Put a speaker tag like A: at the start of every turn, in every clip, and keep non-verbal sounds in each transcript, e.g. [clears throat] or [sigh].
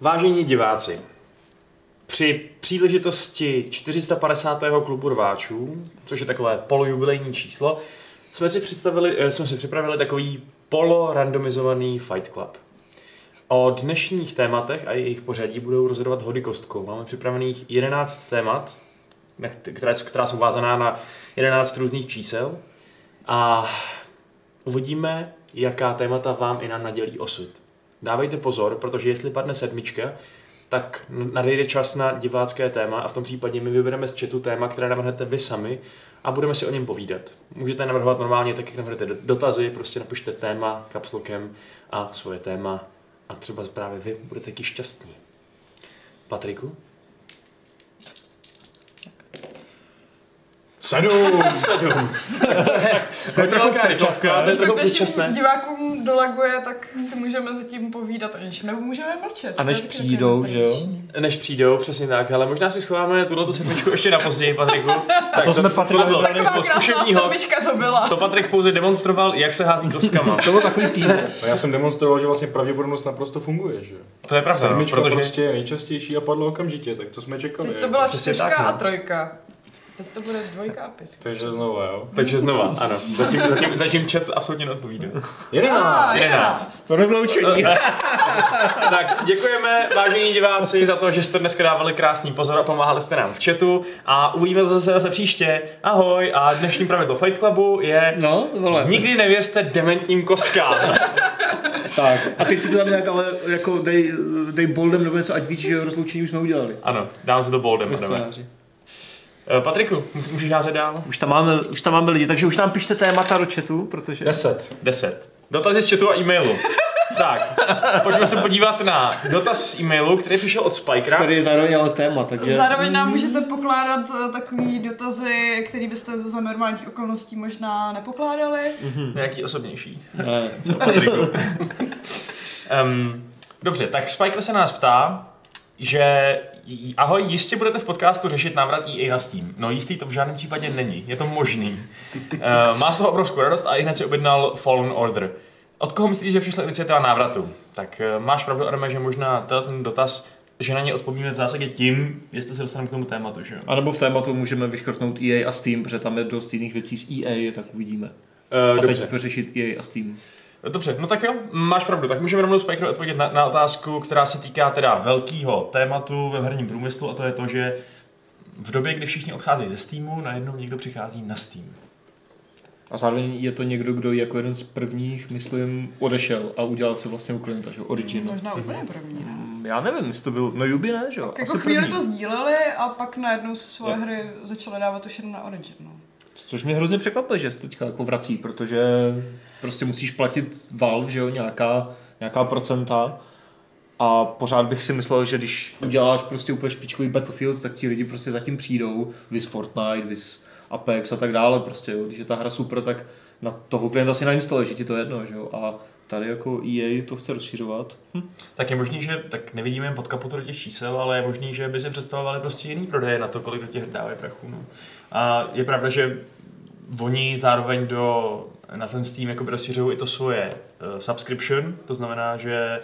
A: Vážení diváci, při příležitosti 450. klubu rváčů, což je takové polojubilejní číslo, jsme si, představili, eh, jsme si připravili takový polorandomizovaný Fight Club. O dnešních tématech a jejich pořadí budou rozhodovat hody kostkou. Máme připravených 11 témat, na kt- která, která jsou vázaná na 11 různých čísel. A uvidíme, jaká témata vám i nám nadělí osud. Dávejte pozor, protože jestli padne sedmička, tak n- nadejde čas na divácké téma a v tom případě my vybereme z chatu téma, které navrhnete vy sami a budeme si o něm povídat. Můžete navrhovat normálně, tak jak navrhnete do- dotazy, prostě napište téma kapslokem a svoje téma a třeba právě vy budete taky šťastní. Patriku? [laughs]
B: Sedm!
A: Sedm. to je trochu předčasné. To je trochu
C: Našim
A: předčasné.
C: divákům dolaguje, tak si můžeme zatím povídat o něčem, nebo můžeme mlčet.
D: A než
C: To je
D: přijdou,
C: taky
D: že jo?
C: nekonečný.
A: Než přijdou, přesně tak, ale možná si schováme tuhle tu sedmičku ještě na později, Patriku. Tak
D: jsme Patrikovi
A: bylo
C: Taková krásná
A: zkušební hod.
C: sedmička to byla.
A: jako To Patrik pouze demonstroval, jak se hází [laughs] kostkama.
D: To byl takový teaser.
B: No já jsem demonstroval, že vlastně pravděpodobnost naprosto funguje, že?
A: To je pravda, no,
B: Sedmička
A: protože...
B: prostě je nejčastější a padlo okamžitě, tak co jsme čekali?
C: Teď to byla
A: Přesně
C: čtyřka
A: tak, no.
C: a trojka. Teď to bude dvojka a pět.
B: Takže znovu, jo?
A: Takže znova, ano. Zatím, zatím, zatím chat absolutně neodpovídá.
B: Jedenáct!
C: A, jedenáct.
D: To rozloučení.
A: Tak děkujeme, vážení diváci, za to, že jste dneska dávali krásný pozor a pomáhali jste nám v chatu. A uvidíme se zase, zase příště. Ahoj a dnešní pravidlo Fight Clubu je...
D: [laughs] No, vole.
A: Nikdy nevěřte dementním kostkám.
D: Tak. A teď si to tam nějak, ale jako dej, dej boldem nebo něco, ať víš, že rozloučení už jsme udělali.
A: Ano, dám si to boldem.
D: Ve
A: jdeme.
D: scénáři.
A: Eh, Patriku, mus- můžeš házet dál?
D: Už tam, máme, už tam máme lidi, takže už tam pište témata do chatu, protože...
B: Deset.
A: Deset. Dotazy z chatu a e-mailu. tak, pojďme se podívat na dotaz z e-mailu, který přišel od Spikera.
D: Tady je zároveň ale téma, takže...
C: Zároveň nám můžete pokládat eh, takový dotazy, které byste za normálních okolností možná nepokládali.
A: Nějaký osobnější.
D: Ne.
A: Co, Patriku? um, dobře, tak Spike se nás ptá, že j- ahoj, jistě budete v podcastu řešit návrat EA na Steam. No jistý to v žádném případě není, je to možný. Uh, má z toho obrovskou radost a i hned si objednal Fallen Order. Od koho myslíš, že přišla iniciativa návratu? Tak eh, máš pravdu, Adame, že možná tenhle ten dotaz, že na ně odpovíme v zásadě tím, jestli se dostaneme k tomu tématu, že jo?
D: A nebo v tématu můžeme vyškrtnout EA a Steam, protože tam je dost jiných věcí z EA, tak uvidíme.
A: Eh,
D: A
A: dobře.
D: teď jako řešit EA a Steam.
A: Dobře, no tak jo, máš pravdu, tak můžeme rovnou Spikerovi odpovědět na, na otázku, která se týká teda velkého tématu ve herním průmyslu a to je to, že v době, kdy všichni odcházejí ze Steamu, najednou někdo přichází na Steam.
D: A zároveň je to někdo, kdo jako jeden z prvních, myslím, odešel a udělal si vlastně uklenta, že jo, Origin.
C: Možná úplně první.
D: Mm, Já nevím, jestli to byl, no Yubi ne, že jo?
C: Jako chvíli to sdíleli a pak najednou svoje hry začaly dávat už jenom na Origin. No.
D: Což mě hrozně překvapuje, že se teďka jako vrací, protože prostě musíš platit Valve, že jo, nějaká, nějaká procenta. A pořád bych si myslel, že když uděláš prostě úplně špičkový Battlefield, tak ti lidi prostě zatím přijdou, vys Fortnite, vys Apex a tak dále, prostě jo. Když je ta hra super, tak na toho klienta si nainstaluješ, je ti to jedno, že jo. A tady jako EA to chce rozšiřovat. Hm.
A: Tak je možný, že tak nevidíme pod kapotu do těch čísel, ale je možný, že by se představovali prostě jiný prodeje na to, kolik do těch dávají prachu. No. A je pravda, že oni zároveň do, na ten Steam jako rozšiřují i to svoje uh, subscription, to znamená, že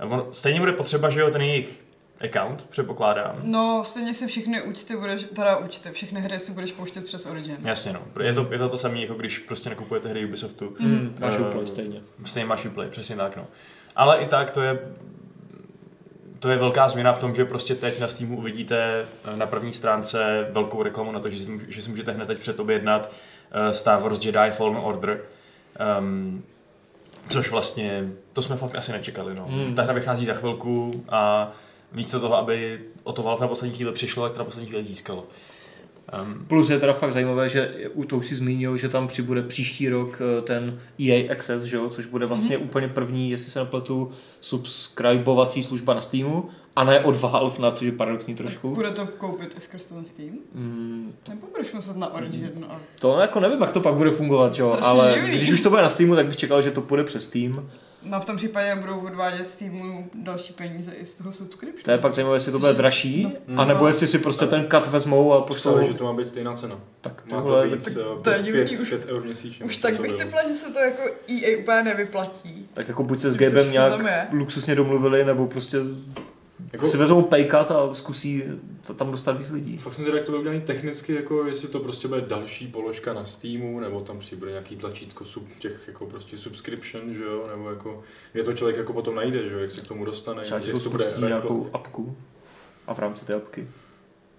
A: eh, on, stejně bude potřeba, že jo, ten jejich account, předpokládám.
C: No, stejně si všechny účty budeš, teda účty, všechny hry si budeš pouštět přes Origin.
A: Jasně, no. Je to, je to to samé, jako když prostě nakupujete hry Ubisoftu.
C: Mm.
D: Máš
A: Eh,
D: úplně stejně.
A: Stejně máš Uplay, přesně tak, no. Ale i tak to je to je velká změna v tom, že prostě teď na Steamu uvidíte eh, na první stránce velkou reklamu na to, že si, můž- že si můžete hned teď předobjednat eh, Star Wars Jedi Fallen Order. Um, což vlastně, to jsme fakt asi nečekali, no.
D: Hmm.
A: Ta hra vychází za chvilku a místo toho, aby o to Valve na poslední chvíli přišlo, tak to na poslední chvíli získalo. Um,
D: Plus je teda fakt zajímavé, že u toho si zmínil, že tam přibude příští rok eh, ten EA Access, že jo? což bude vlastně mm-hmm.
C: Mhm.
D: úplně první, jestli se nepletu, subscribovací služba na Steamu a ne od Valve, na což je paradoxní trošku.
C: Bude to koupit i skrz ten Steam?
D: Mm,
C: Nebo budeš muset na Origin? no. A...
D: to jako nevím, jak to pak bude fungovat, jo?
C: Strašně
D: ale
C: divný.
D: když už to bude na Steamu, tak bych čekal, že to půjde přes Steam
C: No v tom případě budou odvádět z týmu další peníze i z toho subscription.
D: To je pak zajímavé, jestli to bude dražší,
C: No.
D: anebo jestli si prostě ten kat vezmou a
B: Poslou,
D: pošlou.
B: že to má být stejná cena.
D: Tak
B: Má
D: tohle-
B: to být
D: tak-
B: eh,
C: to je divný,
B: pět-
C: už-
B: pět eur měsíčně.
C: Už
B: to
C: tak
B: to
C: bych
B: bylo.
C: typla, že se to jako EA úplně nevyplatí.
D: Tak jako buď se s
C: Myslím si,
D: Gabem
C: že
D: nějak
C: tam je.
D: luxusně domluvili, nebo prostě
B: Jako,
D: si vezmou pejkat a zkusí to tam dostat víc lidí.
B: fakt jsem zvědavý, jak to bude udělaný technicky, jako jestli to prostě bude další položka na Steamu, nebo tam přibude nějaký tlačítko sub, těch jako prostě subscription, že jo, nebo jako, kde to člověk jako potom najde, že jo, jak se k tomu dostane,
D: Třeba ti
B: jak
D: to spustí
B: hra, jako-
D: nějakou apku a v rámci té apky.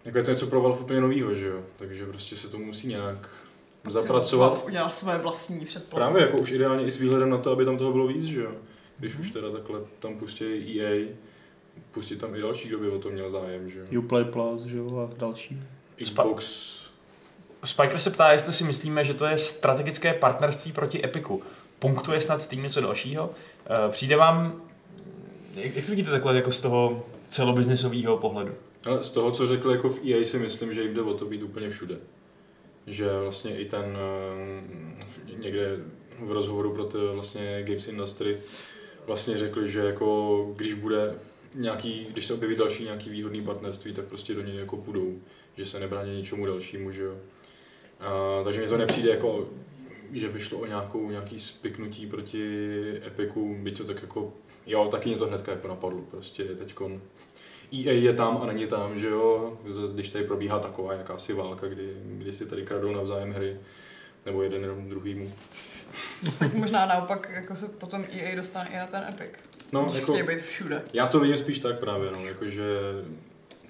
B: Jako je to něco pro Valve úplně novýho, že jo? Takže prostě se to musí nějak zapracovat.
C: Prostě Udělá své vlastní předpoklady.
B: Právě jako už ideálně i s výhledem na to, aby tam toho bylo víc, že jo? Když už teda takhle tam pustí EA, pustí tam i další, kdo by o to měl zájem, že jo?
D: Uplay Plus, že jo, a další.
B: Xbox,
A: Spiker se ptá, jestli si myslíme, že to je strategické partnerství proti Epiku. Punktuje snad s tím něco dalšího? Eh, Přijde vám, jak, jak to vidíte takhle jako z toho celobiznisového pohledu?
B: Ale z toho, co řekl jako v EA, si myslím, že jim jde o to být úplně všude. Že vlastně i ten eh, někde v rozhovoru pro to vlastně Games Industry vlastně řekli, že jako když bude nějaký, když se objeví další nějaký výhodný partnerství, tak prostě do něj jako půjdou, že se nebrání ničemu dalšímu, že jo. A, takže mi to nepřijde jako, že by šlo o nějakou, nějaký spiknutí proti Epiku, by to tak jako, jo, taky mě to hnedka jako napadlo, prostě teďkon EA je tam E a není tam, že jo, Z- když tady probíhá taková jakási válka, kdy, kdy si tady kradou navzájem hry, nebo jeden jenom druhýmu.
C: Tak možná naopak jako se potom EA dostane i na ten Epic.
B: No,
C: Že
B: jako,
C: chtějí být všude.
B: já to vidím spíš tak právě, no, jakože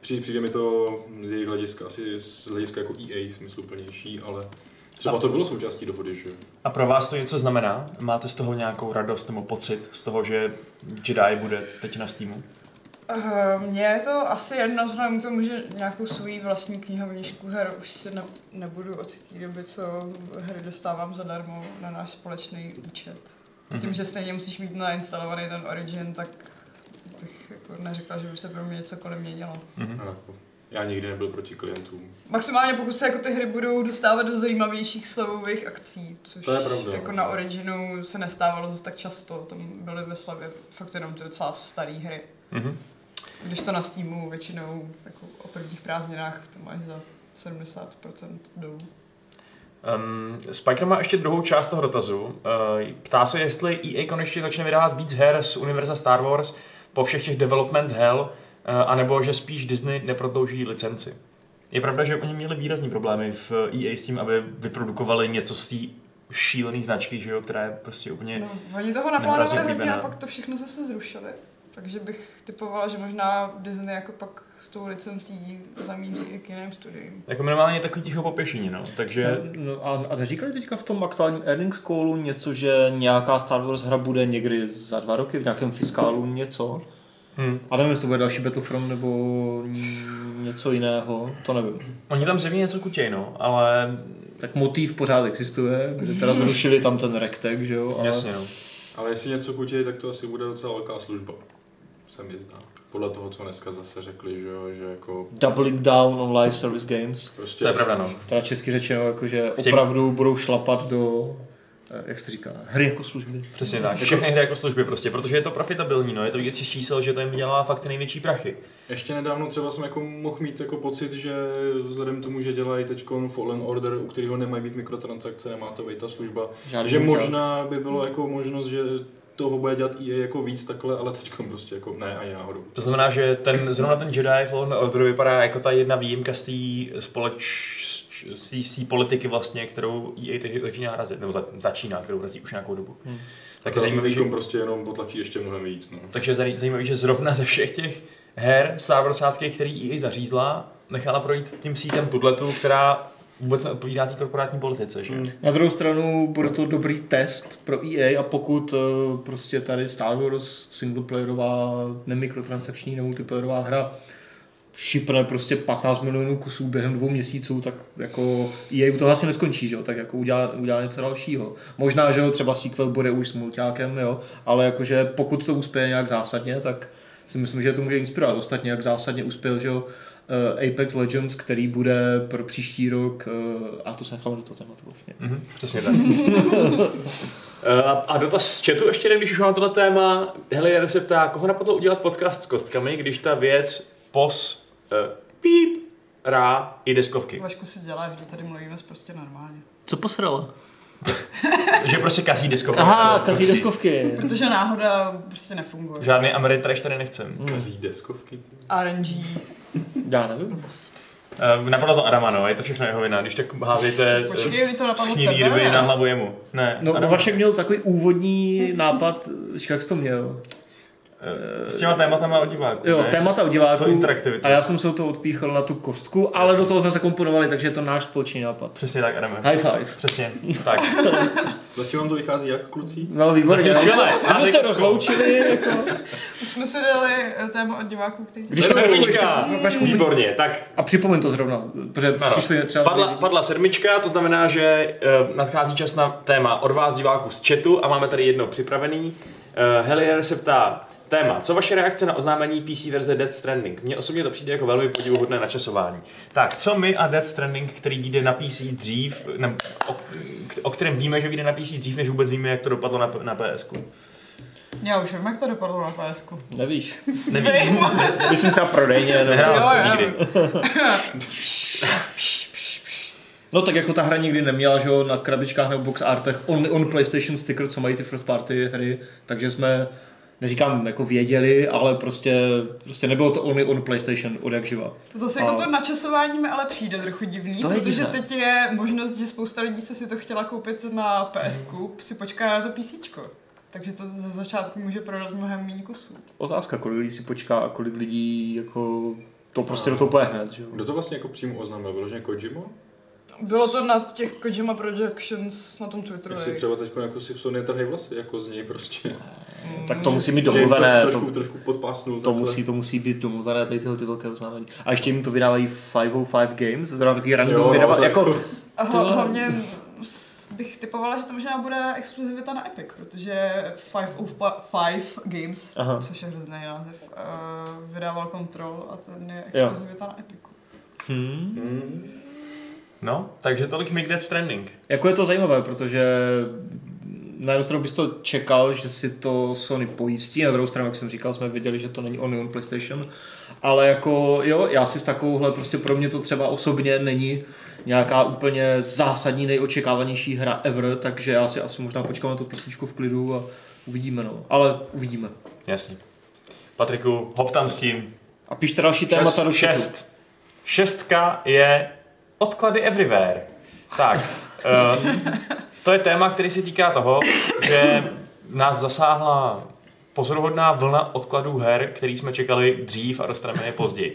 B: přijde, přijde mi to z jejich hlediska, asi z hlediska jako EA smysluplnější, ale třeba to bylo součástí dohody, že jo.
A: A pro vás to něco znamená? Máte z toho nějakou radost nebo pocit z toho, že Jedi bude teď na Steamu?
C: Uh, Mně je to asi jedno vzhledem k tomu, že nějakou svůj vlastní knihovničku her už si ne- nebudu od té doby, co hry dostávám zadarmo na náš společný účet.
B: Mhm.
A: Mhm.
C: Tím, že stejně musíš mít nainstalovaný ten Origin, tak bych jako neřekla, že by se pro mě cokoliv měnilo.
A: Mhm.
B: A jako, já nikdy nebyl proti klientům.
C: Maximálně pokud se jako ty hry budou dostávat do zajímavějších slevových akcí, což
B: To je pravda. no.
C: jako na Originu se nestávalo zase tak často, tam byly ve slavě fakt jenom ty docela staré hry.
A: Mm-hmm.
C: Když to na Steamu většinou jako o prvních prázdninách to máš za 70% dolů.
A: Um, Spiker má ještě druhou část toho dotazu. Uh, ptá se, jestli EA konečně začne vydávat víc her z univerza Star Wars po všech těch development hell, uh, anebo že spíš Disney neprodlouží licenci. Je pravda, že oni měli výrazný problémy v EA s tím, aby vyprodukovali něco z té šílené značky, že jo, která je prostě úplně...
C: No, oni
A: Nehrazí
C: toho naplánovali hodně
A: oblíbená.
C: a pak to všechno zase zrušili. Takže bych typovala, že možná Disney jako pak s tou licencí zamíří i k jiným studiím.
A: Jako minimálně takový ticho po pěšině, no. Takže
D: No a, a neříkali teďka v tom aktuálním earnings callu něco, že nějaká Star Wars hra bude někdy za dva roky, v nějakém fiskálu něco?
A: hm.
D: A nevím, jestli to bude další Battlefront nebo něco jiného, to nevím.
A: oni tam zřejmě něco kutěj, no, ale
D: Tak motiv pořád existuje, kde teda zrušili tam ten rektek, že jo?
A: jasně, no.
B: Ale jestli něco kutějí, tak to asi bude docela velká služba. Se mi zdá. Podle toho, co dneska zase řekli, že jo, že jako
D: Doubling down on live service games.
B: prostě...
A: To je pravda, no.
D: Teda česky řečeno, jakože opravdu budou šlapat do, eh, jak se to říká, hry jako služby.
A: Přesně tak. Všechny hry jako služby prostě, protože je to profitabilní, no, je to vidět z těch čísel, že to jim vydělává fakt ty největší prachy.
B: Ještě nedávno třeba jsem jako mohl mít jako pocit, že vzhledem k tomu, že dělají teď Fallen Order, u kterého nemají být mikrotransakce, nemá to být ta služba,
D: Žádný
B: že
D: můžel.
B: možná by bylo jako možnost, že toho bude dělat EA jako víc takhle, ale teď prostě jako ne, ani náhodou.
A: To znamená, že ten, zrovna ten Jedi Fallen Order vypadá jako ta jedna výjimka z té společ, z té- z té politiky vlastně, kterou EA teď začíná razit, nebo za, začíná, kterou razí už nějakou dobu.
D: Hmm.
A: Tak je zajímavý,
B: teď
A: že,
B: prostě jenom potlačí ještě mnohem víc. No.
A: takže zaj- zajímavý, že zrovna ze všech těch her Star Warsáckých, který EA zařízla, nechala projít tím sítem tudletu, která vůbec neodpovídá té korporátní politice, že?
B: Hmm.
D: Na druhou stranu bude to dobrý test pro EA a pokud eh, prostě tady Star Wars singleplayerová, nemikrotransakční, nemultiplayerová hra šipne prostě 15 milionů kusů během dvou měsíců, tak jako EA u toho asi neskončí, že jo? tak jako udělá, udělá něco dalšího. Možná, že jo, třeba sequel bude už s multiákem, jo, ale jakože pokud to uspěje nějak zásadně, tak si myslím, že to může inspirovat. Ostatně, jak zásadně uspěl, že jo, eh, Apex Legends, který bude pro příští rok, eh, a to se necháme do toho tématu vlastně.
A: Mhm, přesně tak. [laughs] Eh, a, a dotaz z chatu ještě jeden, když už mám tohle téma. Hele, Jere se ptá, koho napadlo udělat podcast s kostkami, když ta věc pos uh, píp rá i
C: [laughs]
A: deskovky.
C: Vašku si dělá, vždy tady mluvíme prostě normálně.
E: Co posrala?
A: Že prostě kazí deskovky.
E: Aha, kazí deskovky.
C: Protože náhoda prostě nefunguje.
A: Žádný Ameritrash tady nechcem.
B: Kazí deskovky.
C: RNG.
D: Já nevím.
A: Uh, napadlo to Adama, no, je to všechno jeho vina. Když tak házejte
C: Počkej, kdy to
A: z
C: napadlo
A: knídý ryby
C: tebe,
A: na
C: ne?
A: hlavu jemu. Ne,
D: No,
A: Adam-
D: no Vašek měl takový úvodní nápad, říkal, jak jsi to měl?
A: eh, s těma tématama od diváků.
D: Jo,
A: ne?
D: témata u diváků.
A: To interaktivita.
D: A já jsem se o to odpíchl na tu kostku, ale do toho jsme se komponovali, takže je to náš společný nápad.
A: Přesně tak, Adame.
D: High five.
A: Přesně, tak.
B: Zatím vám to vychází jak, kluci?
D: No výborně.
A: Zatím skvělé.
D: My jsme se
A: Házej
D: rozloučili. Jako...
C: Už jsme si dali eh, téma od diváků, který...
D: Když
A: To je
D: jsme
A: sedmička.
D: Vašku,
A: Výborně, tak
D: a připomeň to zrovna, protože
A: Ano.
D: přišli třeba...
A: No, Padla, padla sedmička, to znamená, že eh, nadchází čas na téma od vás diváků z chatu a máme tady jedno připravený. Eh, Helier se ptá, téma, co vaše reakce na oznámení PC verze Dead Stranding? Mně osobně to přijde jako velmi podivuhodné načasování. Tak, co my a Dead Stranding, který vyjde na PC dřív, ne, o, k- o, kterém víme, že vyjde na PC dřív, než vůbec víme, jak to dopadlo na, P- na PS.
C: Já už vím, jak to dopadlo na PSku.
D: Nevíš.
A: [laughs] Nevím,
D: Myslím třeba prodejně. No.
A: nehrál
C: Jo,
A: jsem
C: já
A: nikdy.
C: vím.
D: no tak jako ta hra nikdy neměla, že jo, na krabičkách nebo box artech on, on PlayStation sticker, co mají ty first party hry, takže jsme neříkám jako věděli, ale prostě, prostě nebylo to only on PlayStation od jak živa.
C: Zase
D: A-
C: jako to načasování mi ale přijde trochu divný,
D: To je
C: protože
D: divné.
C: teď je možnost, že spousta lidí, co si to chtěla koupit na PSku, si počká na to PC. Takže to ze začátku může prodat mnohem méně kusů.
D: Otázka, kolik lidí si počká a kolik lidí jako to prostě do toho půjde hned, že jo.
B: Kdo to vlastně jako přímo oznámil? Vyloženě Kojima?
C: Bylo to na těch Kojima Productions na tom Twitteru.
B: Jestli třeba teď jako si v Sony trhají vlasy, jako z něj prostě.
D: Tak to musí být
B: Že jim
D: domluvené,
B: to,
D: to,
B: trošku, trošku podpásnul.
D: to,
B: takhle.
D: musí, to musí být domluvené, tady tyhle ty velké oznámení. A ještě jim to vydávají 505 Games, zrovna takový
B: Jo,
D: random
B: no,
D: vydavatel,
B: to
D: jako
C: A hla- hlavně s- bych typovala, že to možná bude exkluzivita na Epic, protože 505 Games,
D: Aha.
C: Aha. což je hrozný název, eh, vydával Control a ten je
D: Jo.
C: exkluzivita na Epicu.
D: Hmm.
B: Hmm.
A: No, takže tolik mi Dead Stranding.
D: Jako je to zajímavé, protože na jednu stranu bys to čekal, že si to Sony pojistí, na druhou stranu, jak jsem říkal, jsme věděli, že to není on, on PlayStation, ale jako jo, já si s takovouhle, prostě pro mě to třeba osobně není nějaká úplně zásadní nejočekávanější hra ever, takže já si asi možná počkám na tu písničku v klidu a uvidíme, no. Ale uvidíme.
A: Jasně. Patriku, hop tam s tím.
D: A pište další témata do chatu.
A: Šest. Šestka je odklady everywhere. Tak, uh, to je téma, který se týká toho, že nás zasáhla pozoruhodná vlna odkladů her, který jsme čekali dřív a dostaneme je později.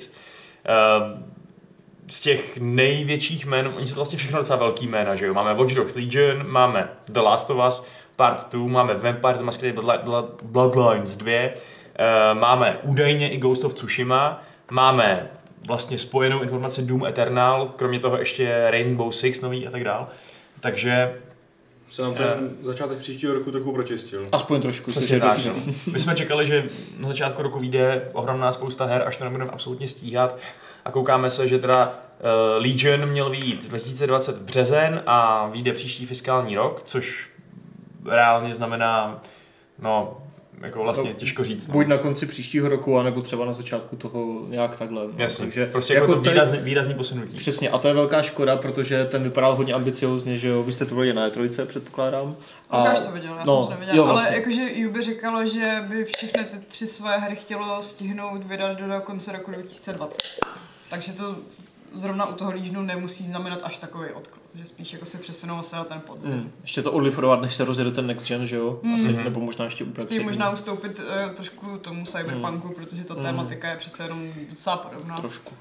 A: Uh, z těch největších jmen, oni jsou to vlastně všechno docela velký jména, že jo? Máme Watch Dogs Legion, máme The Last of Us Part 2, máme Vampire The Masquerade Bloodli- Blood- Bloodlines 2, eh, máme údajně i Ghost of Tsushima, máme vlastně spojenou informaci Doom Eternal, kromě toho ještě Rainbow Six nový a tak dál. Takže
B: Se nám ten začátek příštího roku trochu pročistil.
D: Aspoň trošku.
A: Přesně
D: což je
A: tak.
D: dobře.
F: [laughs]
A: no. My jsme čekali, že na začátku roku vyjde ohromná spousta her, až to nebudeme absolutně stíhat. A koukáme se, že teda uh, Legion měl vyjít 2020 březen a vyjde příští fiskální rok, což reálně znamená, no, jako vlastně
D: No,
A: těžko říct. No.
D: Buď na konci příštího roku, anebo třeba na začátku toho nějak takhle. No.
A: Jasně,
D: Takže
A: prostě jako, jako to
D: ten-
A: výrazný, výrazný posunutí.
D: Přesně, a to je velká škoda, protože ten vypadal hodně ambiciozně, že jo, vy jste to byli na E3, předpokládám.
C: A... Lukáš to viděl, já
D: no,
C: no, jsem to neviděla,
D: jo,
C: jo,
D: vlastně.
C: ale jakože Juby říkalo, že by všechny ty tři své hry chtělo stihnout vydat do konce roku 2020. Takže to zrovna u toho Lížnu nemusí znamenat až takový odklad, že spíš jako se přesunou se na ten podzim.
D: Mm. Ještě to odlifrovat, než se rozjede ten next gen, že jo? Asi,
A: Mhm.
D: nebo možná ještě úplně
C: Chtějí
D: předtím. Hmm.
C: možná ustoupit uh, trošku tomu cyberpunku, protože ta tématika je přece jenom docela podobná.
D: Trošku.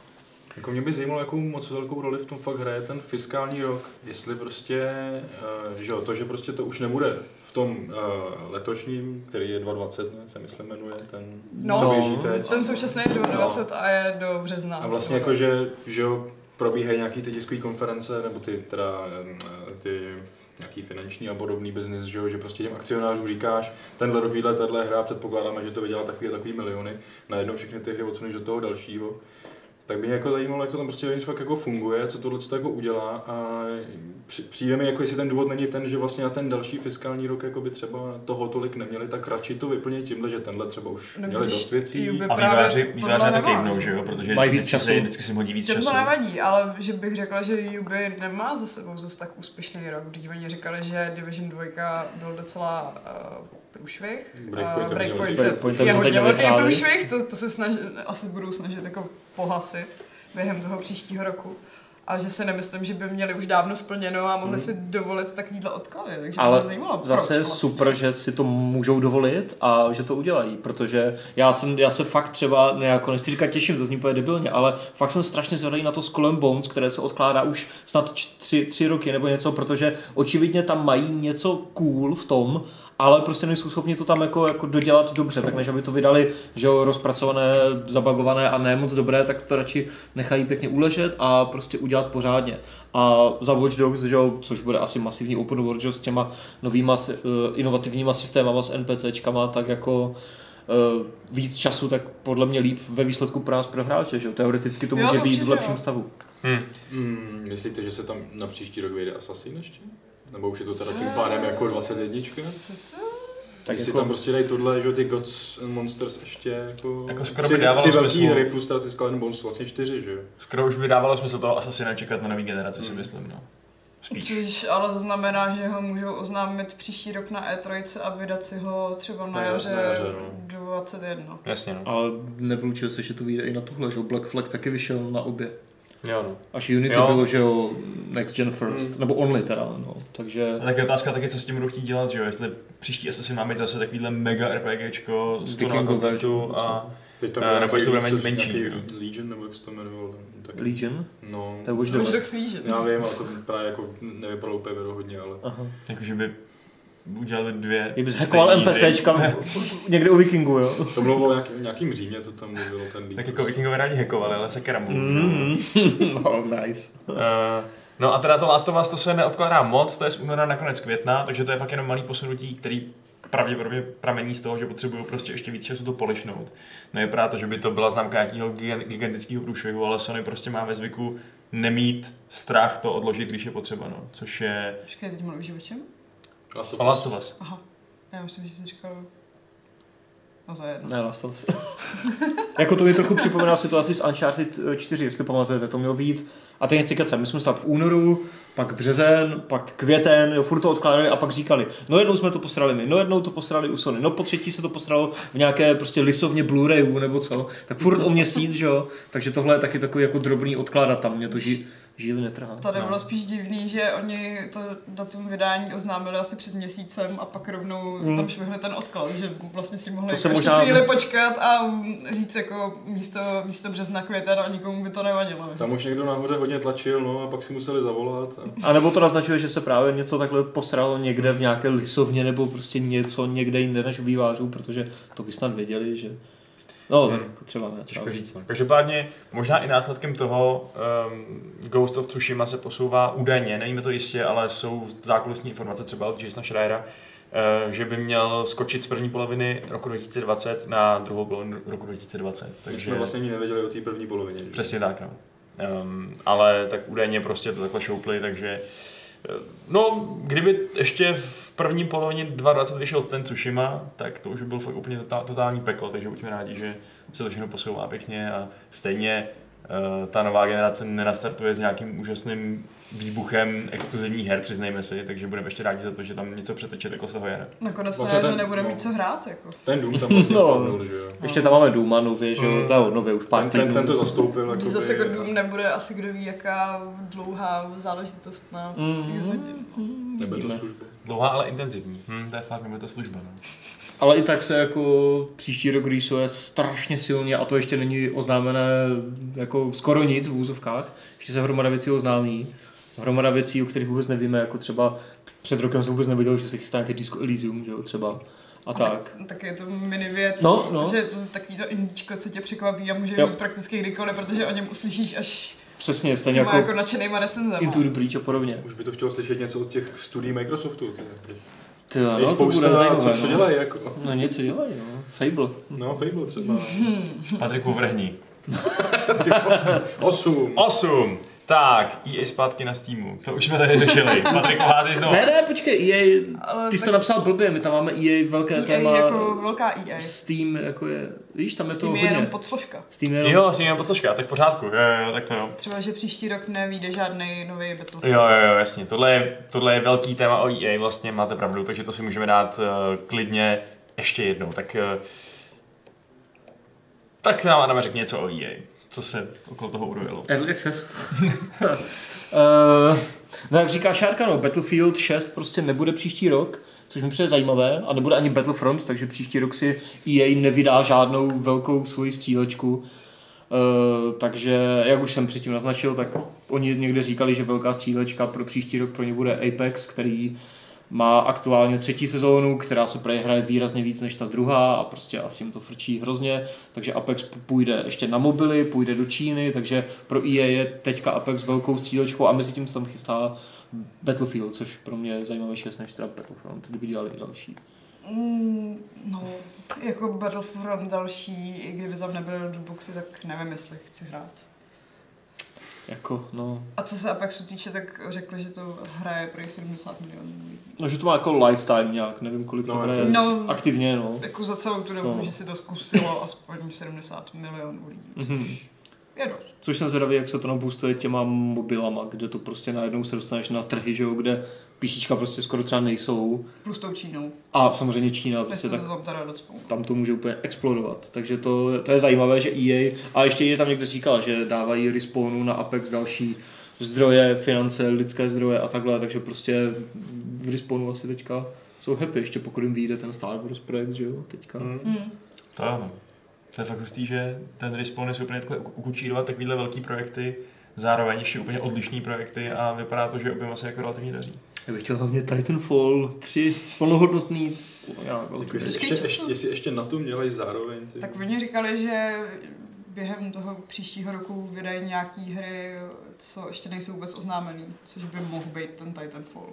B: Jako mě by zajímalo, jakou moc velkou roli v tom fakt hraje ten fiskální rok. Jestli prostě, eh, že jo, to, že prostě to už nebude v tom eh, letošním, který je 2020, ne, se myslím jmenuje, ten,
C: No.
B: co běží teď.
C: Ten současný je do 20 a je do března.
B: A vlastně jako, že, že jo, probíhají nějaký ty tiskové konference, nebo ty teda em, eh, ty nějaký finanční a podobný biznis, že jo, že prostě těm akcionářům říkáš, tenhle rok výhle, tahle hra, předpokládáme, že to vydělá takový a takový miliony, najednou všechny ty hry odsuneš do toho dalšího. tak bych jako zajímalo, jak to tam prostě vevnitř fakt jako funguje, co tohle to jako udělá a při- přijde mi, jako jestli ten důvod není ten, že vlastně na ten další fiskální rok jako by třeba toho tolik neměli, tak radši to vyplnit tímhle, že tenhle třeba už
C: No,
B: měli
C: když
B: dost věcí.
C: Jubi-
A: A
C: Právě
A: výváři,
C: tohle
A: výváři na to
C: nemá.
A: kejvnou, že jo? Protože
D: Mají
A: vždycky,
D: víc času.
A: vždycky, vždycky se jim hodí víc
C: To
A: času.
C: mu nevadí, ale že bych řekla, že UB nemá za sebou zase tak úspěšný rok. Když oni říkali, že Division 2 byl docela uh, průšvih.
B: Breakpoint
C: Eh,
B: tam měl
C: Breakpoint
B: být.
D: Breakpointem
C: je
D: to teď
C: hodně velký
D: nevyhráli.
C: průšvih, to, to se snaž, asi budou snažit jako pohasit během toho příštího roku. A že si nemyslím, že by měli už dávno splněno a mohli si dovolit takovýhle odklady. Takže ale
D: Hmm.
C: mě
D: Ale
C: zajímalo, proč
D: zase
C: vlastně.
D: super, že si to můžou dovolit a že to udělají, protože já jsem, já se fakt třeba, ne, jako nechci říkat těším, to zní úplně debilně, ale fakt jsem strašně zvedavý na to s kolem Bones, které se odkládá už snad tři, tři roky nebo něco, protože očividně tam mají něco cool v tom, ale prostě nejsou schopni to tam jako, jako dodělat dobře, tak než aby to vydali, že jo, rozpracované, zabagované a ne moc dobré, tak to radši nechají pěkně uležet a prostě udělat pořádně. A za Watch Dogs, že jo, což bude asi masivní open world, že jo, s těma novýma si- eh, inovativníma systémama s NPCčkama, tak jako eh, víc času, tak podle mě líp ve výsledku pro nás pro hráče, že jo, teoreticky to
C: Jo,
D: může
C: to
D: být
C: určitě
D: v lepším
C: jo.
D: stavu.
A: Hm.
B: Hmm, myslíte, že se tam na příští rok vyjde Assassin ještě? Nebo už je to teda tím pádem jako 21?
C: Co, co?
D: Tak
B: Tak
D: jako-
B: jestli jako... tam prostě dají tohle, že jo, ty Gods and Monsters ještě jako...
A: Jako skoro
B: tři-
A: by dávalo
B: tři velký
A: smysl.
B: hry plus teda ty Skull and Bones, vlastně čtyři, že jo?
A: Skoro už by dávalo smysl toho Assassina čekat na nový generaci, si myslím, no. Spíš.
C: Což ale to znamená, že ho můžou oznámit příští rok na E3 a vydat si ho třeba na
B: Na- na
C: jaře
B: jaře, no.
C: 21.
A: Jasně, no.
D: Ale nevylučuje se, že to vyjde i na tohle, že jo, Black Flag taky vyšel na obě.
F: Jo, no.
D: Až Unity
A: Jo.
D: bylo, že jo, Hmm. next gen first, nebo only teda, no, takže...
A: A tak je otázka taky, co s tím budou chtít dělat, že jo? Jestli příští Assassin má mít zase takovýhle mega RPGčko s tou
D: Vikingové,
A: kontentu a...
B: Teď tam
A: Eh,
B: byl
A: nebo
B: nějaký
A: jestli bude
B: víc,
A: menší,
B: nějaký
A: jo.
B: Legion, nebo jak se to jmenovalo. Tak...
D: Legion?
B: No,
D: To je Watch
C: To už
D: Dogs.
C: tak slížit.
B: já vím, ale to právě jako nevypadalo úplně věrohodně, ale...
D: Aha.
A: Jakože by udělali dvě...
D: Kdyby
A: stejný
D: zhackoval
A: hry.
D: [laughs] NPCčka někde u Vikingu, jo?
B: To mluvilo o nějakým, nějakým Římě, to tam mluvilo ten líp.
A: Tak jako vikingové rádi hackovali, ale se keramu.
D: Mhm. [laughs] no, nice.
A: Eh, no a teda to Last of Us to se neodkládá moc, to je z února na konec května, takže to je fakt jenom malý posunutí, který pravděpodobně pramení z toho, že potřebují prostě ještě víc času to polišnout. Nevypadá to, že by to byla známka nějakého gigan- gigantického průšvihu, ale Sony prostě má ve zvyku nemít strach to odložit, když je potřeba, no. což je
C: Počkej, teď mluvíš o čem?
B: Last of Us.
A: Last of Us.
C: Aha, já myslím, že jsi říkal... No to je jedno.
D: Ne, Last of Us. [laughs] jako to mi trochu připomíná situaci s Uncharted eh, 4, jestli pamatujete, to mělo být. A teď nechci kecem, my jsme snad v únoru, pak březen, pak květen, jo, furt to odkládali a pak říkali, no jednou jsme to posrali my, no jednou to posrali u Sony, no po třetí se to posralo v nějaké prostě lisovně Blu-rayu nebo co, tak furt o měsíc, že jo, takže tohle je taky takový jako drobný odkládat tam, mě to ží, žíly netrhá.
C: Tady bylo spíš divný, že oni to datum vydání oznámili asi před měsícem a pak rovnou
D: Hmm.
C: tam švihli ten odklad, že vlastně si mohli
D: To
C: jako
D: se
C: ještě
D: možná-
C: chvíli počkat a říct jako místo, místo března květen a nikomu by to nevadilo.
B: Tam už někdo nahoře hodně tlačil, no a pak si museli zavolat. A...
D: A nebo to naznačuje, že se právě něco takhle posralo někde v nějaké lisovně nebo prostě něco někde jinde než u vývářů, protože to by snad věděli, že... No,
B: Hmm.
D: tak jako třeba ne.
A: Těžko
D: právě.
A: říct. No. Každopádně možná i následkem toho um, Ghost of Tsushima se posouvá údajně, nevíme to jistě, ale jsou zákulisní informace třeba od Jasona Schreiera, eh, že by měl skočit z první poloviny roku 2020 na druhou polovinu roku 2020.
B: Takže... My
A: Takže
B: jsme vlastně ani nevěděli o té první polovině. Že?
A: přesně tak. No. Um, ale tak údajně prostě to takhle šoupli, takže eh, No, kdyby ještě v první polovině 2020 vyšel ten Tsushima, tak to už by byl fakt úplně totál, totální peklo, takže buďme rádi, že se to všechno posouvá pěkně a stejně eh, ta nová generace nenastartuje s nějakým úžasným výbuchem exkluzivních her, přiznejme si, takže budeme ještě rádi za to, že tam něco přeteče takhle z toho jara.
C: Nakonec
B: Vlastně
C: vlastně ne, že
B: ten-
C: nebude
B: no.
C: mít co hrát, jako.
B: Ten dům tam vlastně
D: No.
B: no. spadnul, že jo.
D: Ještě tam máme Duma nově, že jo, ta nově už pár
B: Hmm. Ten, ten,
D: týdnů.
B: ten to zastoupil.
C: Když
B: jakoby,
C: zase jako
B: a-
D: no.
C: dům nebude asi kdo ví, jaká dlouhá záležitost na
D: Mm.
C: x hodin.
B: Nebude to
D: Vidíme.
B: služba.
A: Dlouhá, ale intenzivní. Hm, to je fakt, nebo to služba, no.
D: Ale i tak se jako příští rok rýsuje strašně silně a to ještě není oznámené jako skoro nic v úzovkách. Ještě se hromada věcí oznámí. Hromada věcí, o kterých vůbec nevíme, jako třeba před rokem jsem vůbec nevěděl, že se chystá nějaké Disco Elysium, že jo, třeba. A tak.
C: Tak je to mini věc,
D: No, no.
C: že je to takový to indíčko, co tě překvapí a může
D: Jo.
C: jo. mít prakticky kdykoliv, protože o něm uslyšíš až
D: Přesně,
C: s
D: stejně
C: těma
D: jako,
C: jako nadšenýma recenzema.
D: Into the Breach a podobně.
B: Už by to chtělo slyšet něco od těch studií Microsoftu. ty.
D: Ty,
B: Je
D: no, to
B: spousta,
D: bude zajímavé.
B: co, co
D: No.
B: dělají jako.
D: no něco dělají, no. Fable.
C: [laughs]
B: No, Fable třeba.
A: Patriku vrhní.
B: Osm.
A: 8. Tak, EA zpátky na Steamu. To už jsme tady řešili. Patrik hází znovu.
D: Ne, ne, počkej, EA,
C: No. Ale
D: ty jsi
C: tak-
D: to napsal blbě, my tam máme EA velké
C: EA
D: téma.
C: jako velká EA.
D: Steam, jako je, víš, tam je to
C: Steam je jenom
D: hodně.
C: podsložka.
D: Steam je jenom...
A: Jo, asi jenom posluška, tak v pořádku. Jo, jo, jo, tak to jo.
C: Třeba, že příští rok nevíde žádný nový Battlefield.
A: Jo, jo, jo, jasně. Tohle je, tohle je velký téma o EA, vlastně máte pravdu, takže to si můžeme dát uh, klidně ještě jednou. Tak, uh, tak nám Adame řekni něco o EA. Co se okolo toho urojilo?
D: Early access. [laughs] uh, no jak říká Šárka, no, Battlefield 6 prostě nebude příští rok, což mi přijde zajímavé, a nebude ani Battlefront, takže příští rok si EA nevydá žádnou velkou svoji střílečku. Uh, takže, jak už jsem předtím naznačil, tak oni někde říkali, že velká střílečka pro příští rok pro ně bude Apex, který má aktuálně třetí sezónu, která se prej hraje výrazně víc než ta druhá a prostě asi jim to frčí hrozně, takže Apex p- půjde ještě na mobily, půjde do Číny, takže pro EA je teďka Apex velkou střílečkou a mezi tím se tam chystá Battlefield, což pro mě je zajímavější než teda Battlefront, kdyby dělali i další.
C: Mm, no, jako Battlefront další, i kdyby tam nebyly lootboxy, tak nevím, jestli chci hrát.
D: Jako, no,
C: A co se Apexu týče, tak řekli, že to hraje pro 70 milionů lidí.
D: no, že to má jako lifetime nějak, nevím kolik to
B: No,
D: hraje
C: no.
D: aktivně, no.
C: Jako za celou tu dobu,
D: No.
C: že si to zkusilo [laughs] aspoň 70 milionů lidí,
D: Mhm.
C: což je dost.
D: Což jsem zvědavý, jak se to nabustuje těma mobilama, kde to prostě najednou se dostaneš na trhy, že jo, kde píšička prostě skoro třeba nejsou.
C: Plus tou Čínou,
D: A samozřejmě Čína
C: než
D: prostě
C: to
D: tak
C: tam teda docpou.
D: tam to může úplně explodovat. Takže to, to je zajímavé, že EA, a ještě je tam někdo říkal, že dávají respawnu na Apex další zdroje, finance, lidské zdroje a takhle, takže prostě v respawnu asi teďka jsou happy, ještě pokud jim vyjde ten Star Wars projekt, že jo, teďka.
C: Mm.
A: To jo. no. To je fakt hustý, že ten Respawn je schopný takhle ukučírovat takovýhle velký projekty, zároveň ještě úplně odlišný projekty a vypadá to, že oběma se jako relativně daří.
D: Já bych chtěl hlavně Titanfall 3, plnohodnotný, já, velký.
B: Jestli ještě, ještě, jestli ještě na tom dělají zároveň. Ty.
C: Tak oni říkali, že během toho příštího roku vydají nějaký hry, co ještě nejsou vůbec oznámený, což by mohl být ten Titanfall.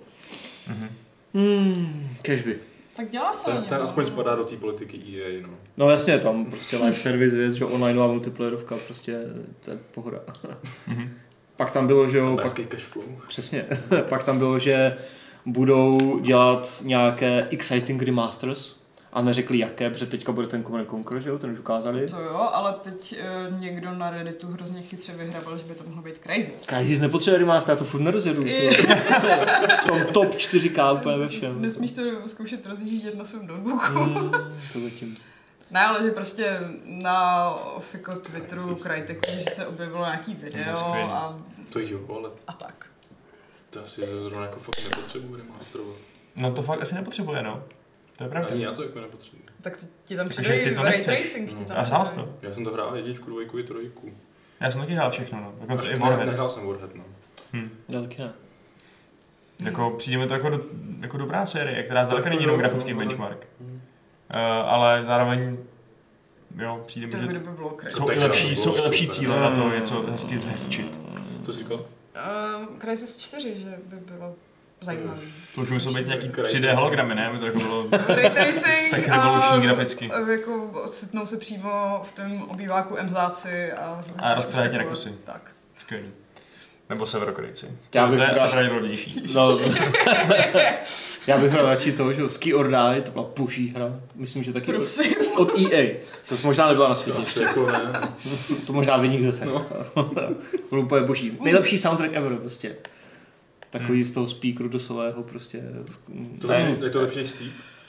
A: Mhm.
D: Hmm, kežby.
C: Tak dělá se na
B: ten,
C: něm,
B: ten
C: no.
B: aspoň spadá do té politiky EA, no.
D: No jasně, tam prostě live service věc, že online a multiplayerovka, prostě to je pohoda. Pak tam bylo, že jo, No, pak
B: Obrovský cash flow.
D: Přesně. [laughs] Pak tam bylo, že budou dělat nějaké exciting remasters a neřekli jaké, protože teďka bude ten Command Conquer, že jo, ten už ukázali.
C: To jo, ale teď e, někdo na Redditu hrozně chytře vyhrabal, že by to mohlo být Crysis.
D: Crysis no. nepotřebuje remaster, já to furt nerozjedu. ty jo. v tom top 4K úplně ve všem.
C: Nesmíš to zkoušet rozjíždět na svém notebooku.
D: Hmm, to zatím.
C: Ne, ale že prostě na ofiko Twitteru Cryteku, že se objevilo nějaký
A: To je
C: video
A: skvělý.
C: a,
B: To jo, ale
C: a tak.
B: to asi zrovna jako fakt nepotřebuji remasterovat.
A: No to fakt asi nepotřebuje, no. To je pravda.
B: Ani já to jako nepotřebuji.
C: Tak ti tam
A: Takže
C: přidají
A: ty to
C: ray
A: nechceš. No.
C: tracing. Ti tam
A: A znal jsi
C: přidají.
A: to?
B: Já jsem to hrál jedničku, dvojku i trojku.
A: Já jsem taky hrál všechno, no. Dokonce i
B: Ne-
A: Warhead.
B: Nehrál jsem Warhead, no.
D: Já taky ne.
A: Jako, přijde mi to jako, do, jako dobrá série, která zdaleka
B: Tak
A: není
B: to
A: jenom
B: jo,
A: grafický
B: no,
A: benchmark.
B: Hmm.
A: Eh, ale zároveň, jo, přijde
C: To jako
A: mi,
C: by
A: že
C: by bylo Crysis.
A: jsou i
B: Texas
A: lepší,
B: bylo
A: jsou i lepší
B: super.
A: cíle na to něco hezky zhezčit.
B: To jsi říkal?
C: Uh, Crysis 4, že by bylo zajímavý.
A: To už muselo být nějaký 3D hologramy, ne? Aby to jako bylo
C: Ray tracing
A: tak
C: a
A: revoluční graficky.
C: e, jako ocitnou se přímo v tom obýváku emzáci a...
A: A roztrhají ti na kusy.
C: Tak.
A: Skvělý. Nebo severokryci.
D: Já
A: Já bych
D: bych
A: to je
D: bral-
A: pravděpodobnější.
D: No, [laughs] já bych hrál radši to, že jo, Ski or Die, to byla boží hra. Myslím, že taky od,
C: Prosím.
D: od EA. To možná nebyla na světě.
B: Asi jako ne.
D: To možná vy nikdo ten. No. Bylo úplně boží. Nejlepší soundtrack ever prostě. Takový z toho speakeru dosového prostě.
A: Hmm. Ne.
B: To lepší, je to lepší než Steep?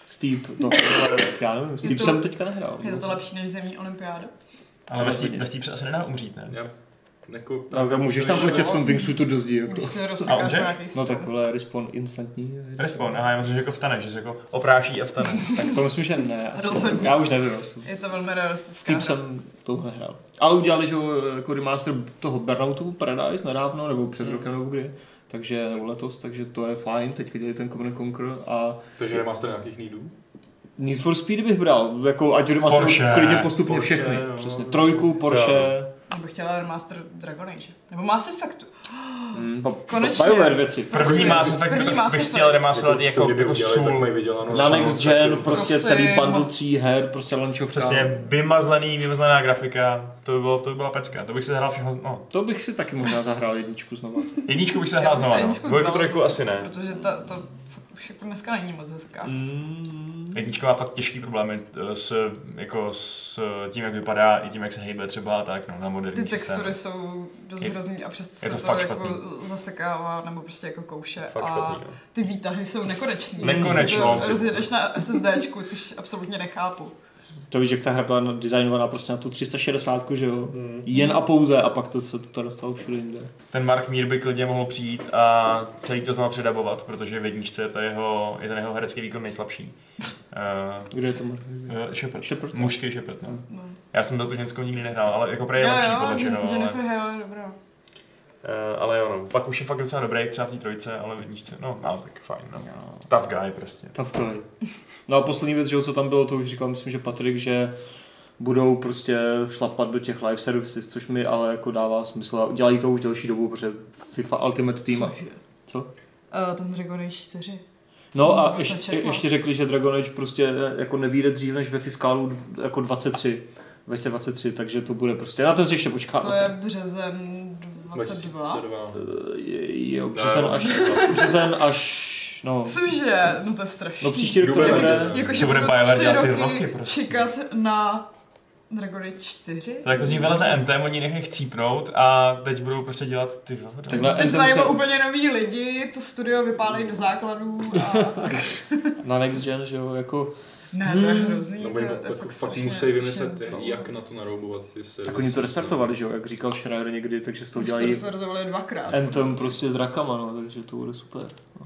D: Steep, no, to je- já nevím, Steep
C: to-
D: jsem teďka nehrál. no.
C: Je to to lepší než zemní olympiáda?
A: Ale ve
D: Rozhodně.
A: vtip- ve vtip se asi nedá umřít, ne?
B: Já jako...
D: No, tak můžeš tam letět v tom wingsuitu do zdi, jako.
C: Když se rozsekáš
A: můžeš?
C: nějaký
D: No
C: strom.
D: takhle, respawn instantní.
A: Respawn, aha, já myslím, že jako vstaneš, že se jako opráší a vstane.
D: Tak to myslím, že
C: [laughs]
D: ne. Asi.
C: Rozhodně.
D: Já už nevím. Vlastně.
C: Je to velmi realistická
D: Steep
C: hra.
D: jsem to nehrál. Ale udělali, že jo, jako remaster toho Burnoutu Paradise nedávno, nebo před
C: Hmm.
D: rokem, nebo kdy. Takže, nebo letos, takže to je fajn. Teďka dělají ten Command and Conquer a
B: Takže remaster nějakých nýdů?
D: Need for Speed bych bral, jako ať má
A: Porsche,
D: klidně postupně
B: Porsche,
D: všechny.
B: no.
D: Přesně. Trojku, Porsche.
A: Jo.
C: Já bych chtěla remaster Dragon Age. Nebo Mass Effectu.
D: Mm, pa,
C: Konečně.
D: BioWare věci.
A: První
C: Prosím,
A: Mass Effect
C: první
A: bych,
C: Mass
A: bych
C: Effect.
A: chtěl remasterovat jako,
B: kdyby
A: jako
B: udělali, tak
A: sůl.
B: mají vydělanou
D: Na
B: sůl,
D: Next
B: tak
D: Gen
B: jo.
D: prostě
C: Prosím.
D: celý bundle tří her, prostě lančovka.
A: Přesně, vymazlený, vymazlená grafika, to by, bylo, to by byla pecka, to bych si zahrál všechno, no.
D: To bych si taky možná zahrál jedničku znovu.
A: Jedničku bych se
C: Já
A: hrál
C: bych
A: znova,
C: se
A: no.
C: jedničku
A: Dvojku,
C: hrál.
A: trojku asi ne.
C: Protože ta, to fakt už jako dneska není moc hezká.
A: Jednička má fakt těžký problémy eh, s, jako s tím, jak vypadá, i tím, jak se hejbe třeba a tak, no, na moderní
C: Ty
A: systém.
C: textury jsou dost
A: Je-
C: hrozný a přesto
A: je
C: se
A: to
C: to,
A: fakt
C: jako
A: špatný.
C: zasekává nebo prostě jako kouše
A: Fakt
C: a
A: špatný, no.
C: ty výtahy jsou nekoneční.
A: Nekonečno.
C: Ty Rozjedeš na SSDčku, což absolutně nechápu.
D: To víš, jak ta hra byla designovaná prostě na tu 360, že jo?
A: Hmm.
D: Jen a pouze a pak to se to dostalo všude jinde.
A: Ten Mark Mír by klidně mohl přijít a celý to znovu předabovat, protože v jedničce je, to jeho, je ten jeho herecký výkon nejslabší. Uh,
D: Kde je to Mark?
A: Uh, šepet.
D: Shepard.
A: Mužský šepet, no.
C: No.
A: Já jsem za tu ženskou nikdy nehrál, ale jako prej je
C: Jo,
A: lepší
C: jo,
A: podle všeho, ale,
C: Jennifer Hale je dobrá.
A: Eh, ale jo, no. Pak už je fakt docela dobrý, třeba v té trojce, ale v jedničce, no, no, tak fajn, no. Tough guy prostě.
D: Tough guy. No a poslední věc, že jo, co tam bylo, to už říkal, myslím, že Patrik, že budou prostě šlapat do těch live services, což mi ale jako dává smysl. A dělají to už delší dobu, protože FIFA Ultimate Team. A... Co?
C: Uh, ten Dragon Age 4.
D: No a
C: Jsem
D: ještě,
C: nečetla.
D: ještě řekli, že Dragon Age prostě jako nevíde dřív než ve fiskálu dv- jako 23. 2023, takže to bude prostě, na to se ještě počká.
C: To je březen 22.
B: 22.
D: Je- Jo,
B: Ne,
D: březen až,
B: No,
D: březen až, no,
C: Cože? No to je strašný.
D: no příští rok to
B: Duben
D: bude,
B: březen.
C: Jakože
A: Co bude
C: budu
A: Bioware
C: tři
A: dělat ty
C: roky,
A: roky prostě?
C: čekat na Dragon Age 4.
A: To jako z ní vyleze NT, oni nechají chcípnout a teď budou prostě dělat ty vole.
D: tak na,
C: Teď
D: Anthem
C: mají
D: se,
C: úplně noví lidi, to studio vypálej do základů a tak.
D: na next gen, že jo, jako,
C: Ne, to je hrozný.
B: No,
C: to,
B: oni
C: je, to
B: pak,
C: je
B: pak,
C: fakt strašně,
B: musí vymyslet,
C: strašně dlouho.
B: jak na to naroubovat ty servisy.
D: tak oni to restartovali, že jo, jak říkal Schreier někdy, takže s tou
C: Už
D: dělají
C: To rozhovali dvakrát.
D: Anthem prostě s drakama, no, takže to bude super. no.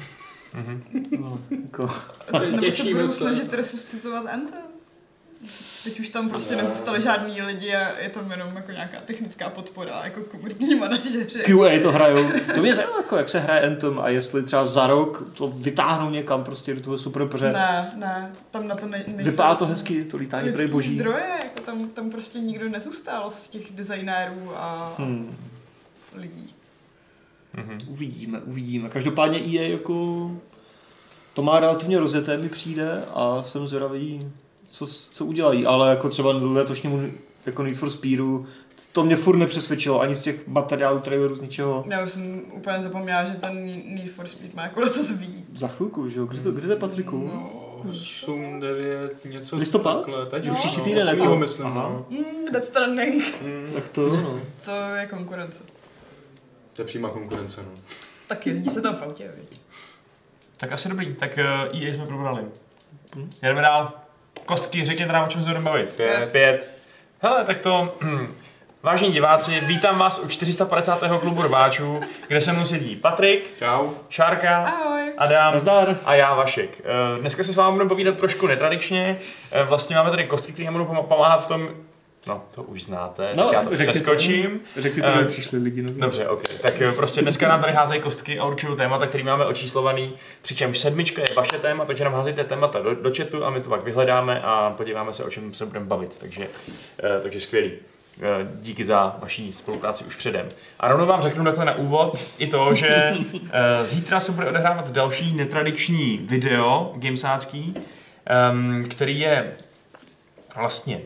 A: Mhm,
D: No, jako,
C: Nebo se budou
B: Těšíme se.
C: snažit resuscitovat Anthem. Teď už tam prostě nezůstali žádný lidi a je tam jenom jako nějaká technická podpora, jako komerční manažeři.
D: QA to hrajou, to mě zajímalo, jako, jak se hraje Anthem a jestli třeba za rok to vytáhnou někam prostě do toho super, protože
C: Ne, ne, tam na to ne, nejsou.
D: vypadá to hezky, to lítání
C: lidský
D: prej boží.
C: zdroje, jako tam, tam prostě nikdo nezůstal z těch designérů a hmm.
D: Hmm.
C: lidí.
A: mhm.
D: Uvidíme, uvidíme. Každopádně EA jako to má relativně rozjeté, mi přijde a jsem zvědavý, co, co udělají, ale jako třeba letošnímu jako Need for Speedu, to mě furt nepřesvědčilo, ani z těch materiálů, trailerů, z ničeho.
C: Já už jsem úplně zapomněla, že ten Need for Speed má jako letos ví.
D: Za chvilku, že jo? Kde to, kde to je, Patriku?
C: No.
B: 8, 9, něco
D: Listopad?
B: takhle. Teď
C: No.
B: už,
D: Příští
B: no,
D: týden,
B: osmýho
D: jako?
B: myslím,
D: Aha.
B: no.
C: Mm, Death Stranding.
D: Tak to, no.
C: To je konkurence.
B: To je přímá konkurence, no.
C: Tak jezdí se tam v autě, viď?
A: Tak asi dobrý, tak uh, EA jsme probrali. Jdeme dál. Kostky, řekněte nám, o čem se budeme bavit.
B: Pět.
A: Pět. Hele, tak to... hm, Vážení diváci, vítám vás u 450. klubu rváčů, kde se mnou sedí Patrik,
B: Čau.
A: Šárka,
C: Ahoj.
A: Adam
D: Nazdar.
A: a já Vašek. Eh, Dneska si s vámi budeme povídat trošku netradičně. Eh, Vlastně máme tady kostky, které nám budou pom- pomáhat v tom... No, to už znáte,
D: No,
A: tak já to
D: řekni to.
A: přeskočím. Eh,
D: Řekli
A: to, kdyby
D: přišli lidi. No.
A: Dobře, ok. Tak eh, prostě dneska nám tady házejí kostky a určují témata, který máme očíslovaný, přičemž sedmička je vaše téma, takže nám házejte témata do, do chatu a my to pak vyhledáme a podíváme se, o čem se budeme bavit. Takže, eh, takže skvělý. Eh, Díky za vaší spolupráci už předem. A rovnou vám řeknu takhle na úvod i to, že eh, zítra se bude odehrávat další netradiční video gamesácký, ehm, který je vlastně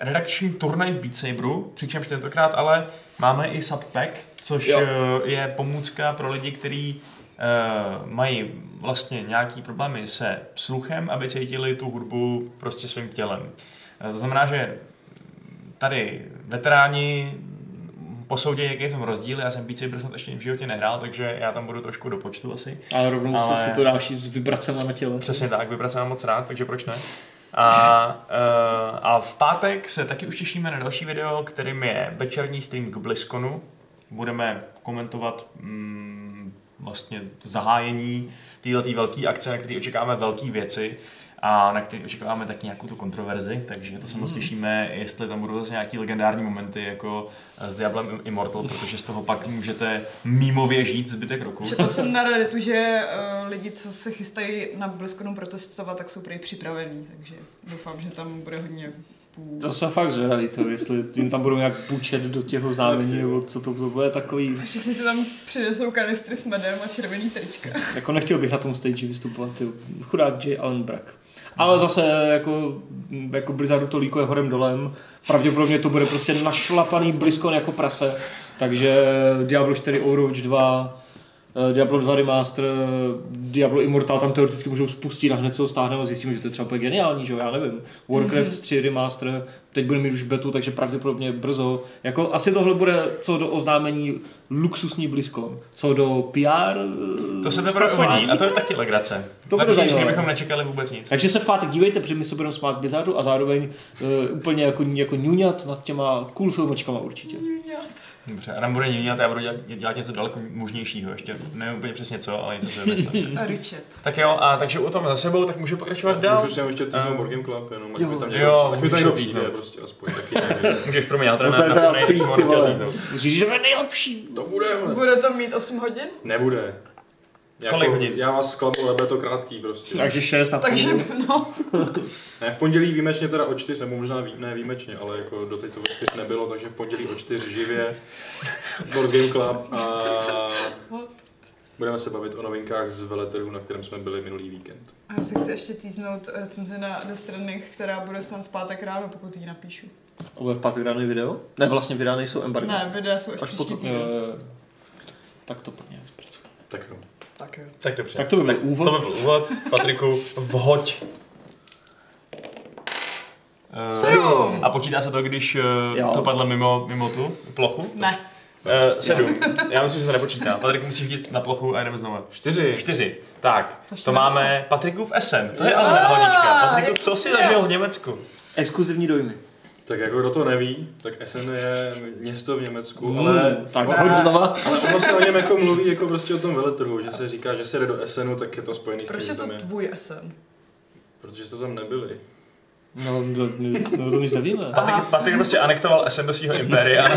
A: redakční turnaj v Beat Saberu, přičemž tentokrát ale máme i subpack, což
D: Jo.
A: jo. je pomůcka pro lidi, kteří uh, mají vlastně nějaký problémy se sluchem, aby cítili tu hudbu prostě svým tělem. Eh, To znamená, že tady veteráni posoudí, jaký je tam rozdíl. Já jsem Beat Saber snad ještě v životě nehrál, takže já tam budu trošku do počtu asi.
D: A rovnou ale...
A: Ale-
D: si to dáš i s vibracema na těle.
A: Přesně tak, vypracujeme moc rád, takže proč ne? A, eh, a v pátek se taky už těšíme na další video, kterým je večerní stream k BlizzConu. Budeme komentovat mm, vlastně zahájení této velké akce, na který očekáváme velké věci a na který očekáváme taky nějakou tu kontroverzi, takže to se moc těšíme, jestli tam budou zase nějaký legendární momenty jako eh, s Diablem Immortal, protože z toho pak můžete mýmově žít zbytek roku.
C: Četla jsem na Redditu, že uh, lidi, co se chystají na Blizzconu protestovat, tak jsou prý připravení, takže doufám, že tam bude hodně typů.
D: To jsem fakt zvědavý, to, jestli jim tam budou nějak bučet do těch oznámení, nebo co to, to bude takový.
C: Všichni si tam přinesou kanistry s medem a červený trička.
D: Jako nechtěl bych na tom stage vystupovat, ty chudák J. Allen Brack. Ale zase jako, jako Blizzardu to líkuje horem dolem, pravděpodobně to bude prostě našlapaný bliskon jako prase, takže Diablo 4, Overwatch 2, eh, Diablo 2 Remaster, eh, Diablo Immortal tam teoreticky můžou spustit a hned se ho stáhneme a zjistíme, že to je třeba úplně geniální, že jo, já nevím. Warcraft 3 Remaster, teď bude mít už betu, takže pravděpodobně brzo. Jako asi tohle bude co do oznámení luxusní bliskon, co do PR
A: To se
D: eh,
A: teprve uvidí a
D: zpracování.
A: to je taky legrace.
D: To bude
A: Na příště
D: zajímavé.
A: bychom nečekali vůbec nic.
D: Takže se v pátek dívejte, protože my se budeme smát Blizzardu a zároveň uh, úplně jako, jako ňuňat nad těma cool filmočkama určitě.
A: Dobře, Adam bude jiný a já budu dělat, dělat něco daleko mužnějšího, ještě nevím úplně přesně co, ale něco si
C: [laughs]
A: vymyslím.
C: A Richard.
A: tak jo, a takže o tom za sebou, tak můžeme pokračovat dál.
B: Můžu si tam ještě ty
A: Ehm,
B: um, Borgen Club, jenom ať mi tam
A: jo,
B: někdo- ať mi tam
A: můžeš
B: někdo
A: to
B: přijde,
A: píchnout.
B: prostě aspoň taky nějak.
A: Můžeš pro mě, já teda
G: No to je
A: na- na
G: teda
A: co nejvíc
G: píst,
A: jsem ho nechtěl
G: vole.
A: líznout.
D: Musíš, že budeme nejlepší.
B: To bude, hele.
C: Bude to mít 8 hodin?
B: Nebude. Jako,
A: Kolik hodin?
B: Já vás klapu, ale bude to krátký prostě.
G: Takže 6 a
C: Takže no,
B: Ne, v pondělí výjimečně teda o čtyř, nebo možná vý, ne výjimečně, ale jako doteď to o čtyř nebylo, takže v pondělí o čtyř živě Board Game Club a budeme se bavit o novinkách z veletrhu, na kterém jsme byli minulý víkend.
C: A já se chci ještě týznout eh, recenzi na The Stranding, která bude snad v pátek ráno, pokud ji napíšu.
D: A bude v pátek ráno video? Ne, vlastně videa nejsou embargo.
C: Ne, videa jsou až,
D: Až
C: příští
D: potom.
C: týden.
D: eh, Tak to pro mě zpracuji.
B: Tak jo.
C: Tak jo.
A: Tak dobře.
D: Tak to by byl
A: To by
D: úvod.
A: byl úvod. Patriku, vhoď. Eh,
C: Sedm.
A: A počítá se to, když eh,
D: Jo.
A: to padlo mimo, mimo tu plochu?
C: Ne,
A: Uh, sedm. Já myslím, že se nepočítá. Patriku musíš jít na plochu a jdeme znovu.
B: Čtyři.
A: Čtyři. Tak,
C: To ještě
A: to
C: nebylo.
A: máme Patrikův Essen. To je ale
C: Ah,
A: náhodička. Patriku,
C: jak
A: co jsi
C: skvěle.
A: zažil v Německu?
D: Exkluzivní dojmy.
B: Tak jako kdo to neví, tak Essen je město v Německu,
D: Mm,
B: ale
D: tak hoď znova.
B: ale ono se o něm jako mluví jako prostě o tom veletrhu, že se říká, že se jde do Essenu, tak je to spojený s tím,
C: proč je
B: že tam
C: to
B: je.
C: tvůj SN?
B: Protože jste tam nebyli.
D: No, no, no, to nic nevíme.
C: Ah.
A: Patrik, Patrik prostě anektoval Essen do
C: [laughs]
A: svého impéria.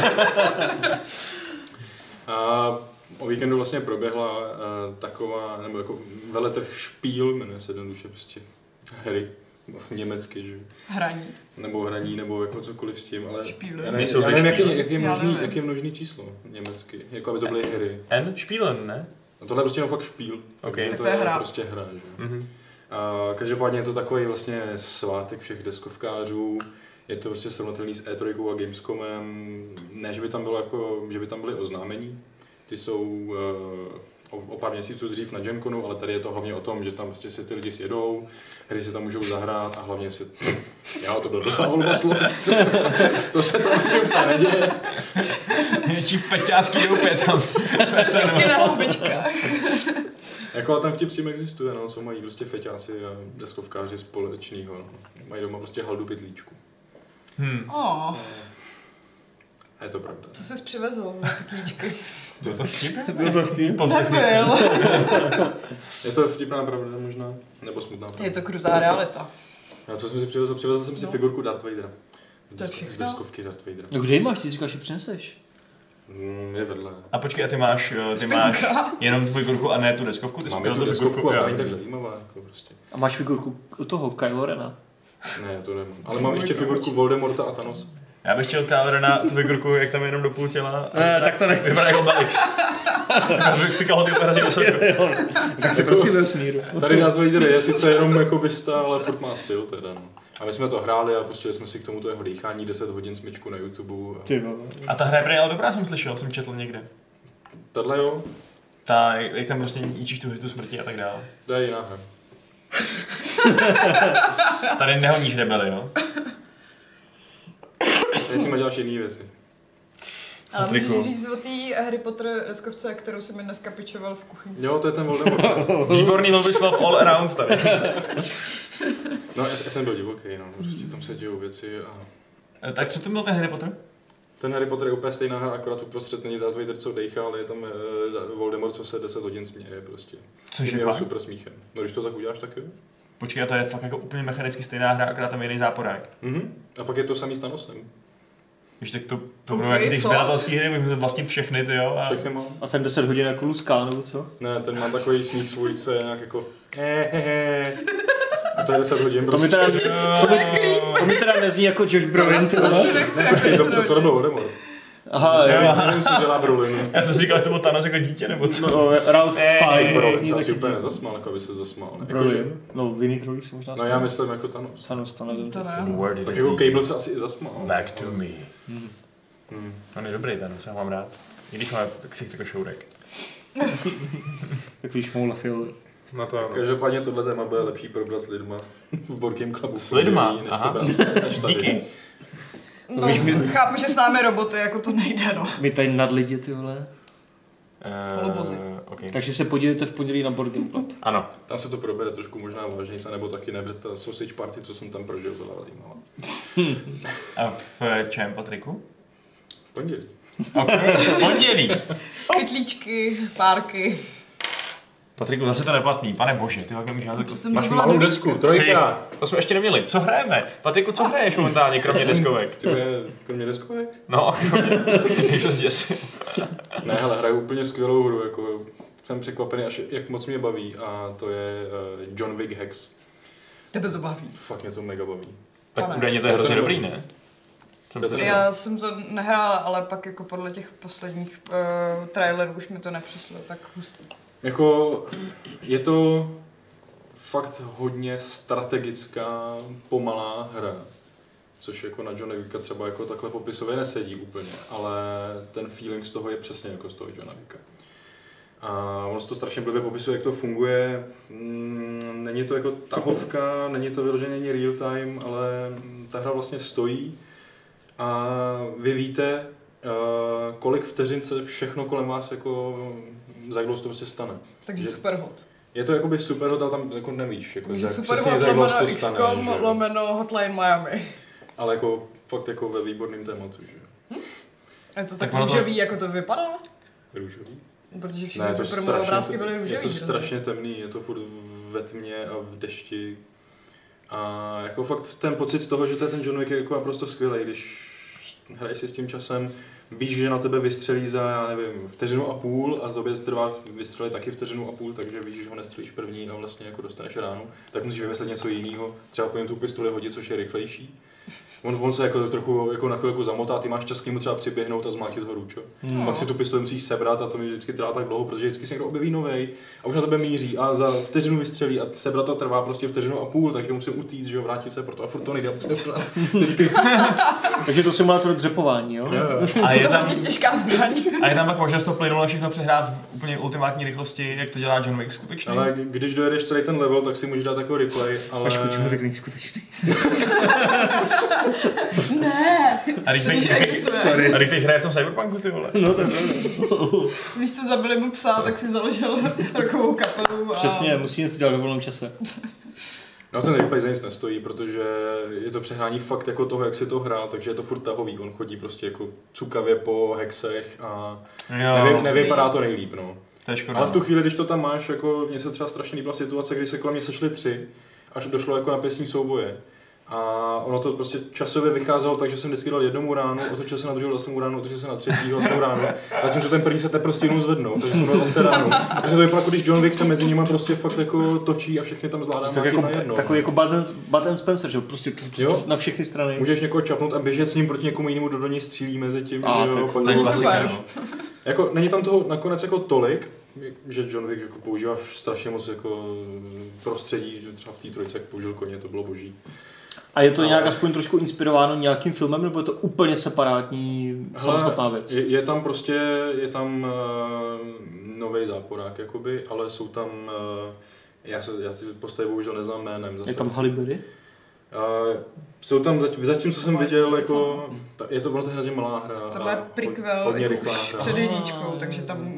B: A o víkendu vlastně proběhla uh, taková, nebo jako veletrh špíl, jmenuje se jednoduše prostě hry, německy, že? jo.
C: Hraní.
B: nebo hraní, nebo jako cokoliv s tím, ale
C: Špíly.
B: já nevím,
A: Nejsou
B: já
A: ty
B: nevím jak,
A: špíly.
B: je, jak, je
C: Já
B: množný,
C: nevím.
B: jak je množný číslo německy, jako aby to byly hry.
A: N? Špílen, ne?
B: A tohle je prostě jenom fakt špíl, takže
C: Tak to je hra.
B: prostě hra. Že? jo.
A: Mhm.
B: A každopádně je to takový vlastně svátek všech deskovkářů, je to prostě srovnatelný s E3 a Gamescomem, ne, že by tam, bylo jako, že by tam byly oznámení, ty jsou uh, o, o pár měsíců dřív na Genconu, ale tady je to hlavně o tom, že tam prostě si ty lidi sjedou, hry si tam můžou zahrát a hlavně si... Já to byl blbá volba slov. [laughs] to se tam asi úplně neděje.
A: Větší peťácký doupě tam v Essenu.
C: Taky na houbičkách.
B: Jako a ten vtip s tím existuje, no, co mají prostě feťáci a deskovkáři společného. No. Mají doma prostě haldu pytlíčku.
A: Hmm.
C: Oh,
B: A je to pravda.
C: co jsi přivezl na kytlíčky?
A: To je to vtip?
D: Bylo to vtip.
C: Nebyl.
B: Je to vtipná pravda možná, nebo smutná pravda.
C: Je to krutá realita.
B: A co jsem si přivezl? Přivezl jsem si
C: No.
B: figurku Darth Vadera. Z,
C: To je
B: desk- z
C: všechno?
B: deskovky Darth Vadera.
D: No kde ji máš? Ty říkáš, že přineseš.
B: Mm, je vedle.
A: A počkej, a ty máš, eh, ty máš jenom tvoji kurku a ne tu deskovku? Ty jsi
B: Máme
A: ukázal
B: tu
A: tu
B: deskovku a
A: jo.
B: ta není tak zajímavá. Jako prostě.
D: A máš figurku od toho Kylo Rena.
B: Ne, to nemám. Ale
C: Oh
B: mám ještě figurku Voldemorta a Thanos.
A: Já bych chtěl Kálera na tu figurku, jak tam je jenom do půl těla. a-
D: Ne, tak to nechci.
A: Vypadá jako Balix. Já bych ty kalhoty úplně hrozně vysoko.
D: Tak jako- se
C: prostě
D: prosím ve smíru.
B: Tady Darth Vader je sice jenom jako bysta, ale furt má styl teda. No. A my jsme to hráli a pustili jsme si k tomuto jeho dýchání 10 hodin smyčku na YouTube.
D: Ty vole.
A: A ta hra je prej, ale dobrá, jsem slyšel, jsem četl někde.
B: Tadle jo,
A: Ta, jak tam prostě ničíš tu hvězdu smrti a tak dále.
B: to je jiná hra.
A: Tady nehoníš rebely, jo?
B: Tady si má děláš jiný věci.
C: [laughs] Ale
A: Patriku.
C: můžeš říct o té Harry Potter deskovce, kterou jsem mi dneska pičoval v kuchyni.
B: Jo, to je ten Voldemort.
A: Výborný Lvislov all around tady.
B: No, já jsem byl divoký, no, prostě tam se dějou věci a...
A: Eh, tak co to byl ten Harry Potter?
B: Ten Harry Potter je úplně stejná hra, akorát uprostřed není Darth Vader, co dejchá, ale je tam uh, Voldemort, co se 10 hodin směje prostě.
A: Což
B: Tím
A: je
B: jeho
A: fakt.
B: super smíchem. No, když to tak uděláš, tak jo.
A: Počkej, a to je fakt jako úplně mechanicky stejná hra, akorát tam je jiný záporák.
B: Mhm. A pak je to samý s Thanosem.
A: Víš, tak to, to
C: Ok,
A: budou jako ty
C: co?
A: sběratelský hry, můžeme vlastnit všechny, ty jo. A...
B: Všechny má.
D: A ten 10 hodin jako luská, nebo co?
B: Ne, ten má takový smích svůj, co je nějak jako... To je 10 hodin
G: To mi
B: prostě.
G: teda, to mi,
C: creepy.
G: to mi teda nezní jako Josh Brolin, ty vole.
C: Asi nechci,
B: Počkej,
C: jako
B: to, to, to nebyl Voldemort.
G: Aha, jo.
B: Já nevím, co dělá Brolin.
A: Já jsem si říkal, že to byl Thanos jako dítě, nebo co?
G: No, Ralph
A: Ne,
G: Fiennes.
B: Brolin
G: zní
B: se asi
G: taky
B: úplně nezasmál, jako aby se zasmál. Jako, že-
G: Brolin. No, v jiných rolích se možná
B: No já myslím jako Thanos.
G: Thanos, to nevím.
C: To
G: To
C: ne.
A: Where did
B: Tak
A: it
B: jako
A: lead
B: Cable Hmm.
A: you?
B: se asi i zasmál.
A: Back to me. On je dobrý Thanos, já ho mám rád. I když má ksicht jako šourek.
G: Takový šmoula film.
A: No to ano.
B: Každopádně tohle téma bude lepší probrat s lidma [laughs] v Board Game Clubu.
A: S lidma?
B: Než to
A: Aha.
B: brát,
A: [laughs]
B: než tady.
A: Díky.
C: No, chápu, že s námi roboty jako to nejde, no.
G: My tady nad lidi, ty vole.
C: Holubozy.
A: Uh, okay.
G: Takže se podívejte v pondělí na Board Game Club.
A: Ano.
B: Tam se to probere trošku možná vážněji, nebo taky ne, protože ta sausage party, co jsem tam prožil, byla zajímavá.
A: A v eh, čem, Patriku?
B: Pondělí.
A: Okay. v pondělí.
C: Kytlíčky, párky.
A: Patriku, zase to neplatný. Pane bože, ty fakt nemůžeš házet.
C: Přitom
B: Máš
C: to byla
B: malou
C: nevíc-
B: desku,
A: Tři.
B: trojka.
A: To jsme ještě neměli. Co hrajeme? Patriku, co hraješ momentálně, kromě deskovek?
B: Ty vole, kromě deskovek?
A: No, kromě... Jak se zděsil.
B: Ne, hele, hraju úplně skvělou hru, jako jsem překvapený, až jak moc mě baví a to je eh, John Wick Hex.
C: Tebe to baví.
B: Fakt mě to mega baví.
A: Tak
C: Ale-
A: údajně to je hrozně dobrý, ne? Jsem
B: To je
A: slyšel.
C: Já jsem to nehrála, ale pak jako podle těch posledních uh, trailerů už mi to nepřišlo tak hustý.
B: Jako je to fakt hodně strategická, pomalá hra. Což jako na Johna Wicka třeba jako takhle popisově nesedí úplně, ale ten feeling z toho je přesně jako z toho Johna Wicka. A ono se to strašně blbě popisuje, jak to funguje. Mm, Není to jako tahovka, není to vyloženě ani real time, ale mm, ta hra vlastně stojí a vy víte, eh, kolik vteřin se všechno kolem vás jako za kdo se to prostě stane.
C: Takže
B: Je-
C: super hot.
B: Je to jakoby super hotel, tam jako nevíš, jako
C: Takže
B: jak
C: super
B: přesně
C: hot
B: za kdo se
C: lomeno
B: to stane,
C: XCOM
B: že jo.
C: lomeno Hotline Miami.
B: ale jako fakt jako ve výborném tématu, že jo.
C: A je to
A: Tak
C: tak,
A: ono to-
C: růžový, jako to vypadá?
B: Růžový?
C: Protože
B: Ne,
C: všechny
B: je to
C: ty promo obrázky
B: strašně,
C: byly růžový.
B: je to
C: že jo?
B: strašně temný, je to furt ve tmě a v dešti. A jako fakt ten pocit z toho, že to je ten John Wick je jako naprosto skvělý, když hraješ si s tím časem, víš, že na tebe vystřelí za, já nevím, vteřinu a půl a tobě trvá vystřelit taky vteřinu a půl, takže víš, že ho nestřelíš první a vlastně jako dostaneš ránu, tak musíš vymyslet něco jiného, třeba po něm tu pistoli hodit, což je rychlejší. On, on se jako trochu jako na chvilku zamotá, ty máš čas k němu třeba přiběhnout a zmátit ho ručo.
C: No.
B: Pak si tu pistoli musíš sebrat a to mi vždycky trvá tak dlouho, protože vždycky se někdo objeví novej a už na tebe míří a za vteřinu vystřelí a sebrat to trvá prostě vteřinu a půl, takže musím utíct, že jo, vrátit se proto a furt to nejde. a musím to dělat.
G: Takže to simulátor dřepování, jo?
A: A je
C: To [laughs] je
A: tam,
C: hodně těžká [laughs] zbraň.
A: a je tam pak možnost to plynule všechno přehrát v úplně ultimátní rychlosti, jak to dělá John Wick skutečně.
B: Ale k- když dojedeš celý ten level, tak si můžeš dát jako replay, ale...
G: Až kučím vyk není skutečný.
A: A když
C: Myslím,
A: bych,
C: že existuje.
A: a když bych hraje v tom Cyberpunku, ty vole.
G: No, tak
C: Když jste zabili mu psa, tak si založil [laughs] rokovou kapelu a...
G: Přesně, musí něco dělat ve volném čase.
B: No ten replay za nic nestojí, protože je to přehrání fakt jako toho, jak si to hrál, takže je to furt tahový. On chodí prostě jako cukavě po hexech a nevy,
A: Jo,
B: nevypadá to nejlíp, no.
A: to je škoda.
B: Ale v tu chvíli, když to tam máš, jako mně se třeba strašně líbila situace, kdy se kolem mě sešly tři, až došlo jako na pěsní souboje. A ono to prostě časově vycházelo tak, že jsem vždycky dal jednomu ránu, otočil se na druhou, dal jsem mu ránu, otočil se na třetí, dal jsem mu ránu. Zatímco ten první se teprve prostě jenom zvednou, takže jsem dal zase ránu. Takže to vypadá, jako když John Wick se mezi nimi prostě fakt jako točí a všechny tam zvládá
G: Tak
B: jako,
G: jako,
B: na jedno.
G: takový jako Bud and, Bud and Spencer, že jo? Prostě
B: Jo.
G: na všechny strany.
B: Můžeš někoho čapnout a běžet s ním proti někomu jinému, kdo do něj střílí mezi tím.
G: A,
B: že jo,
G: tak
B: pak
A: to je
B: zase-
A: klasika,
C: super.
A: no.
B: Jako, není tam toho nakonec jako tolik, že John Wick jako používá strašně moc jako prostředí, že třeba v té trojce, jak použil koně, to bylo boží.
G: A je to
B: Ale-
G: nějak aspoň trošku inspirováno nějakým filmem, nebo je to úplně separátní, samostatná věc?
B: Je, je, tam prostě, je tam uh, nový záporák, jakoby, ale jsou tam, uh, já, se, já ty postavy bohužel neznám jménem. Zase.
G: Je tam Halibury?
B: Uh, jsou tam, zatím, zatím co jsem viděl, jako, ta, je to, ono to je hrozně malá hra.
C: Tohle
B: a
C: je
B: hod-
C: prequel
B: hodně
C: jako
B: rychlá
C: už
B: hra.
C: před jedničkou, takže tam...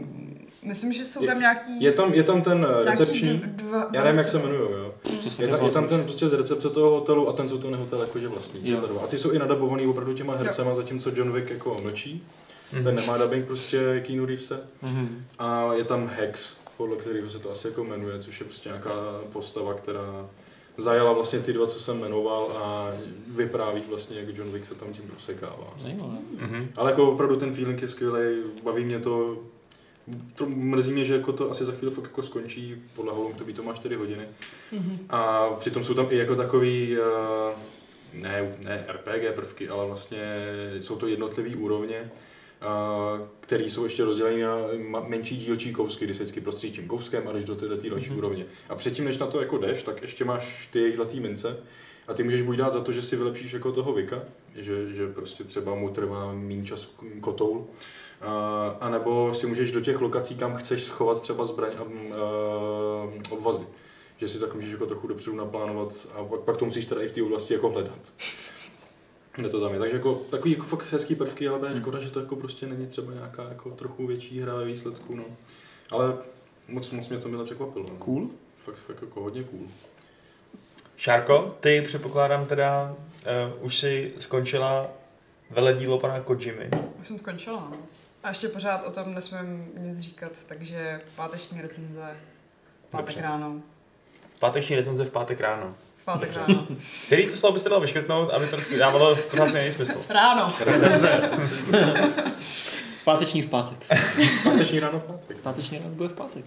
C: Myslím, že jsou tam nějaký...
B: Je tam, je tam ten eh,
C: nějaký
B: recepční,
C: dv- dva-
B: já nevím, jak se jmenuju, jo.
G: Co se
B: Je tam,
G: jmenuje?
B: je tam ten prostě z recepce toho hotelu a ten, co ten hotel jakože vlastní.
G: Jo.
B: tyhle dva. A ty jsou i nadabovaný opravdu těma hercema, zatímco John Wick jako mlčí. Ten nemá dubbing prostě Keanu Reevese.
G: Mhm.
B: A je tam Hex, podle kterého se to asi jako jmenuje, což je prostě nějaká postava, která zajala vlastně ty dva, co jsem jmenoval a vypráví vlastně, jak John Wick se tam tím prosekává.
G: Zajímavé.
A: Mhm.
B: Ale jako opravdu ten feeling je skvělý, baví mě to. To mrzí mě, že jako to asi za chvíli fakt jako skončí, podle How Long to Beat to má 4 hodiny. A přitom jsou tam i jako takový, eh, ne, ne RPG prvky, ale vlastně jsou to jednotlivé úrovně, které jsou ještě rozděleny na ma- menší dílčí kousky, kdy se vždycky prostříčím kouskem a jdeš do té do té další úrovně. A předtím, než na to jako jdeš, tak ještě máš ty jejich zlatý mince a ty můžeš buď dát za to, že si vylepšíš jako toho Vika, že, že prostě třeba mu trvá méně času k- kotoul, a- a nebo si můžeš do těch lokací, kam chceš schovat třeba zbraň a mm, eh, obvazy že si tak můžeš jako trochu dopředu naplánovat a pak, pak to musíš teda i v té oblasti jako hledat. Kde to tam je. Takže jako, takový jako fakt hezký prvky, ale je škoda, že to jako prostě není třeba nějaká jako trochu větší hra ve výsledku. No. Ale moc, moc mě to mile překvapilo. No.
D: Cool.
B: Fakt, fakt jako hodně cool.
H: Šárko, ty předpokládám teda, uh, už si skončila veledílo pana Kojimy.
C: Už jsem skončila, no. A ještě pořád o tom nesmím nic říkat, takže páteční recenze, pátek
H: Dobře.
C: ráno.
H: Páteční recenze v pátek ráno.
C: Pátek
B: [laughs]
C: ráno.
H: Který to slovo byste dal vyškrtnout, aby to prostě dávalo pořád stejný smysl?
C: Ráno!
D: [laughs] Páteční v pátek.
B: Páteční ráno v pátek.
D: Páteční ráno bude v pátek.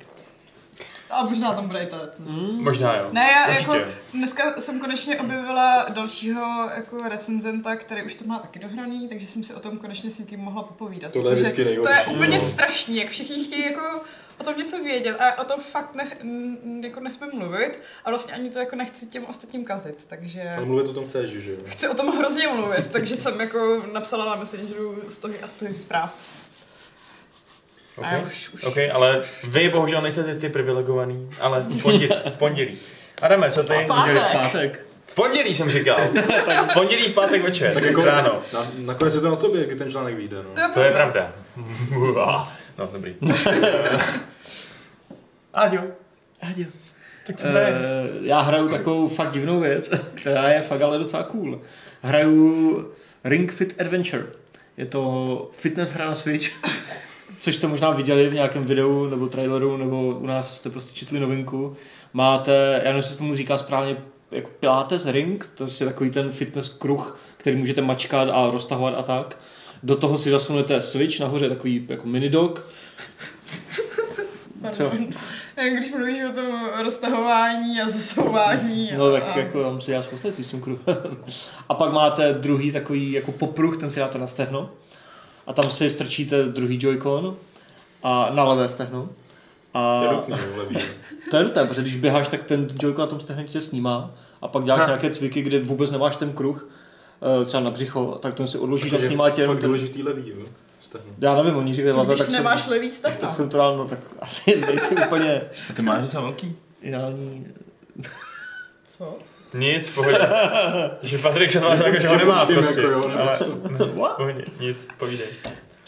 C: A možná tam bude i ta recenze.
B: Hmm.
H: Možná jo.
C: Ne, já
H: Určitě.
C: jako dneska jsem konečně objevila dalšího jako recenzenta, který už to má taky dohraný, takže jsem si o tom konečně s někým mohla popovídat.
B: Tohle je
C: protože
B: vždycky
C: To je
B: nejhorší,
C: úplně
B: no.
C: strašný, jak všichni chtějí jako o tom něco vědět a o tom fakt ne, n- n- jako nesmím mluvit a vlastně ani to jako nechci těm ostatním kazit, takže...
B: Ale mluvit o tom chceš, že jo?
C: Chci o tom hrozně mluvit, takže jsem jako napsala na Messengeru stohy a stohy zpráv. A
H: Okay.
C: já už, už.
H: OK, ale vy bohužel nejste ty, ty privilegovaný, ale v pondělí. V pondělí. Adame, co ty?
C: V pátek!
D: Pátek.
H: V pondělí jsem říkal. tak v pondělí v pátek večer.
B: Tak jako
H: ráno.
B: Na, nakonec je to na tobě, kdy ten článek vyjde. No.
H: To je pravda. No, dobrý. Adio.
D: Adio.
H: Tak co uh,
D: Eh, já hraju takovou fakt divnou věc, [laughs] která je fakt ale docela cool. Hraju Ring Fit Adventure. Je to fitness hra na Switch, [laughs] což jste možná viděli v nějakém videu nebo traileru, nebo u nás jste prostě četli novinku. Máte, já nevím, jestli se tomu říká správně, jako Pilates Ring, to je takový ten fitness kruh, který můžete mačkat a roztahovat a tak. Do toho si zasunete Switch, nahoře je takový jako minidog,
C: Co? Když mluvíš o tom roztahování a zasouvání.
D: No
C: a,
D: tak
C: a...
D: jako tam si dáš postavit s tím kruhem. [laughs] A pak máte druhý takový jako popruh, ten si dáte na stehno. A tam si strčíte druhý Joy-Con a na levé stehno. A
B: To je nutné, no, levý.
D: to je nutné, protože když běháš, tak ten Joy-Con na tom stehně tě snímá. A pak děláš nějaké cviky, kde vůbec nemáš ten kruh, eh, třeba na břicho, tak ten si odložíš a
B: Takže
D: snímá tě jenom
B: fakt
D: ten...
B: důležitý levý, jo? Stehno.
D: Já nevím, oni říkají
C: Co,
D: levé,
C: když
D: no, tak, jsem,
C: nemáš levý stehno.
D: tak jsem to dal, no tak [laughs] asi nejsi úplně
A: Ty máš docela velký.
D: ideální.
C: Co?
H: Nic, v
A: [laughs]
H: pohodě. že Patrik se tváří jako, že ho
B: Že
H: nemá
B: počkej,
H: prostě.
B: jako jo, nebo
H: ale, [laughs]
B: co?
H: v pohodě, nic, povídej.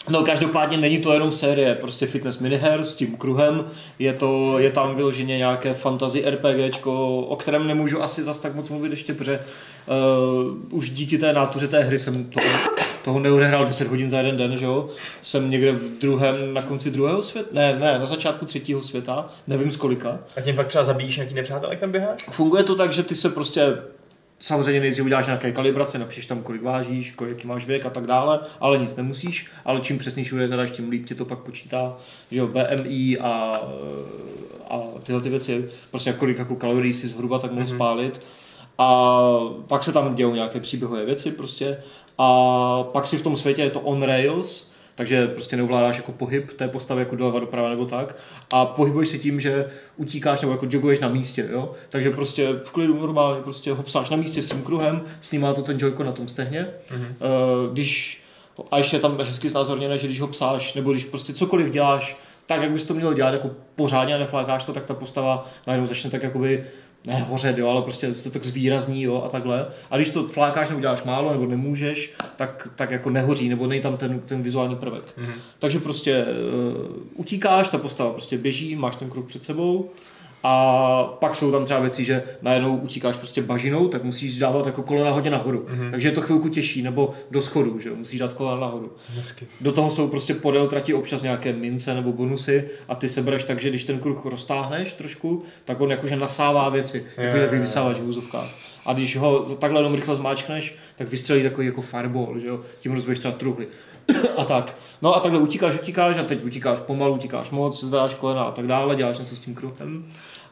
D: No každopádně není to jenom série, prostě fitness miniher s tím kruhem, je, to, je tam vyloženě nějaké fantasy RPGčko, o kterém nemůžu asi zas tak moc mluvit ještě, protože uh, už díky té nátuře té hry jsem to, toho neodehrál 10 hodin za jeden den, že jo? Jsem někde v druhém, na konci druhého světa, ne, ne, na začátku třetího světa, nevím z kolika.
H: A tím fakt třeba zabíjíš nějaký nepřátel, jak tam běháš?
D: Funguje to tak, že ty se prostě samozřejmě nejdřív uděláš nějaké kalibrace, napíšeš tam, kolik vážíš, kolik jaký máš věk a tak dále, ale nic nemusíš, ale čím přesnější bude zadáš, tím líp ti to pak počítá, že jo, BMI a, a tyhle ty věci, prostě kolik jako kalorií si zhruba tak mohl mm-hmm. spálit a pak se tam dějou nějaké příběhové věci prostě a pak si v tom světě je to on rails, takže prostě neovládáš jako pohyb té postavy jako doleva doprava nebo tak a pohybuješ se tím, že utíkáš nebo jako joguješ na místě, jo? Takže prostě v klidu normálně prostě hopsáš na místě s tím kruhem, snímá to ten joyko na tom stehně. Mm-hmm. Když a ještě je tam hezky znázorněné, že když ho psáš, nebo když prostě cokoliv děláš, tak jak bys to měl dělat, jako pořádně a neflákáš to, tak ta postava najednou začne tak jakoby ne hořet, jo, ale prostě se to tak zvýrazní jo, a takhle. A když to flákáš nebo děláš málo nebo nemůžeš, tak, tak jako nehoří, nebo nej tam ten, ten vizuální prvek. Mm-hmm. Takže prostě uh, utíkáš, ta postava prostě běží, máš ten kruh před sebou, a pak jsou tam třeba věci, že najednou utíkáš prostě bažinou, tak musíš dávat jako kolena hodně nahoru. Mm-hmm. Takže je to chvilku těžší, nebo do schodu, že jo, musíš dát kolena nahoru.
H: Hezky.
D: Do toho jsou prostě podél trati občas nějaké mince nebo bonusy a ty sebereš tak, že když ten kruh roztáhneš trošku, tak on jakože nasává věci, jako takový vysávač v úzovkách. A když ho za- takhle jenom rychle zmáčkneš, tak vystřelí takový jako fireball, že jo, tím rozbiješ třeba truhly. [clears throat] a tak. No a takhle utíkáš, utíkáš a teď utíkáš pomalu, utíkáš moc, zvedáš kolena a tak dále, děláš něco s tím kruhem.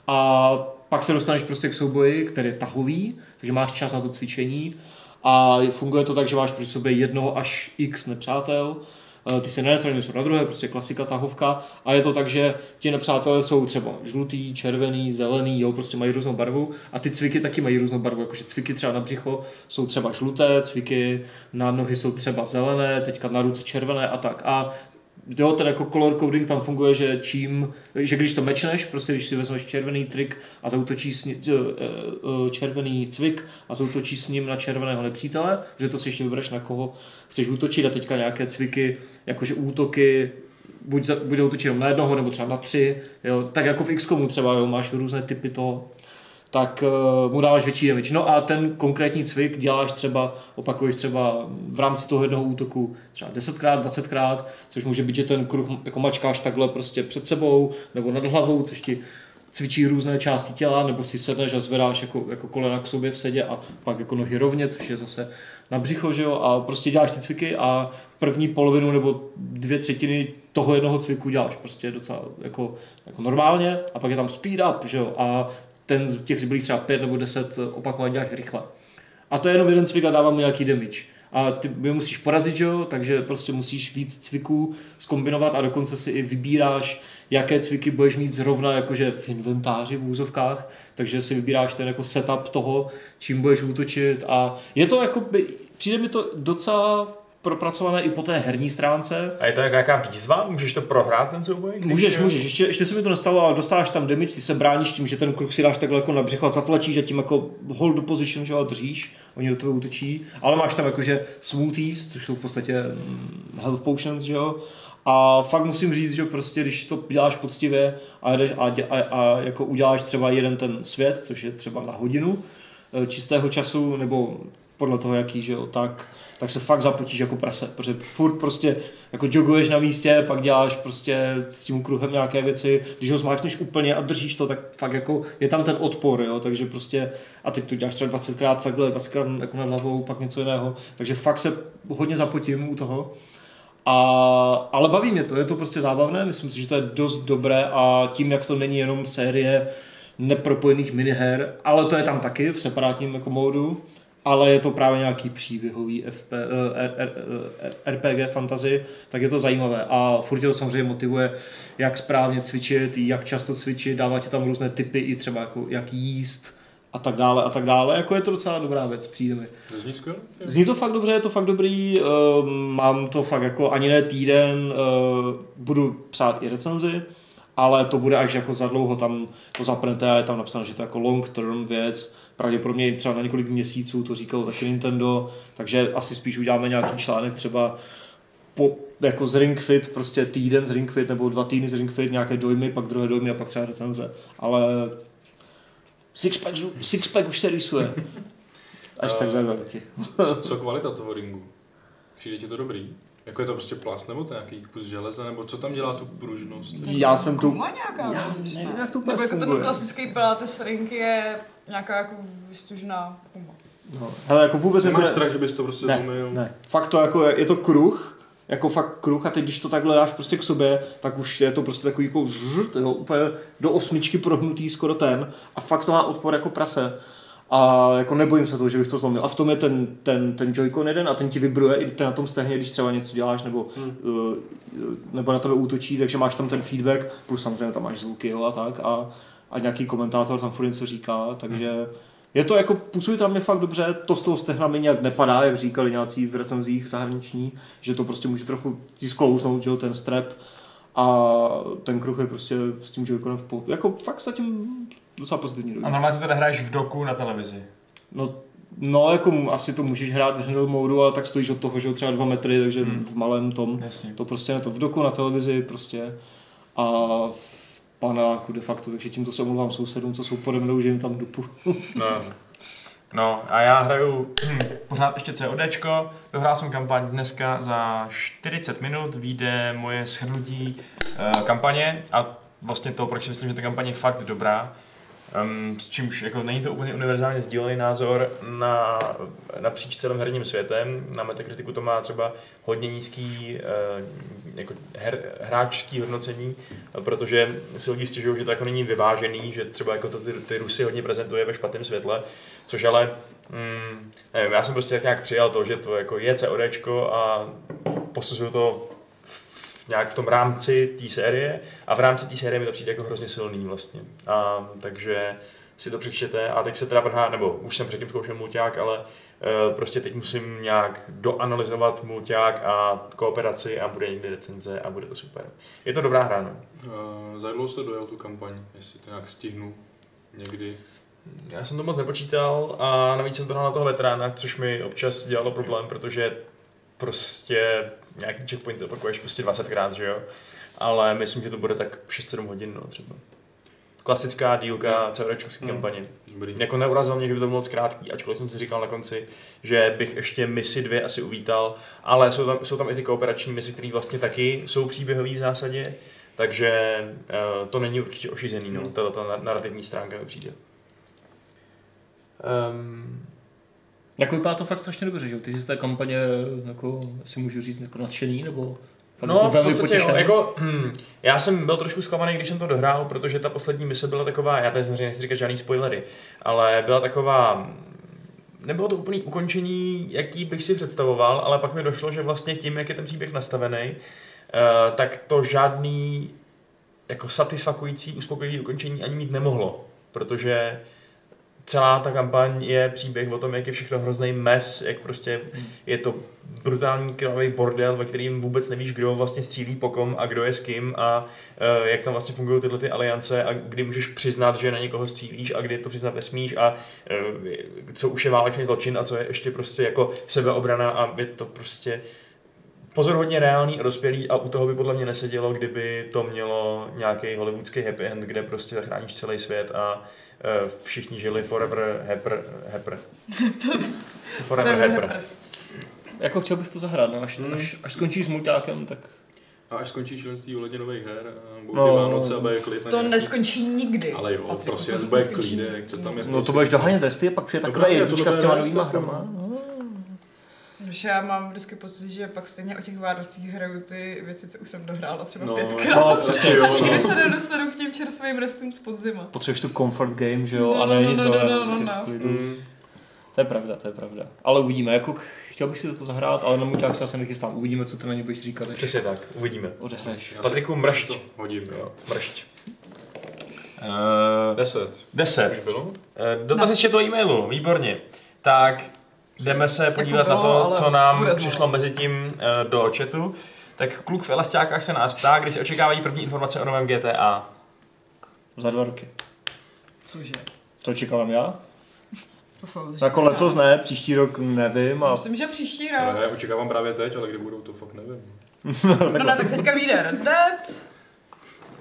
D: A pak se dostaneš prostě k souboji, který je tahový, takže máš čas na to cvičení a funguje to tak, že máš proti sobě jednoho až x nepřátel, Eh, ty se na jedné straně jsou na druhé, prostě klasika tahovka a je to tak, že ti nepřátelé jsou třeba žlutý, červený, zelený, jo, prostě mají různou barvu a ty cviky taky mají různou barvu, jakože cviky třeba na břicho jsou třeba žluté, cviky na nohy jsou třeba zelené, teďka na ruce červené a tak a Jo, ten jako color coding tam funguje, že čím, že když to mečneš, prostě když si vezmeš červený trik a zautočí s, ni- eh, eh, červený cvik a zautočí s ním na červeného nepřítele, že to si ještě vybereš na koho chceš útočit a teďka nějaké cviky, jakože útoky, buď, za, buď útočit jenom na jednoho, nebo třeba na tři, jo, tak jako v XCOMu třeba, jo, máš různé typy toho, tak uh, mu dáváš větší damage. No a ten konkrétní cvik děláš třeba, opakuješ třeba v rámci toho jednoho útoku třeba 10krát, 20krát, což může být, že ten kruh jako mačkáš takhle prostě před sebou nebo nad hlavou, což ti cvičí různé části těla, nebo si sedneš a zvedáš jako, jako kolena k sobě v sedě a pak jako nohy rovně, což je zase na břicho, že jo, a prostě děláš ty cviky a první polovinu nebo dvě třetiny toho jednoho cviku děláš prostě docela jako, jako normálně a pak je tam speed up, že jo, a ten z těch zbylých třeba pět nebo deset opakování děláš rychle. A to je jenom jeden cvik a dává mu nějaký damage. A ty je musíš porazit, že jo? takže prostě musíš víc cviků skombinovat a dokonce si i vybíráš, jaké cviky budeš mít zrovna jakože v inventáři v úzovkách, takže si vybíráš ten jako setup toho, čím budeš útočit a je to jako, by- přijde mi to docela propracované i po té herní stránce,
A: A je to nějaká výzva? Můžeš to prohrát ten souboj? Když-
D: Můžeš, můžeš, ještě, ještě se mi to nestalo, ale dostáváš tam damage, ty se bráníš tím, že ten kruh si dáš takhle jako na břicho a zatlačíš a tím jako hold do position, že jo, a držíš, oni do tebe útočí, ale máš tam jakože smoothies, což jsou v podstatě mm, health potions, že jo, a fakt musím říct, že prostě, když to děláš poctivě a, jedeš a, dě, a, a jako uděláš třeba jeden ten svět, což je třeba na hodinu eh, čistého času, nebo podle toho jaký, že jo, tak, tak se fakt zapotíš jako prase, protože furt prostě jako joguješ na místě, pak děláš prostě s tím kruhem nějaké věci, když ho zmáčkneš úplně a držíš to, tak fakt jako je tam ten odpor, jo, takže prostě a teď to děláš třeba 20krát takhle, 20krát jako nad hlavou, pak něco jiného, takže fakt se hodně zapotím u toho. A, ale baví mě to, je to prostě zábavné, myslím si, že to je dost dobré a tím, jak to není jenom série nepropojených miniher, ale to je tam taky v separátním jako módu, ale je to právě nějaký příběhový FP, eh, R, R, eh, RPG fantasy, tak je to zajímavé a furt tě to samozřejmě motivuje, jak správně cvičit, jak často cvičit, dává ti tam různé typy i třeba jako jak jíst a tak dále a tak dále, jako je to docela dobrá věc, přijde mi.
B: To zní skvěle.
D: Zní to fakt dobře, je to fakt dobrý, ehm, mám to fakt jako ani ne týden, eh, budu psát i recenzi, ale to bude až jako za dlouho, tam to zapnete a je tam napsáno, že to je jako long term věc, pravděpodobně i třeba na několik měsíců, to říkalo taky Nintendo, takže asi spíš uděláme nějaký článek třeba po, jako z Ring Fit, prostě týden z Ring Fit nebo dva týdny z Ring Fit, nějaké dojmy, pak druhé dojmy a pak třeba recenze, ale Sixpack, zu- sixpack už se rýsuje. Eh, Až tak za dva roky.
B: Co kvalita toho ringu? Přijde ti to dobrý? Jako je to prostě plast nebo to nějaký kus železa, nebo co tam dělá tu pružnost?
D: Já jsem tu...
C: Má nějaká Já
D: Nevím, jak to úplně
C: Nebo jako ten
D: funguje.
C: klasický pilates ring je nějaká jako vystužná guma.
D: No. Hele, jako vůbec mi to
B: Nemáš
D: ne...
B: strach, že bys to prostě
D: Ne,
B: zlomil?
D: ne. Fakt to jako, je je to kruh, jako fakt kruh a teď když to takhle dáš prostě k sobě, tak už je to prostě takový jako žrt, jo, úplně do osmičky prohnutý skoro ten a fakt to má odpor jako prase. A jako nebojím se toho, že bych to zlomil. A v tom je ten, ten, ten Joy-Con jeden a ten ti vibruje i ten na tom stehně, když třeba něco děláš nebo, hmm. uh, nebo na tebe útočí, takže máš tam ten feedback, plus samozřejmě tam máš zvuky jo, a tak a, a nějaký komentátor tam furt něco říká, takže je to jako, působí tam mě fakt dobře, to s tou stehnami nějak nepadá, jak říkali nějací v recenzích zahraniční, že to prostě může trochu ti sklouznout, že jo, ten strep a ten kruh je prostě s tím Joy-Conem v pohodě. Jako fakt zatím docela pozitivní
A: A
D: dojem.
A: normálně to teda hraješ v doku na televizi.
D: No, no jako m- asi to můžeš hrát v handle modu, ale tak stojíš od toho, že jo, třeba dva metry, takže
A: Hmm.
D: hmm. v malém tom.
A: Jasně.
D: To prostě na to v doku, na televizi prostě a v paneláku de facto, takže tímto se omlouvám sousedům, co jsou pode mnou, že jim tam dupu.
A: No. No a já hraju hm, pořád ještě CODčko, dohrál jsem kampaň dneska za 40 minut, vyjde moje shrnutí eh, kampaně a vlastně to, proč si myslím, že ta kampaně je fakt dobrá. Um, s čímž jako není to úplně univerzálně sdílený názor na, napříč celým herním světem. Na Metacriticu to má třeba hodně nízký uh, jako her, hráčský hodnocení, protože si lidi stěžují, že to jako není vyvážený, že třeba jako to ty, ty Rusy hodně prezentuje ve špatném světle, což ale mm, nevím, já jsem prostě tak nějak přijal to, že to jako je CODčko a posuzuju to nějak v tom rámci té série a v rámci té série mi to přijde jako hrozně silný vlastně. A, takže si to přečtěte a teď se teda vrhá, nebo už jsem předtím zkoušel mulťák, ale e, prostě teď musím nějak doanalizovat mulťák a kooperaci a bude někdy recenze a bude to super. Je to dobrá hra, no.
B: Uh, za dlouho jste dojel tu kampaň, jestli to nějak stihnu někdy.
A: Já jsem to moc nepočítal a navíc jsem to dal na toho veterána, což mi občas dělalo problém, protože prostě nějaký checkpoint to opakuješ prostě 20krát, že jo? Ale myslím, že to bude tak 6-7 hodin, no třeba. Klasická dílka mm. CVčkovské mm. kampaně.
B: Dobrý.
A: Jako neurazilo mě, že by to bylo moc krátký, ačkoliv jsem si říkal na konci, že bych ještě misi dvě asi uvítal, ale jsou tam, jsou tam i ty kooperační misi, které vlastně taky jsou příběhové v zásadě, takže eh, to není určitě ošizený, no, tato ta nar- narrativní stránka mi přijde. Um,
D: [laughs] Jako vypadá to fakt strašně dobře, že jo? Ty jsi z té kampaně, jako, si můžu říct, jako nadšený, nebo fakt
A: No,
D: jako
A: v
D: velmi
A: podstatě, jo,
D: potěšený.
A: jako, hm, já jsem byl trošku zklamaný, když jsem to dohrál, protože ta poslední mise byla taková, já tady samozřejmě nechci říkat žádný spoilery, ale byla taková, nebylo to úplný ukončení, jaký bych si představoval, ale pak mi došlo, že vlastně tím, jak je ten příběh nastavený, eh, tak to žádný jako satisfakující, uspokojivý ukončení ani mít nemohlo, protože celá ta kampaň je příběh o tom, jak je všechno hrozný mes, jak prostě je to brutální krvavý bordel, ve kterým vůbec nevíš, kdo vlastně střílí po kom a kdo je s kým a eh, jak tam vlastně fungují tyhle ty aliance a kdy můžeš přiznat, že na někoho střílíš a kdy to přiznat nesmíš a eh, co už je válečný zločin a co je ještě prostě jako sebeobrana a je to prostě pozorhodně reálný a dospělý a u toho by podle mě nesedělo, kdyby to mělo nějaký hollywoodský happy end, kde prostě zachráníš celý svět a eh, všichni žili forever happer, happer. forever happer.
D: jako chtěl bys to zahrát, no, až,
G: Hmm.
D: mm. až, až skončíš s multákem, tak...
B: A až skončí šílenství ohledně nových her, a budou
D: No.
B: no, Vánoce a bude klid. na
C: To
B: nějaký-
C: neskončí nikdy.
B: Ale jo,
C: Patriku,
B: prostě
C: to
B: až bude
C: neskončí
B: klídek, co tam je.
G: No to budeš dohánět resty a pak přijde
B: To
G: taková
B: bude, to
G: jednička s
B: bude
G: těma
B: rest
G: novýma
B: taková.
G: hrama. no.
C: Protože já mám vždycky pocit, že pak stejně o těch Vánocích hraju ty věci, co už jsem dohrála třeba
B: No,
C: pětkrát.
B: no,
C: přesně, [laughs]
B: přesně, jo,
C: Až
B: no.
C: když se nedostanu k těm čerstvým restům z podzima.
G: Potřebuješ tu comfort game, že jo,
C: No,
G: a ne
C: no,
G: nic
C: no, no,
G: nového,
C: no,
G: prostě
C: no.
G: v klidu.
B: Mm.
G: To je pravda, to je pravda. Ale uvidíme, jako ch- chtěl bych si to zahrát, ale na muťák se asi nechystám. Uvidíme, co ty na ně budeš říkat, až
A: Přesně tak, uvidíme.
G: odehraješ.
B: Já si
A: Patriku, mršť.
B: to hodím, jo.
A: Mršť. Eh,
B: Deset. Už
A: 10.
B: bylo?
A: Dotazy z četu e-mailu, výborně. Tak jdeme se podívat
C: Jako bylo,
A: na to,
C: ale
A: co nám
C: bude
A: přišlo
C: znovu.
A: mezi tím eh, do chatu. Tak kluk v Elastákách se nás ptá, kdy se očekávají první informace o novém GTA.
G: Za dva roky.
C: Cože?
G: To očekávám já.
C: To samozřejmě.
G: Jako letos ne, příští rok nevím a
C: Myslím, že příští
B: Já
C: rok.
B: je očekávám právě teď, ale kdy budou, to fakt nevím.
C: No, no tak teďka vyjde Red Dead.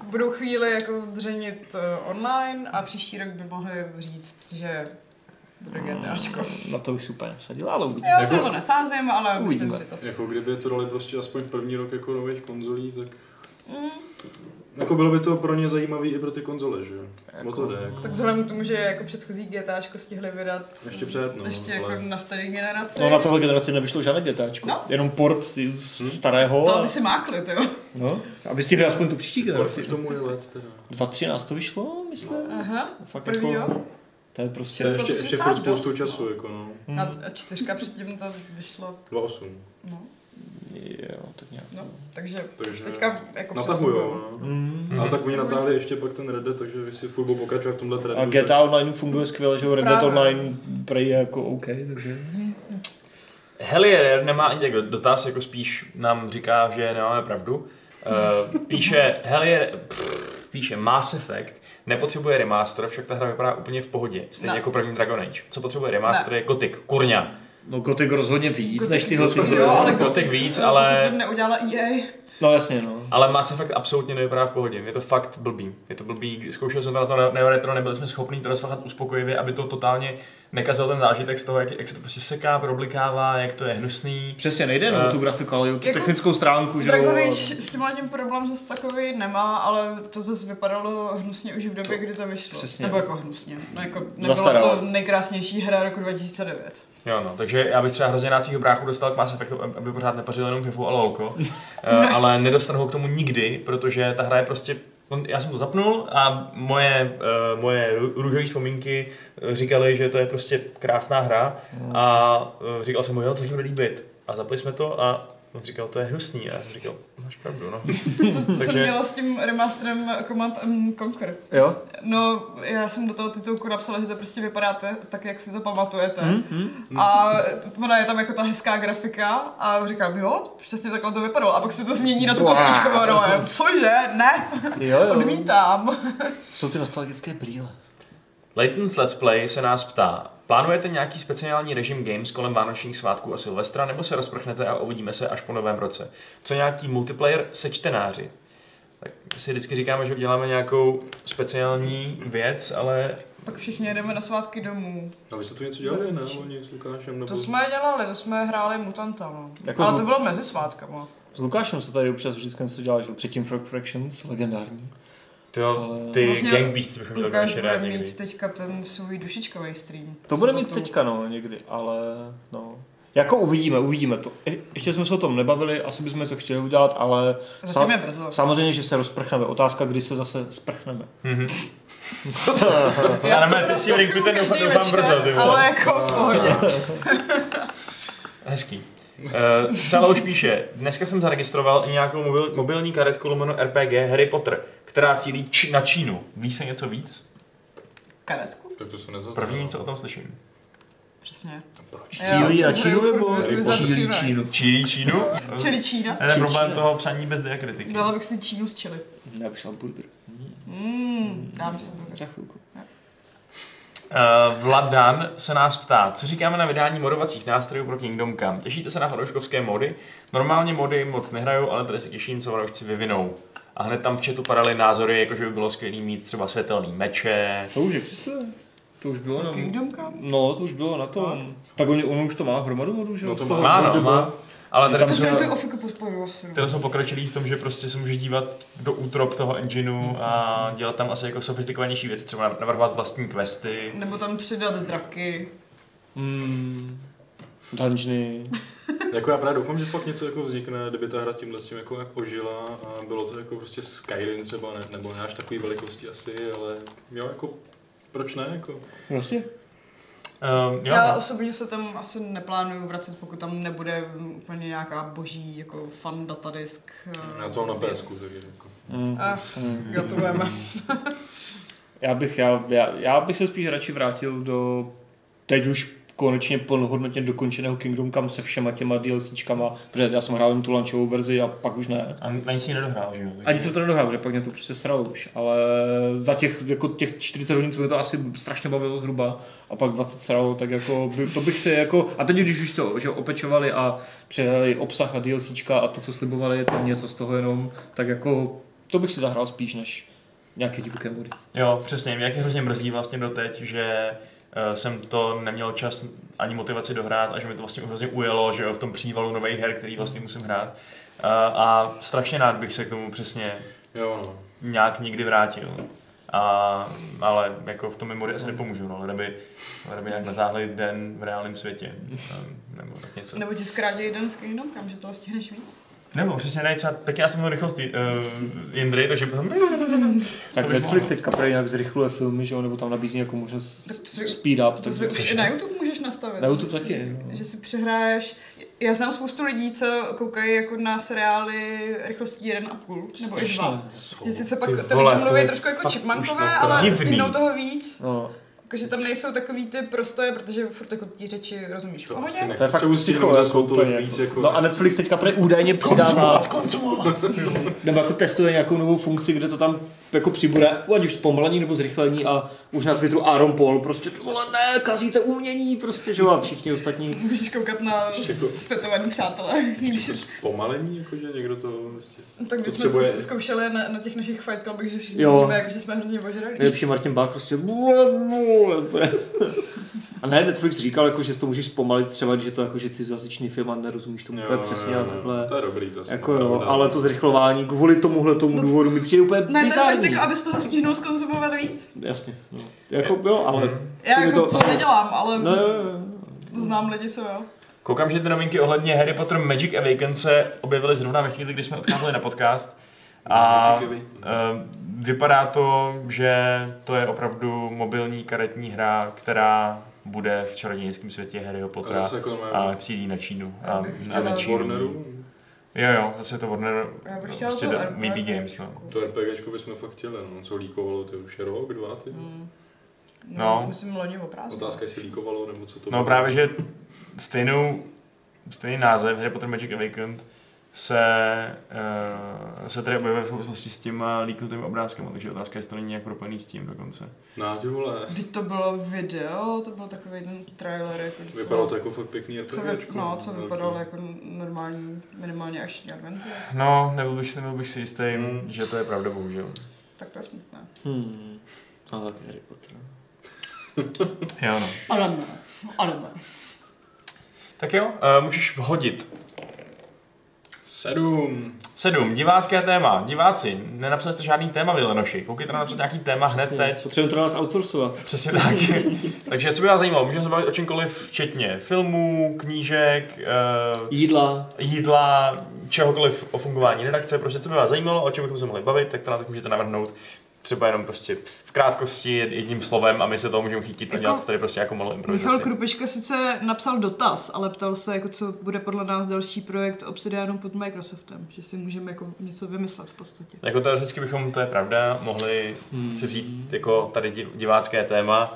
C: Budou chvíli jako dřenit eh, online a příští rok by mohli říct, že bude GTAčko.
D: Hmm.
G: na to bych si úplně nevsadil, ale uvidíme.
C: Já si na to nesázím, ale myslím
G: Uvidíme.
C: si to.
B: Jako kdyby to dali prostě aspoň v první rok jako nových konzolí, tak...
C: Mm.
B: Jako bylo by to pro ně zajímavý i pro ty konzole, že jo? O to jde. Jako.
C: Tak vzhledem k tomu, že jako předchozí GTAčko stihli vydat
B: Ještě před, no,
C: ještě jako
B: ale-
C: na staré generaci.
G: No na tohle generaci nevyšlo žádné dětáčko.
C: No.
G: Jenom port z- z starého.
C: To
G: a-
C: aby si mákli, to jo.
G: No, Hm? aby stihli aspoň tu příští
B: Kolik
G: generaci.
B: už tomu je let teda?
G: 2013 to vyšlo, myslím.
C: Aha,
G: Fakt
C: první
G: jako,
C: jo.
G: to je prostě...
B: To je ještě,
C: 630
B: ještě furt spoustu
C: dost, no.
B: času, jako no.
C: A, a čtyřka předtím to vyšlo,
B: 2.8.
C: no,
G: Jo, tak nějak.
C: no. Takže
B: Takže
C: teďka jako Mm-hmm.
B: natahujou,
C: přesunujou.
B: no.
G: Mm.
B: A tak oni natáhli ještě pak ten Red Dead, takže vy si furt budou pokračovat v tomhle trendu.
G: A GTA Online funguje skvěle, že jo, Red Dead
C: Právě.
G: Online prej je jako OK, takže...
A: Helier nemá ani tak dotaz, jako spíš nám říká, že nemáme pravdu. Eh, Píše Helier, pff, píše Mass Effect, nepotřebuje remaster, však ta hra vypadá úplně v pohodě, stejně
C: Ne.
A: jako první Dragon Age. Co potřebuje remaster je Gothic, kurňa.
D: No Gothic rozhodně víc Gothic než tyhle ty
C: Jo,
D: hry.
C: ale jako-
A: Gothic víc, ale-
C: To E neudělala EA.
D: No jasně, no.
A: Ale Mass Effect absolutně nevypadá v pohodě. Je to fakt blbý. Je to blbý. Zkoušel jsem to na to Neo Retro, nebyli jsme schopni to rozfachat uspokojivě, aby to totálně nekazil ten zážitek z toho, jak, jak se to prostě seká, problikává, jak to je hnusný.
D: Přesně, nejde jenom
A: Eh.
D: o tu grafiku, ale i o tu
C: Jako-
D: technickou stránku, že
C: Dragon
D: jo.
C: Age jako s tímhle tím problém zase takový nemá, ale to zase vypadalo hnusně už v době, kdy to vyšlo.
D: Přesně.
C: Nebo jako hnusně. No jako nebyla
D: Zastaralo.
C: to nejkrásnější hra roku 2009.
A: Jo, no, takže já bych třeba hrozně rád svého bráchu dostal k Mass Effectu, ab- aby pořád nepařil jenom Fifu a Lolko, Eh, ale nedostanu ho k tomu nikdy, protože ta hra je prostě on- já jsem to zapnul a moje, uh, moje rů- růžové vzpomínky eh, říkaly, že to je prostě krásná hra a uh, říkal jsem mu, jo, to se ti bude líbit. A zapli jsme to a on říkal, to je hnusný a já jsem říkal, máš pravdu, no.
C: To jsem
A: Takže-
C: měla s tím remasterem Command and Conquer.
D: Jo?
C: No, já jsem do toho titulku napsala, že to prostě vypadá t- tak, jak si to pamatujete. A ona je tam jako ta hezká grafika a říkám, jo, přesně takhle to vypadalo. A pak se to změní na tu kostičkovou role. Cože? Ne,
D: Jo, jo.
C: odmítám.
D: Jsou ty nostalgické brýle.
A: Layton's Let's Play se nás ptá, plánujete nějaký speciální režim games kolem vánočních svátků a Silvestra, nebo se rozprchnete a uvidíme se až po novém roce? Co nějaký multiplayer se čtenáři? Tak my si vždycky říkáme, že uděláme nějakou speciální věc, ale
C: Pak všichni jedeme na svátky domů.
B: A vy jste tu něco dělali, ne? Oni s Lukášem, nebo...
C: To jsme dělali, to jsme hráli mutanta, no.
D: Jako
C: Ale
D: z-
C: to bylo mezi svátkama.
D: S Lukášem se tady občas vždycky něco dělá, že jo? Předtím Frog Fractions, legendární.
A: to,
D: Ale-
A: ty
C: Vlastně
A: Gang Beasts bychom měli
C: Lukáš
A: konečně
C: bude
A: rád
C: mít
A: někdy.
C: teďka ten svůj dušičkový stream.
D: To bude
C: V
D: mít
C: sobotu.
D: teďka, no, někdy, ale no. Jako uvidíme, uvidíme to. Je, ještě jsme se o tom nebavili, asi bychom se chtěli udělat, ale
C: Zatím je brzo.
D: samozřejmě, že se rozprchneme. Otázka, kdy se zase sprchneme.
C: Já
A: Ale
C: se
A: ne,
C: to
A: ty si rinku ten
C: každý
A: doufám
C: večer,
A: brzo, ty vole.
C: Ale jako v pohodě.
A: Hezký. Uh, Cela už píše, dneska jsem zaregistroval i nějakou mobil, mobilní karetku lomeno RPG Harry Potter, která cílí či, na Čínu. Ví se něco víc?
C: Karetku?
B: Tak to jsem nezaznal.
A: První, co o tom slyším.
C: Přesně.
D: Cílí
C: Já
D: na
C: to
D: Čínu
C: zhraju
D: nebo
C: furt, vy za to
D: cílí
C: cílíme.
D: Čínu?
A: Čílí
C: [laughs]
A: Čínu?
C: Čili Čína.
A: To je ten problém toho psaní bez diakritiky.
C: Dala bych si Čínu z čili.
D: Já bych šel burger.
C: Mm, dám si
D: Za chvilku.
A: Uh, Vladan se nás ptá, co říkáme na vydání modovacích nástrojů pro Kingdom Come? Těšíte se na fanouškovské mody? Normálně mody moc nehrajou, ale tady se těším, co fanoušci vyvinou. A hned tam v chatu padaly názory, jako že by bylo skvělé mít třeba světelný meče.
D: To už existuje. To už bylo na...
C: Kingdom Come?
D: No, to už bylo na tom. Tak on, ono už to má hromadu modů, že jo?
B: No to
D: Z toho
A: Má, no,
D: Moldova.
A: má. Ale tady
D: Tam
A: to
C: To
D: jsou-
A: jsou,
C: jsem tu ofiku podporu asi. no.
A: tady jsou pokročilí v tom, že prostě se můžeš dívat do útrop toho engineu a dělat tam asi jako sofistikovanější věci, třeba navrhovat vlastní questy.
C: Nebo tam přidat draky.
D: Mm, dungeony.
B: Jako já právě doufám, že fakt něco jako vznikne, kdyby ta hra tímhle s tím jako jak ožila a bylo to jako prostě Skyrim třeba, ne, nebo ne až takový velikosti asi, ale jo, jako proč ne, jako.
D: Jasně.
A: Um, jo,
C: Já
A: no.
C: osobně se tam asi neplánuju vracet, pokud tam nebude úplně nějaká boží jako fan datadisk. eh,
B: Já to mám na
C: věc.
B: PSku, takže jako.
D: Mm.
C: Ach,
D: Mm.
C: gratulujeme.
D: Já bych, já, já, já bych se spíš radši vrátil do teď už konečně plnohodnotně dokončeného Kingdom Come se všema těma DLCčkama, protože já jsem hrál jen tu launchovou verzi a pak už ne.
A: A na nic si nedohrál, že jo?
D: Ani jsem to nedohrál, že pak mě to prostě sralo už, ale za těch, jako těch 40 hodin, co mě to asi strašně bavilo zhruba, a pak 20 sralo, tak jako by, to bych si jako, a teď když už to, že jo, opečovali a přidali obsah a DLCčka a to, co slibovali, tam něco z toho jenom, tak jako to bych si zahrál spíš než nějaké divoké mody.
A: Jo, přesně. Mě taky hrozně mrzí vlastně doteď, že eh, jsem to neměl čas ani motivaci dohrát a že mi to vlastně hrozně ujelo, že jo, v tom přívalu nových her, který vlastně musím hrát. Eh, a strašně rád bych se k tomu přesně
B: Jo, no.
A: nějak někdy vrátil. A, ale jako v tom memory asi nepomůžu, no, leda by, leda by nějak natáhli den v reálném světě. eh, Nebo tak něco.
C: Nebo ti zkrátí jeden v Kingdom Come, že toho stihneš víc.
A: Nebo přesně ne, třeba tak já jsem měl rychlost uh, Jindry, takže potom...
D: Tak
A: To bych
D: Netflix teďka prej nějak zrychluje filmy, že jo, nebo tam nabízí jako možnost
C: Tak to si-
D: speed up.
C: To
D: Tak
C: si už i na YouTube můžeš nastavit.
D: Na YouTube taky,
C: Že,
D: no.
C: že si přehraješ. Já znám spoustu lidí, co koukají jako na seriály rychlostí 1,5 nebo i 2. Že sice pak
A: Ty
C: ty
A: vole,
C: lidi
A: to je
C: mluví trošku jako
A: fakt už
C: čipmankové,
A: naprosto
C: ale
A: divný.
C: stihnou toho víc.
D: No,
C: Jakože tam nejsou takový ty prostoje, protože furt jako ti řeči rozumíš v
B: To asi
C: pohodě.
B: ne.
D: to je fakt
B: Třeba
D: psycho,
B: stihnou za
D: jako,
B: svou tolik
D: úplně,
B: víc,
D: jako.
B: jako-
D: No a Netflix teďka prej údajně přidává,
A: konzumovat!
D: nebo jako testuje nějakou novou funkci, kde to tam jako přibude, ať už zpomalení nebo zrychlení a už na Twitteru Aaron Paul prostě, "Ty vole, ne, kazíte umění, prostě, že jo, a všichni ostatní.
C: Můžeš koukat na
B: Všechno.
C: zpětovaný přátelé. když-
B: jako Pomalení, jakože někdo to vlastně...
C: Tak když jsme
B: Potřebuje-
C: to zkoušeli na, na těch našich Fight Clubech, že všichni
D: Jo.
C: mluvíme, jako, že jsme hrozně ožrali.
D: Nejlepší Martin Bach prostě "Bule, bule, bule." A ne, Netflix říkal, jako, že si to můžeš zpomalit třeba, když je to jako, že cizojazyčný film a nerozumíš tomu úplně přesně a takhle.
B: To je dobrý zase.
D: Jako jo,
B: pravda.
D: ale to zrychlování kvůli tomuhle tomu důvodu mi přijde úplně
C: No, Ne, to je fakt,
D: bizarní.
C: jako, aby z toho stihnul skonzumovat víc.
D: Jasně, no. Jako jo, ale...
C: Já
D: Přijde
C: jako
D: to-
C: to, nedělám, ale
D: No, jo, jo, jo.
C: znám lidi, co jo.
A: Koukám, že ty novinky ohledně Harry Potter Magic Awakens se objevily zrovna ve chvíli, kdy jsme odcházeli na podcast. A
B: Magic Awakens.
A: eh, vypadá to, že to je opravdu mobilní karetní hra, která bude v čarodějnickém světě Harryho
B: A
A: Pottera
B: zase jako normálně
A: a cílí na Čínu. A,
C: Já bych
A: a
C: chtěla
A: na Čínu.
B: Warnerů.
A: Jo, jo, zase je to Warner,
C: Já bych
A: no,
C: chtěla
A: prostě
C: to
A: da-
C: RPG.
A: VB Games, no.
B: To RPGčko bychom fakt chtěli, no, co líkovalo, ty už je rok, dva, ty.
A: No.
C: Hmm. Myslím, loni o prázdnu.
B: Otázka, jestli líkovalo, nebo co to
A: No
B: bylo.
A: právě, že stejnou, stejný název Harry Potter Magic Awakened se, uh, se tady objevuje v souvislosti s tím líknutým obrázkem, takže otázka je, jestli to není nějak propojený s tím dokonce.
B: Na No, ty vole,
C: Teď to bylo video, to byl takový ten trailer, jako docela-
B: vypadalo to jako fakt pěkný
C: co,
B: RPGčko.
C: vy, no, co
B: velký.
C: vypadalo jako normální, minimálně až adventure,
A: No, nebyl bych, si- nebyl bych si jistý,
B: Hmm.
A: že to je pravda, bohužel.
C: tak to je smutné.
D: Hmm. A taky Harry Potter. no.
A: Jo, no.
C: Ale ne, ale ne.
A: Tak jo, uh, můžeš vhodit.
B: Sedm.
A: Sedm, divácké téma. Diváci, nenapsali jste žádný téma, Vilenoši. Koukejte na napsat nějaký téma hned teď.
D: Potřebujeme to na nás outsourcovat.
A: Přesně tak. [laughs] Takže co by vás zajímalo, můžeme se bavit o čemkoliv, včetně filmů, knížek, eh,
D: Jídla.
A: jídla, čehokoliv o fungování redakce, prostě co by vás zajímalo, o čem bychom se mohli bavit, tak to nám tak můžete navrhnout třeba jenom prostě v krátkosti jed- jedním slovem a my se toho můžeme chytit a
C: Jako-
A: dělat to tady prostě jako malou
C: Michal
A: improvizaci.
C: Krupeška sice napsal dotaz, ale ptal se, jako co bude podle nás další projekt Obsidianu pod Microsoftem, že si můžeme jako něco vymyslet v podstatě.
A: Jako teoreticky bychom, to je pravda, mohli si vzít jako tady di- divácké téma,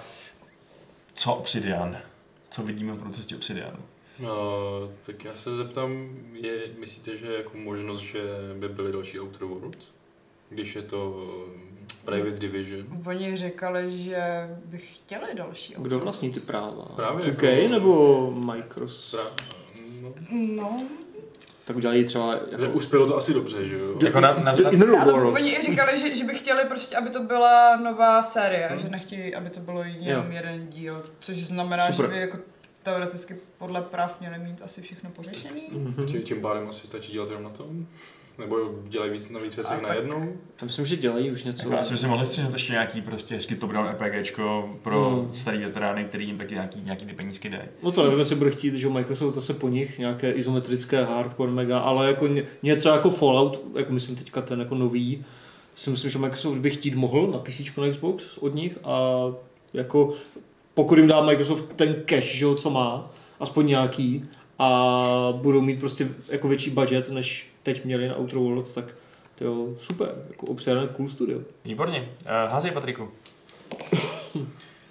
A: co Obsidian, co vidíme v procesu Obsidianu.
B: No, tak já se zeptám, je, myslíte, že je jako možnost, že by byly další Outer Worlds? Když je to eh, Private Division.
C: Oni říkali, že by chtěli další
D: Kdo vlastní ty práva?
B: Právě
D: OK,
B: jako-
D: nebo Microsoft?
B: Pra- No,
C: No,
D: Tak udělají třeba...
B: že
D: Jako...
B: uspělo to asi dobře, že jo?
A: Jako na, na, na,
D: The Inner
C: ale
D: Worlds.
C: oni i říkali, že, že by chtěli prostě, aby to byla nová série,
B: No.
C: že nechtějí, aby to bylo jenom
D: Jo.
C: jeden díl, což znamená,
D: Super.
C: že by jako teoreticky podle práv měli mít asi všechno pořešený.
B: Tě- Tím pádem asi stačí dělat jenom na tom? Nebo dělají víc, na víc
A: A
B: věcech
A: tak-
B: najednou?
D: Já myslím, že dělají už něco.
A: Jako, asi bychom mohli střihnout ještě nějaký prostě hezky top down RPGčko pro
D: Hmm.
A: starý veterány, který jim taky nějaký, nějaký ty penízky dají.
D: No to nevím, jestli bude chtít, že jo, Microsoft zase po nich nějaké izometrické hardcore mega, ale jako ně, něco jako Fallout, jako myslím teďka ten jako nový, si myslím, že Microsoft by chtít mohl na PC na Xbox od nich a jako pokud jim dá Microsoft ten cash, že jo, co má, aspoň nějaký, a budou mít prostě jako větší budget, než teď měli na Outer Worlds, tak to jo, super, jako obsidian cool studio.
A: Výborně. Uh, házej, Patriku.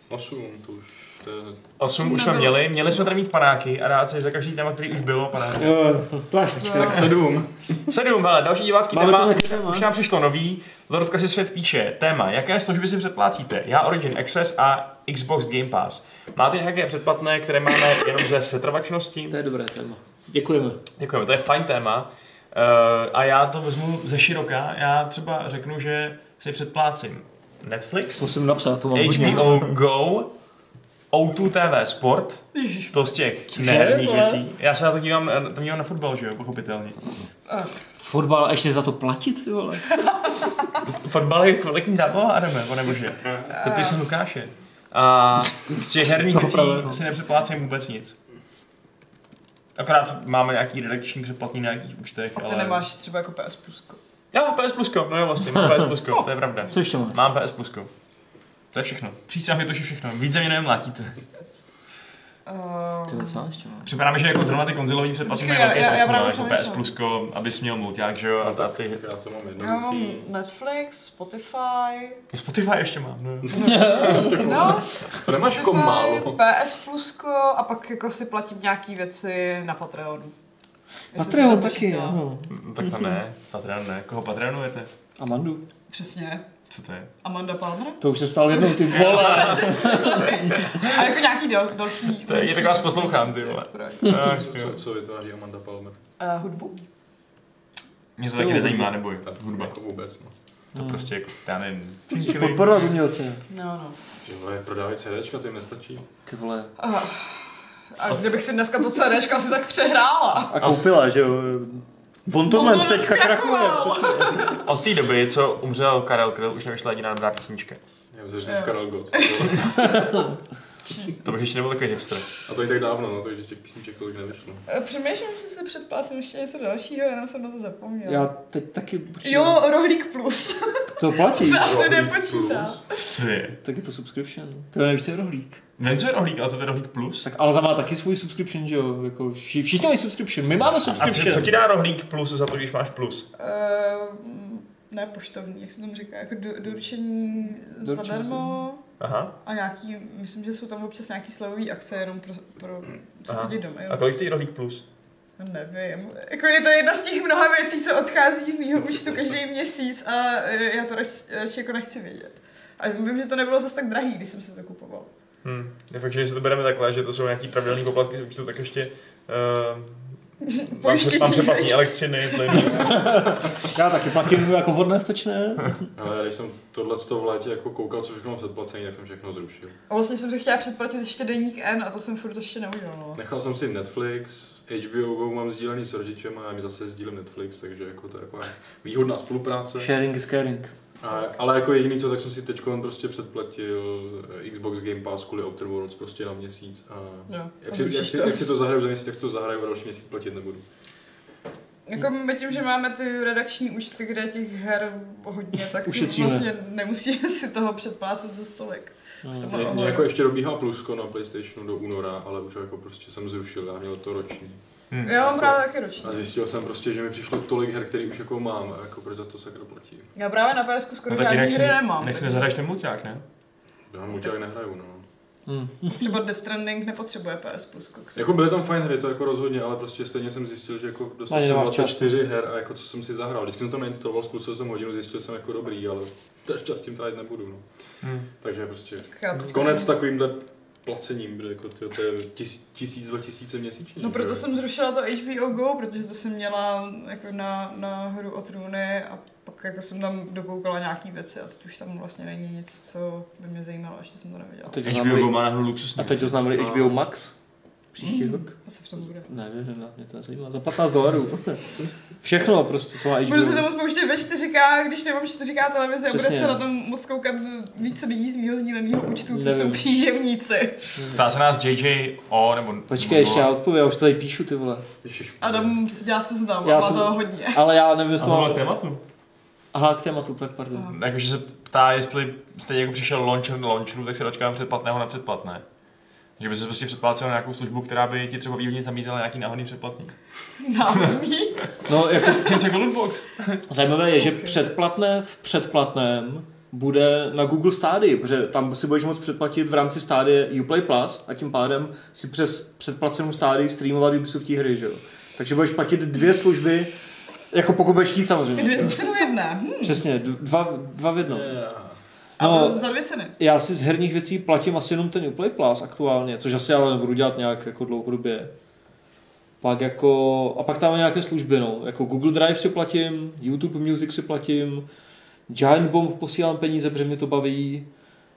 B: Osm, to už to je...
A: Osm už
C: Osm
A: jsme
C: nebylo.
A: měli, měli jsme tady mít panáky a dát si za každý téma, který už bylo panáky.
D: Jo, to až počkej.
C: [laughs]
B: Sedm.
A: Sedm, hele, další divácký
D: Máme tam
A: téma.
D: nějaké téma?
A: Už nám přišlo nový. Lordka si svět píše, téma, jaké služby si předplácíte? Já Origin Access a Xbox Game Pass. Máte nějaké předplatné, které máme jenom ze setrvačnosti?
D: To je dobré téma. Děkujeme.
A: Děkujeme, to je fajn téma. Eh, a já to vezmu ze široka. Já třeba řeknu, že si předplácím Netflix,
D: Musím napsat, to mám hodně.
A: HBO Go, O2 TV Sport, to z těch
D: Cože,
A: neherných
D: vole?
A: věcí. Já se na to dívám, na to dívám na fotbal, že jo, pochopitelně.
D: Fotbal a ještě za to platit, ty vole.
A: Fotbal je kvalitní zábava, Adame, o nebože. To ty jsem Lukáše. A z těch herních
D: Ah. To
A: věcí
D: opravdu, no.
A: si nepředplácím vůbec nic. Akorát máme nějaký redakční předplatný na nějakých účtech,
C: A ty
A: ale...
C: nemáš třeba jako PS Plusko.
A: Jo, PS Plusko, no jo vlastně, mám PS Plusko, to je pravda.
D: Co ještě máš?
A: Mám PS Plusko. To je všechno. Přísahám je to, že všechno. Víc za mě nemlátíte.
D: Ty
C: Uh,
D: vole, co máš ještě máš?
A: Připadá mi, že jako zrovna ty konzolový předplatný
C: Počkej,
A: mají velký
C: já- já- já
A: smysl, no,
C: právě
A: jako PS
C: přemýšlím.
A: Plusko, abys měl mulťák, že jo,
D: No
A: a ta ty...
B: Já to
C: já
B: mám
C: mám
B: jednoduchý.
C: Netflix, Spotify,
A: Spotify ještě mám, no.
C: no,
B: To nemáš jako málo.
C: PS Plusko a pak jako si platím nějaký věci na Patreonu. Jestli se to počítá.
A: Mhm. No, Tak to ne, Patreon ne. Koho Patreonujete?
D: Amandu.
C: Přesně.
A: Co to je?
C: Amanda Palmer?
D: To už se ptal jednou, ty vole.
C: [laughs] A jako nějaký dal, další...
A: To je- je tak vás poslouchám, ty vole.
C: projekt.
A: Tak,
B: Co,
A: jo.
B: co, co vytváří Amanda Palmer?
C: Eh, hudbu?
A: Mě to taky nezajímá, nebo je
B: Tak
A: hudba.
B: Jako vůbec, no.
A: To prostě jako, já nevím.
D: Podporovat umělce.
C: No, no.
B: Ty vole, prodávají CDčka, to jim nestačí.
D: Ty vole.
C: Ah, A kdybych si dneska to CDčko asi tak přehrála.
G: A koupila, že jo. Bontonland
C: Bontonland
G: teďka krachuje,
C: zkrachoval.
G: přesně.
A: Od té doby, co umřel Karel Kryl, už nevyšla jediná dobrá písnička.
B: Já myslím,
C: Jo.
B: že Karel Gott.
C: Jesus.
A: To už ještě nebyl takový hipster.
B: A to je tak dávno, no, takže těch písniček tolik nevyšlo.
C: Eh, Přemýšlím, jestli si předplatím ještě něco dalšího, jenom jsem na to zapomněla.
D: Já teď taky určitě-
C: Jo, rohlík plus.
D: To platí.
C: Se asi
B: Rohlík
C: nepočítá.
A: Co je?
D: Tak je to subscription. To nevíš, co je rohlík.
A: Nevím, co je rohlík, ale co to je rohlík plus?
D: Tak Alza má taky svůj subscription, že jo? Jako vši, všichni mají subscription, my máme
A: A co, co
D: subscription.
A: ti dá rohlík plus za to, když máš plus?
C: Ehm, ne poštovní, jak se tam říká, jako do, doručení, zadarmo
A: Aha.
C: a nějaký, myslím, že jsou tam občas nějaký slevový akce jenom pro, pro co
A: Aha.
C: chodí do mailu.
A: A kolik stojí rohlík plus?
C: Nevím. Jako je to jedna z těch mnoha věcí, co odchází z mýho účtu každý měsíc a eh, já to radši, radši jako nechci vědět. A vím, že to nebylo zase tak drahý, když jsem si to kupoval.
A: Hm. Je fakt, že když se to bereme takhle, že to jsou nějaký pravidelný poplatky z účtu, tak ještě... Uh, mám,
C: Pojištění,
A: se, mám se
C: veď.
A: platí elektřiny, plyn.
D: Já taky platím jako vodné stačné.
B: Ale když jsem tohle v létě jako koukal, co všechno mám předplacení, tak jsem všechno zrušil.
C: A vlastně jsem si chtěla předplatit ještě deník N a to jsem furt ještě neudělala.
B: Nechal jsem si Netflix, HBO Go mám sdílený s rodičem a já mi zase sdílím Netflix, takže jako to je jako výhodná
D: [laughs]
B: spolupráce.
D: Sharing is caring.
B: A, ale jako jediný co, tak jsem si teď prostě předplatil eh, Xbox Game Pass kvůli Outer Worlds prostě na měsíc a
C: Jo,
B: jak
C: a
B: si, jak,
C: zrušíš
B: si,
C: to.
B: jak si to zahraju za měsíc, tak si to zahraju a další měsíc platit nebudu.
C: Jako my tím, že máme ty redakční účty, kde je těch her hodně,
B: [laughs]
C: tak
D: Ušetříme.
C: vlastně nemusíme [laughs] si toho předplácet za stolik. V
D: No.
C: tomhle
B: Mě, mě
C: ohledu.
B: jako ještě dobíhá plusko na Playstationu do února, ale už jako prostě jsem zrušil, já měl to roční.
A: Hm.
C: Já mám právě taky roční.
B: A zjistil jsem prostě, že mi přišlo tolik her, který už jako mám, a jako proč za to sakra platím.
C: Já právě na PSku skoro
A: No taky
C: žádný
A: nech si,
C: hry nemám.
A: nech si
C: takže
A: nezahraješ ten mulťák, ne?
B: Já mu tak nehraju, no.
D: Hm.
C: Třeba Death Stranding nepotřebuje PS Plus.
B: Jako byly tam fajn hry, to jako rozhodně, ale prostě stejně jsem zjistil, že jako dostal
D: Ani
B: jsem
D: nemáš čas.
B: 24 her a jako co jsem si zahrál. Vždycky jsem to neinstaloval, zkusil jsem hodinu, zjistil jsem jako dobrý, ale ta- čas tím trávit nebudu, no.
A: Hm.
B: Takže prostě
C: Chápu,
B: konec takovýmhle placením, protože jako tyjo, to je tis, tisíc, dva tisíce měsíčně.
C: No
B: že
C: proto
B: jo?
C: jsem zrušila to HBO Go, protože to jsem měla jako na, na hru o trůny a pak jako jsem tam dokoukala nějaký věci a teď už tam vlastně není nic, co by mě zajímalo, ještě jsem to neviděla.
D: teď
A: HBO Go má na hru No. luxusní.
D: a teď oznámili HBO Max. Příští rok.
C: Asi v tom bude.
D: Nevím, ne, mě to nezajímá. Za 15 dolarů. Všechno prostě, co má HBO.
C: Budu se tomu spouštět ve 4K, když nemám 4K televizi a
D: Přesně.
C: bude se na tom moc koukat více lidí z mýho sdíleného účtu, co
D: Nevím.
C: jsou příživníci.
A: Ptá se nás JJ o, nebo...
D: Počkej,
A: nebo-
D: ještě já odpovím, já už to tady píšu, ty vole.
B: Ježiš,
C: Adam si dělá seznam
D: Já
C: a má
D: jsem-
C: toho hodně. [laughs]
D: Ale já nevím,
A: A
D: jestli
A: to
D: to
A: bylo
D: mám...
A: k tématu.
D: Aha, k tématu, tak pardon.
C: Aha.
A: Jakože se ptá, jestli stejně jako přišel launcher do launcheru, tak se dočkáme předplatného na předplatné. Že by se prostě předplácel na nějakou službu, která by ti třeba výhodně zamízela nějaký náhodný předplatník.
C: Náhodný.
D: No, jako
A: [laughs] Něco jako lootbox.
D: Zajímavé je, že
C: Ok.
D: předplatné v předplatném bude na Google Stadia, protože tam si budeš moct předplatit v rámci Stadia Uplay Plus a tím pádem si přes předplacenou Stadii streamovat Ubisoft hry, že jo. Takže budeš platit dvě služby, jako pokud budeš chtít samozřejmě.
C: Dvě cenu jedné. Hm.
D: Přesně, d- dva, dva v jednom.
C: A
D: No,
C: za dvě ceny.
D: já si z herních věcí platím asi jenom ten Uplay Plus aktuálně, což asi ale nebudu dělat nějak jako dlouhodobě. Pak jako, a pak tam mám nějaké služby, no. Jako Google Drive si platím, YouTube Music si platím, Giant Bomb posílám peníze, protože mě to baví,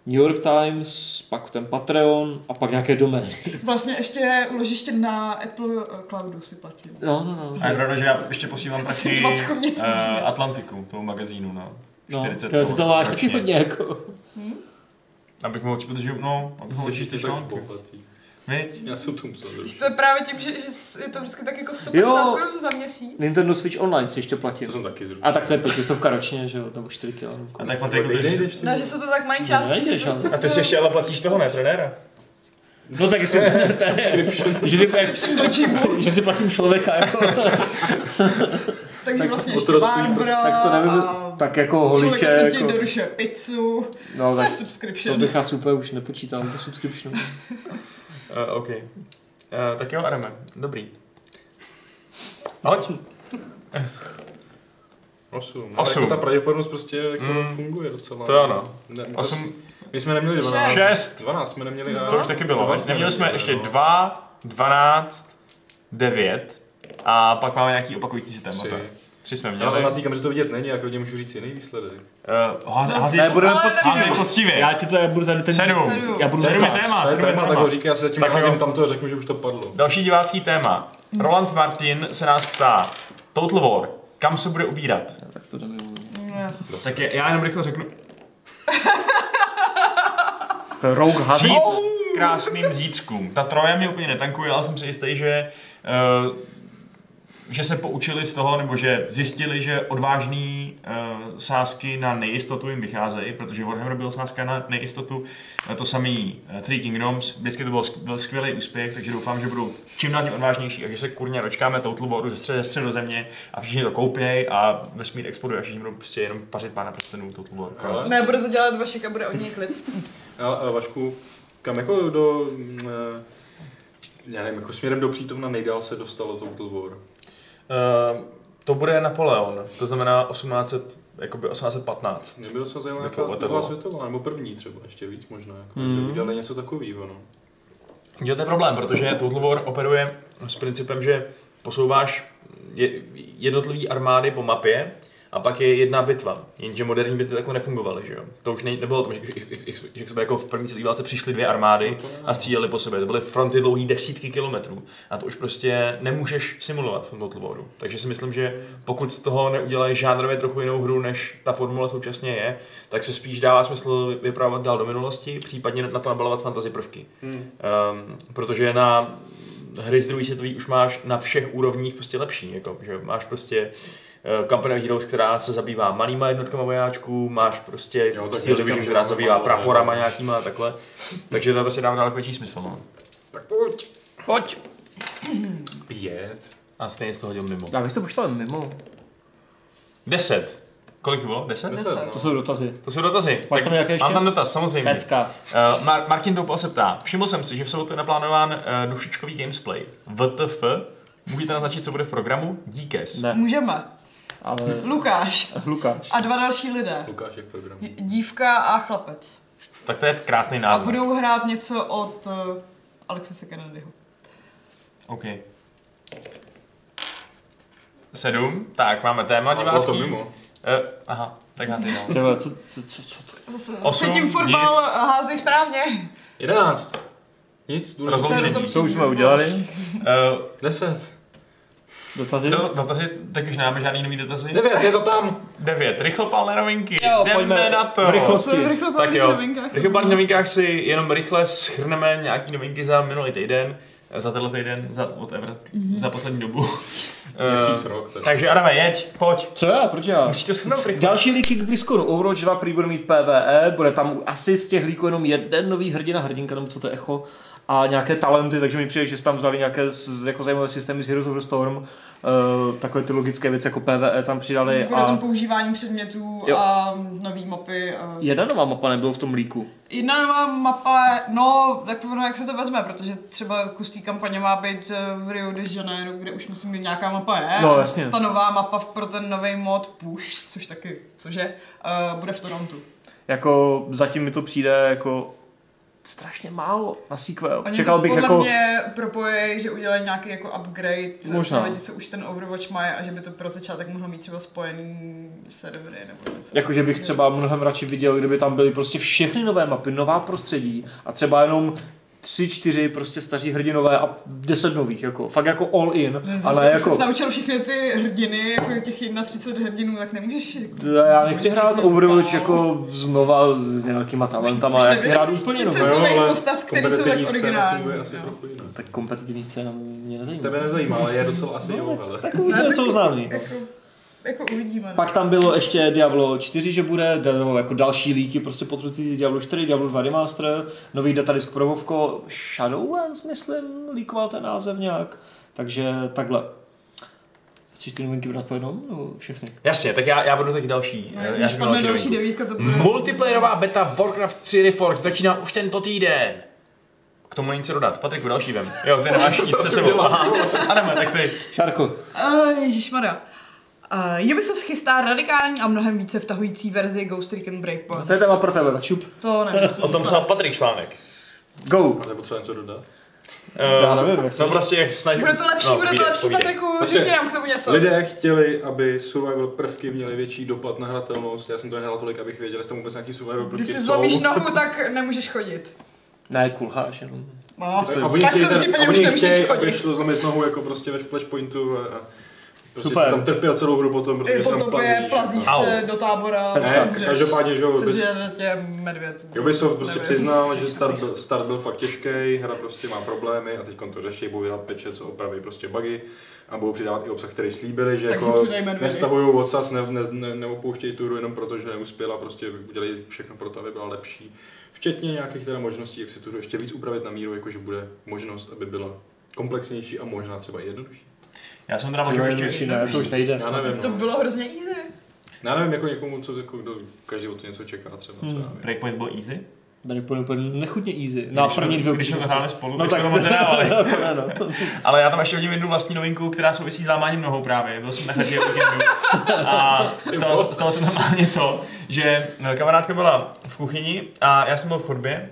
D: New York Times, pak ten Patreon a pak nějaké domény.
C: Vlastně ještě uložiště na Apple eh, Cloudu si platím.
D: No, no, no.
A: A je pravda, že já ještě posílám prachy
C: 20 měsíčně.
A: eh, Atlantiku, tomu magazínu na
D: No,
A: 40
D: ty, ty to
A: korun
D: máš taky
A: ročně.
D: hodně, jako.
A: Abych mohl určitě, protože no, abych mohl
B: jsi
A: určitě
B: ty Prostě tak
A: články.
B: bohatý.
A: Viď?
B: Já jsem to musel
C: Když
B: zrušit.
C: to je právě tím, že, že je to vždycky tak jako 150
D: Jo.
C: korun za měsíc.
D: Nintendo Switch Online si ještě
B: To
D: platím.
B: jsem taky zrušil.
D: A tak to je pětistovka ročně, že jo, nebo 4 kg.
A: A tak Matej, jako ty jsi...
C: No, že jsou to tak malé
D: Ne,
C: částky, že
D: nejdeš,
C: prostě
D: ale-
A: A ty si ještě ale platíš toho, ne, trenéra?
D: No
A: [laughs]
D: tak jsem, že, si,
C: Všem do gymu,
D: že si platím člověka, jako.
C: takže
D: Tak prostě.
C: vlastně ještě
B: otroctví
D: [laughs]
C: Barbara
D: Tak to nevím,
C: a
D: tak jako
C: člověk
D: holiče,
C: si ti
D: jako,
C: dorušuje pizzu,
D: no
C: to
D: tak
C: je
D: to
C: subscription.
D: bych asi úplně už nepočítal, to subscription.
A: Uh, OK. Uh, tak jo, Adame, dobrý. Hoď.
B: Osm.
A: Osm.
B: Osm. Jako ta pravděpodobnost prostě jako
A: Mm.
B: funguje docela.
A: To ano.
B: Ne, to-
A: Osm,
B: My jsme neměli 12.
C: Šest.
A: 6,
B: 12 jsme neměli. a-
A: to už taky bylo.
B: Dva
A: veď? Neměli jsme
B: neměli,
A: ještě
B: no.
A: 2, 12, 9 a pak máme nějaký opakující se témata.
B: Tři.
A: 3 jsme měli.
B: Ale na týkám, že to vidět není, jak lidi můžu říct jiný výsledek.
A: Uh, hází
D: Ne, budeme
C: Ale
A: hází
D: poctiví.
A: poctivě.
D: Já ti to, já budu tady ten...
A: Sedm.
C: Sedm.
D: Já budu
A: Sedm je
D: tady
A: téma,
B: Ale
A: sedm je
B: tak, tak
A: téma.
B: ho říká, já se zatím
A: Tak
B: házím
A: jo.
B: tamto a řeknu, že už to padlo.
A: Další divácký téma. Roland Martin se nás ptá, Total War, kam se bude ubírat?
D: Tak to dáme.
A: Tak je, já jenom rychle řeknu.
D: Rogue Hazard.
A: Říct krásným zítřkům. Ta troja mě úplně netankuje, ale jsem si jistý, že eh, že se poučili z toho, nebo že zjistili, že odvážný uh, sázky na nejistotu jim vycházejí, protože Warhammer byl sázka na nejistotu, eh, to samý uh, Three Kingdoms, vždycky to byl, sk- byl skvělý úspěch, takže doufám, že budou čím dál tím odvážnější a že se kurně dočkáme Total Waru ze střed, ze středozemě a všichni to koupěj a vesmír exploduje a všichni budou prostě jenom pařit pána prstenů Total War. Konec.
B: Ale,
C: Ne, bude to dělat Vašek a bude od něj klid.
B: ale, ale Vašku, kam jako do... mm, eh, Já nevím, jako směrem do přítomna nejdál se dostalo Total War.
A: Ehm, to bude Napoleon, to znamená 1800, jakoby 1815.
B: Mě by docela zajímalo,
A: Bitva o
B: jaká
A: Waterloo.
B: druhá světová, nebo první třeba, ještě víc možná, jako, mm. udělali něco takového, no.
A: Takže to je problém, protože Total War operuje s principem, že posouváš je- jednotlivý armády po mapě a pak je jedna bitva. Jenže moderní bitvy takhle nefungovaly, že jo? To už nej, nebylo to, že, že, že- že k sebe jako v první světové válce přišly dvě armády a stříleli po sobě. To byly fronty dlouhé desítky kilometrů a to už prostě nemůžeš simulovat v tom Total Waru. Takže si myslím, že pokud z toho neudělají žánrově trochu jinou hru, než ta formule současně je, tak se spíš dává smysl vypravovat dál do minulosti, případně na to nabalovat fantasy prvky. Hmm. Um, protože na hry z druhé světové už máš na všech úrovních prostě lepší. Jako, že máš prostě eh, Company of Heroes, která se zabývá malýma jednotkama vojáčků, máš prostě
B: Jo, tak
A: Steel
B: neříkám,
A: Division,
B: že
A: která
B: to
A: se zabývá
B: nemá, ale-
A: praporama nějakýma a takhle. Takže to prostě dává daleko větší smysl. No.
D: Pojď.
B: Pět.
A: A stejně z toho hodil mimo.
D: Já bych to pošlal mimo.
A: Deset. Kolik to bylo? Deset?
C: Deset. no.
B: no.
D: To jsou dotazy.
A: To jsou dotazy.
D: Máš tam nějaké ještě?
A: Mám tam dotaz, samozřejmě.
D: Pecka.
A: Uh, Mar- Martin Toupal se ptá, všiml jsem si, že v sobotu je naplánován uh, dušičkový gamesplay. VTF, můžete naznačit, co bude v programu? Díkes.
D: Ne.
C: Můžeme.
D: Ale...
C: Lukáš
D: Lukáš.
C: a dva další lidé.
B: Lukáš je v programu.
C: Dívka a chlapec.
A: Tak to je krásný
C: A
A: název.
C: budou hrát něco od uh, Alexise Kennedyho.
A: OK. Sedm, tak máme téma
B: Ale bylo
A: divácký.
B: to mimo.
A: Eh, aha, tak no. házej dál.
D: Třeba, co, co, co, co to?
C: Zase
A: Osm,
C: Předtím
A: nic.
C: fotbal házej správně.
B: Jedenáct. Nic, jdu na
C: To je
A: Rozloučení.
C: rozhodčí
D: Co už jsme
C: fotbal.
D: udělali?
A: Eh,
B: Deset.
D: Dotazy?
A: do- dotazy, teď už nemáme žádný nový dotazy.
B: Devět, je to tam.
A: Devět, rychlopálné novinky,
D: Jo,
A: jdeme
D: pojďme
A: na to.
D: v rychlosti.
C: Co je v rychlopádných
A: Tak jo,
C: novinkách?
A: v rychlopálných novinkách si jenom rychle schrneme nějaký novinky za minulý týden, eh, za tenhle týden, za whatever,
C: Mhm.
A: za poslední
B: [laughs]
A: dobu. Eh,
B: Měsíc, rok. tak.
A: takže Adame, jeď, pojď.
D: Co já? Proč já?
A: Musíš to schrnout rychle.
D: Další líky k Blizzconu. Overwatch 2 prý bude mít PvE, bude tam asi z těch líků jenom jeden nový hrdina, hrdinka, nebo co to je echo, a nějaké talenty, takže mi přijde, že si tam vzali nějaké z- jako zajímavé systémy z Heroes of the Storm, eh, takové ty logické věci jako PvE tam přidali
C: Bude tam
D: a
C: používání předmětů
D: Jo.
C: a nový mapy. A...
D: jedna nová mapa nebyla v tom líku.
C: Jedna nová mapa, no, tak ono, jak se to vezme, protože třeba kus té kampaně má být eh, v Rio de Janeiro, kde už myslím, že nějaká mapa je.
D: No,
C: A
D: jasně.
C: Ta nová mapa pro ten nový mod Push, což taky, cože, uh, bude v Torontu.
D: Jako zatím mi to přijde jako strašně málo na sequel.
C: Oni
D: Čekal
C: to
D: bych
C: podle
D: jako...
C: mě propojí, že udělají nějaký jako upgrade
D: Možná.
C: na lidi, co už ten Overwatch mají a že by to pro začátek mohlo mít třeba spojený servery nebo něco.
D: Jakože bych třeba mnohem radši viděl, kdyby tam byly prostě všechny nové mapy, nová prostředí a třeba jenom tři, čtyři prostě staří hrdinové a deset nových, jako, fakt jako all in,
C: No, zase,
D: ale
C: když jsi
D: jako,
C: se naučil všechny ty hrdiny, jako těch 31 hrdinů, tak nemůžeš... Jako,
D: d- já nechci hrát Overwatch
C: No.
D: jako znova s nějakýma talentama, já chci hrát
C: nevymyslíš
D: úplně
C: 30
D: nové.
C: nových
B: Jo, ale
C: postav, který jsou tak
B: kompetitivní scéna
C: originální,
B: funguje asi
C: no.
B: trochu jinak.
D: Tak kompetitivní scéna mě nezajímá.
B: Tebe nezajímá, ale je docela
C: No,
B: asi jo, ale...
D: Tak uvidíme, co oznámí.
C: Jako, jako uvidíme. no.
D: No. Pak tam bylo ještě Diablo 4, že bude, nebo jako další líky, prostě potvrzující Diablo 4, Diablo 2 Remaster, nový datadisk pro Vovko, Shadowlands, myslím, líkoval ten název nějak, takže takhle. Chceš ty novinky brát po jednom? No, všechny.
A: Jasně, tak já, já budu taky další.
C: No,
A: eh, já
C: Když
A: řeknu
C: padne další
A: novinku.
C: devítka, to bude...
A: Multiplayerová beta Warcraft 3 Reforged začíná už tento týden. K tomu není co dodat. Patriku, další vem. Jo, ten máš nic před sebou. Aha. A ne, tak ty.
D: Šárko,
C: Ježišmarja. Uh, Ubisoft chystá radikální a mnohem více vtahující verzi Ghost Recon
D: No
C: Breakpoint.
D: to je téma pro tebe, tak šup.
C: To nevím.
A: O tom psal Patrik článek.
D: Go!
B: A je potřeba něco dodat?
D: Já
A: Ehm,
D: nevím, jak se...
A: No prostě jak snaží...
C: Bude to lepší,
A: no,
C: bude to
A: povídej,
C: lepší,
A: povídej.
C: Patriku,
B: Prostě-
C: řekni nám k tomu něco.
B: Lidé chtěli, aby survival prvky měly větší dopad na hratelnost. Já jsem to nehrál tolik, abych věděl, jestli tam vůbec nějaký survival prvky
C: Když si
B: jsou.
C: zlomíš nohu, tak nemůžeš chodit.
D: Ne, kulháš jenom.
C: No,
B: A oni
C: tak v
B: chtějí,
C: tom
B: ten,
C: případě
B: a
C: už
B: oni
C: nemůžeš
B: chtějí, aby
C: chodit.
B: šlo zlomit nohu jako prostě ve Flashpointu a, a prostě
D: Super.
B: Super. tam trpěl celou hru potom, protože
C: I
B: se
C: po
B: tam
C: tobě
B: plazíš.
C: plazíš
A: Au.
C: se do tábora. no,
D: Pecka.
B: Ne, každopádně, že jo, bez-
C: Sežere tě medvěd. no,
B: Ubisoft prostě
C: Nevím.
B: přiznal, že start byl, start byl fakt těžký, hra prostě má problémy a teď to řeší, budou dělat peče, co opraví prostě bugy a budou přidávat i obsah, který slíbili, že
C: Tak si
B: jako
C: přidej medvědy.
B: nestahují odsaz, ne, ne, ne, neopouštějí tu hru jenom proto, že neuspěla, prostě udělají všechno pro to, aby byla lepší. Včetně nějakých teda možností, jak si tu hru ještě víc upravit na míru, jakože bude možnost, aby byla komplexnější a možná třeba i jednodušší.
A: Já jsem teda možná ještě...
D: ne, to už nejde.
B: Já nevím,
C: To
B: no.
C: bylo hrozně easy.
B: já nevím jako někomu, co jako, kdo každý od to něco čeká třeba, co já vím.
A: Breakpoint byl easy?
D: Tady půjde úplně nechutně easy. Na první dvě
A: Když jsme to
D: obtížnosti.
A: hráli spolu,
D: No
A: tak jsme to
D: tak
A: moc nedávali.
D: [laughs] to ne, no.
A: Ale já tam ještě hodím jednu vlastní novinku, která souvisí s lámáním nohou právě. Byl jsem na chatě víkendu a stalo, stalo se normálně to, že eh, kamarádka byla v kuchyni a já jsem byl v chodbě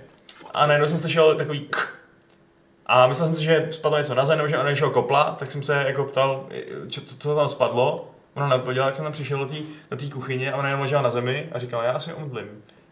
A: a najednou jsem slyšel takový k. A myslel jsem si, že spadlo něco na zem, nebo že ona něčeho kopla, tak jsem se jako ptal, čo, co, co tam spadlo. Ona neodpověděla, tak jsem tam přišel do té do té kuchyně a ona jenom ležela na zemi a říkala, já se omdlím.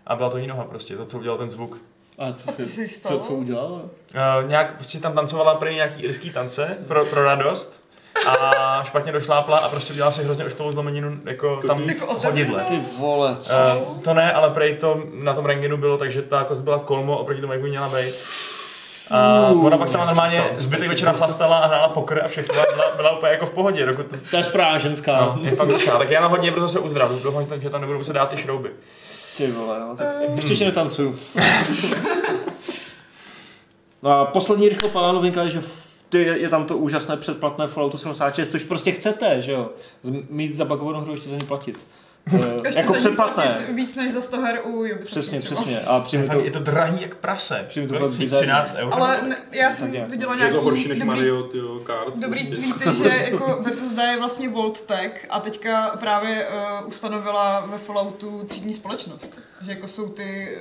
A: A byla to její noha prostě, to, co udělal ten zvuk.
D: A co,
C: A co
D: se,
C: se
D: co,
C: stalo?
D: co udělal?
A: Uh, nějak prostě tam tancovala prý nějaký irský tance pro, pro radost a špatně došlápla a prostě udělala si hrozně ošklivou zlomeninu jako
B: To
A: tam
B: víš.
A: v chodidle.
D: Ty vole, co?
A: Uh, to ne, ale prej to na tom rengenu bylo, takže ta kost byla kolmo oproti tomu, jak by měla být. A ona pak se tam normálně zbytek večera chlastala a hrála pokr a všechno a byla, byla úplně jako v pohodě, dokud to,
D: To je správná ženská.
A: no, je [laughs] fakt dušná. Tak já na hodně proto se uzdravím, doufám, že tam- že tam nebudu muset dát ty šrouby.
D: Ty vole, no. Tak ještě, že netancuju. no a poslední rychlo padá novinka je, že v- ty, je tam to úžasné předplatné Falloutu 76, což prostě chcete, že jo? Z- Mít zabagovanou hru ještě za ní
C: [laughs]
D: platit. Eh,
C: Ještě
D: jako
C: za ní
D: předplatné.
C: platit Víc než za 100 her u Ubisoftu.
D: Přesně,
C: třeba.
D: přesně. A přijme to
A: Je to drahý jak prase.
D: Přijdu to
A: Kolik
D: pak
A: stojí?
D: bizarní.
A: 13 eur.
C: Ale ne, já jsem
D: Tak nějak.
C: viděla
B: Že je
C: nějaký
B: to horší než
C: dobrý,
B: Mario, ty jo, kart.
C: dobrý
B: prostě.
C: tweety, že jako Bethesda je vlastně Volt Tech a teďka právě uh, ustanovila ve Falloutu třídní společnost. Že jako jsou ty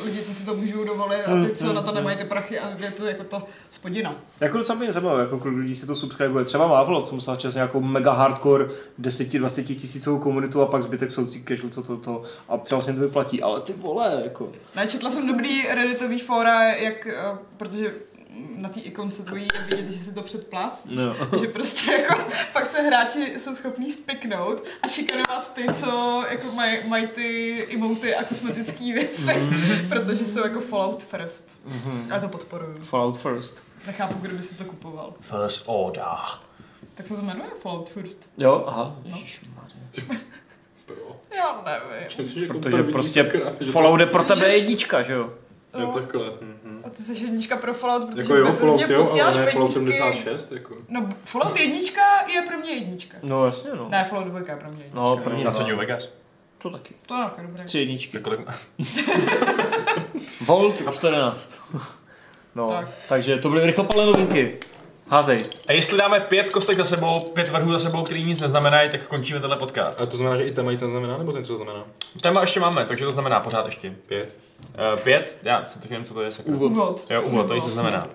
C: uh, lidi, co si to můžou dovolit a ty, co na to nemají ty prachy a je to jako ta spodina.
D: Jako docela mě zajímalo, jako kolik lidí si to subscribuje. Třeba Marvel, co musel čas nějakou mega hardcore 10-20 tisícovou komunitu a pak zbytek jsou tři casual, co to, to a třeba vlastně to vyplatí, ale ty vole, jako.
C: Ne, četla jsem dobrý redditový fóra, jak, eh, protože mm, na té ikonce tvojí je vidět, že si to předplácíš.
D: No.
C: [laughs] Že prostě jako fakt se hráči jsou schopní spiknout a šikanovat ty, co jako mají maj ty emoty a kosmetické věci,
B: Mhm.
C: protože jsou jako Fallout first. Já to podporuju.
D: Fallout first.
C: Nechápu, kdo by si to kupoval.
A: First order.
C: Tak se to jmenuje Fallout first?
D: Jo, aha.
C: No.
D: Ježišmarja.
B: Pro.
C: Já nevím.
B: [laughs] Myslím si, že jako
D: Protože
B: první
D: prostě
B: sakra, že to-
D: Fallout je pro tebe jednička, že jo?
B: Jo,
C: No.
B: takhle. Mm-hmm.
C: A ty jsi jednička pro Fallout, protože
B: Jako jo,
C: Bethesdě
B: Fallout jo, ale
C: posíláš
B: ne Fallout
C: penízky.
B: 76, jako.
C: No, Fallout jednička je pro mě jednička.
D: No jasně, no.
C: Ne, Fallout 2 je pro mě jednička.
D: No, první
A: Na co
D: dva.
A: New Vegas?
D: To taky.
C: To je jako dobré.
D: Tři jedničky.
A: Že Kolik,
D: Volt a 14. [laughs] No,
C: Tak.
D: takže to byly rychlopalé novinky. Házej.
A: A jestli dáme pět kostek za sebou, pět vrhů za sebou, který nic neznamenají, tak končíme tenhle podcast.
B: A to znamená, že i téma nic neznamená, nebo ten, co znamená?
A: Téma ještě máme, takže to znamená pořád ještě.
B: Pět.
A: Uh, pět? Já si teď nevím, co to je. Sakra.
C: Úvod.
A: Jo, úvod, to nic neznamená.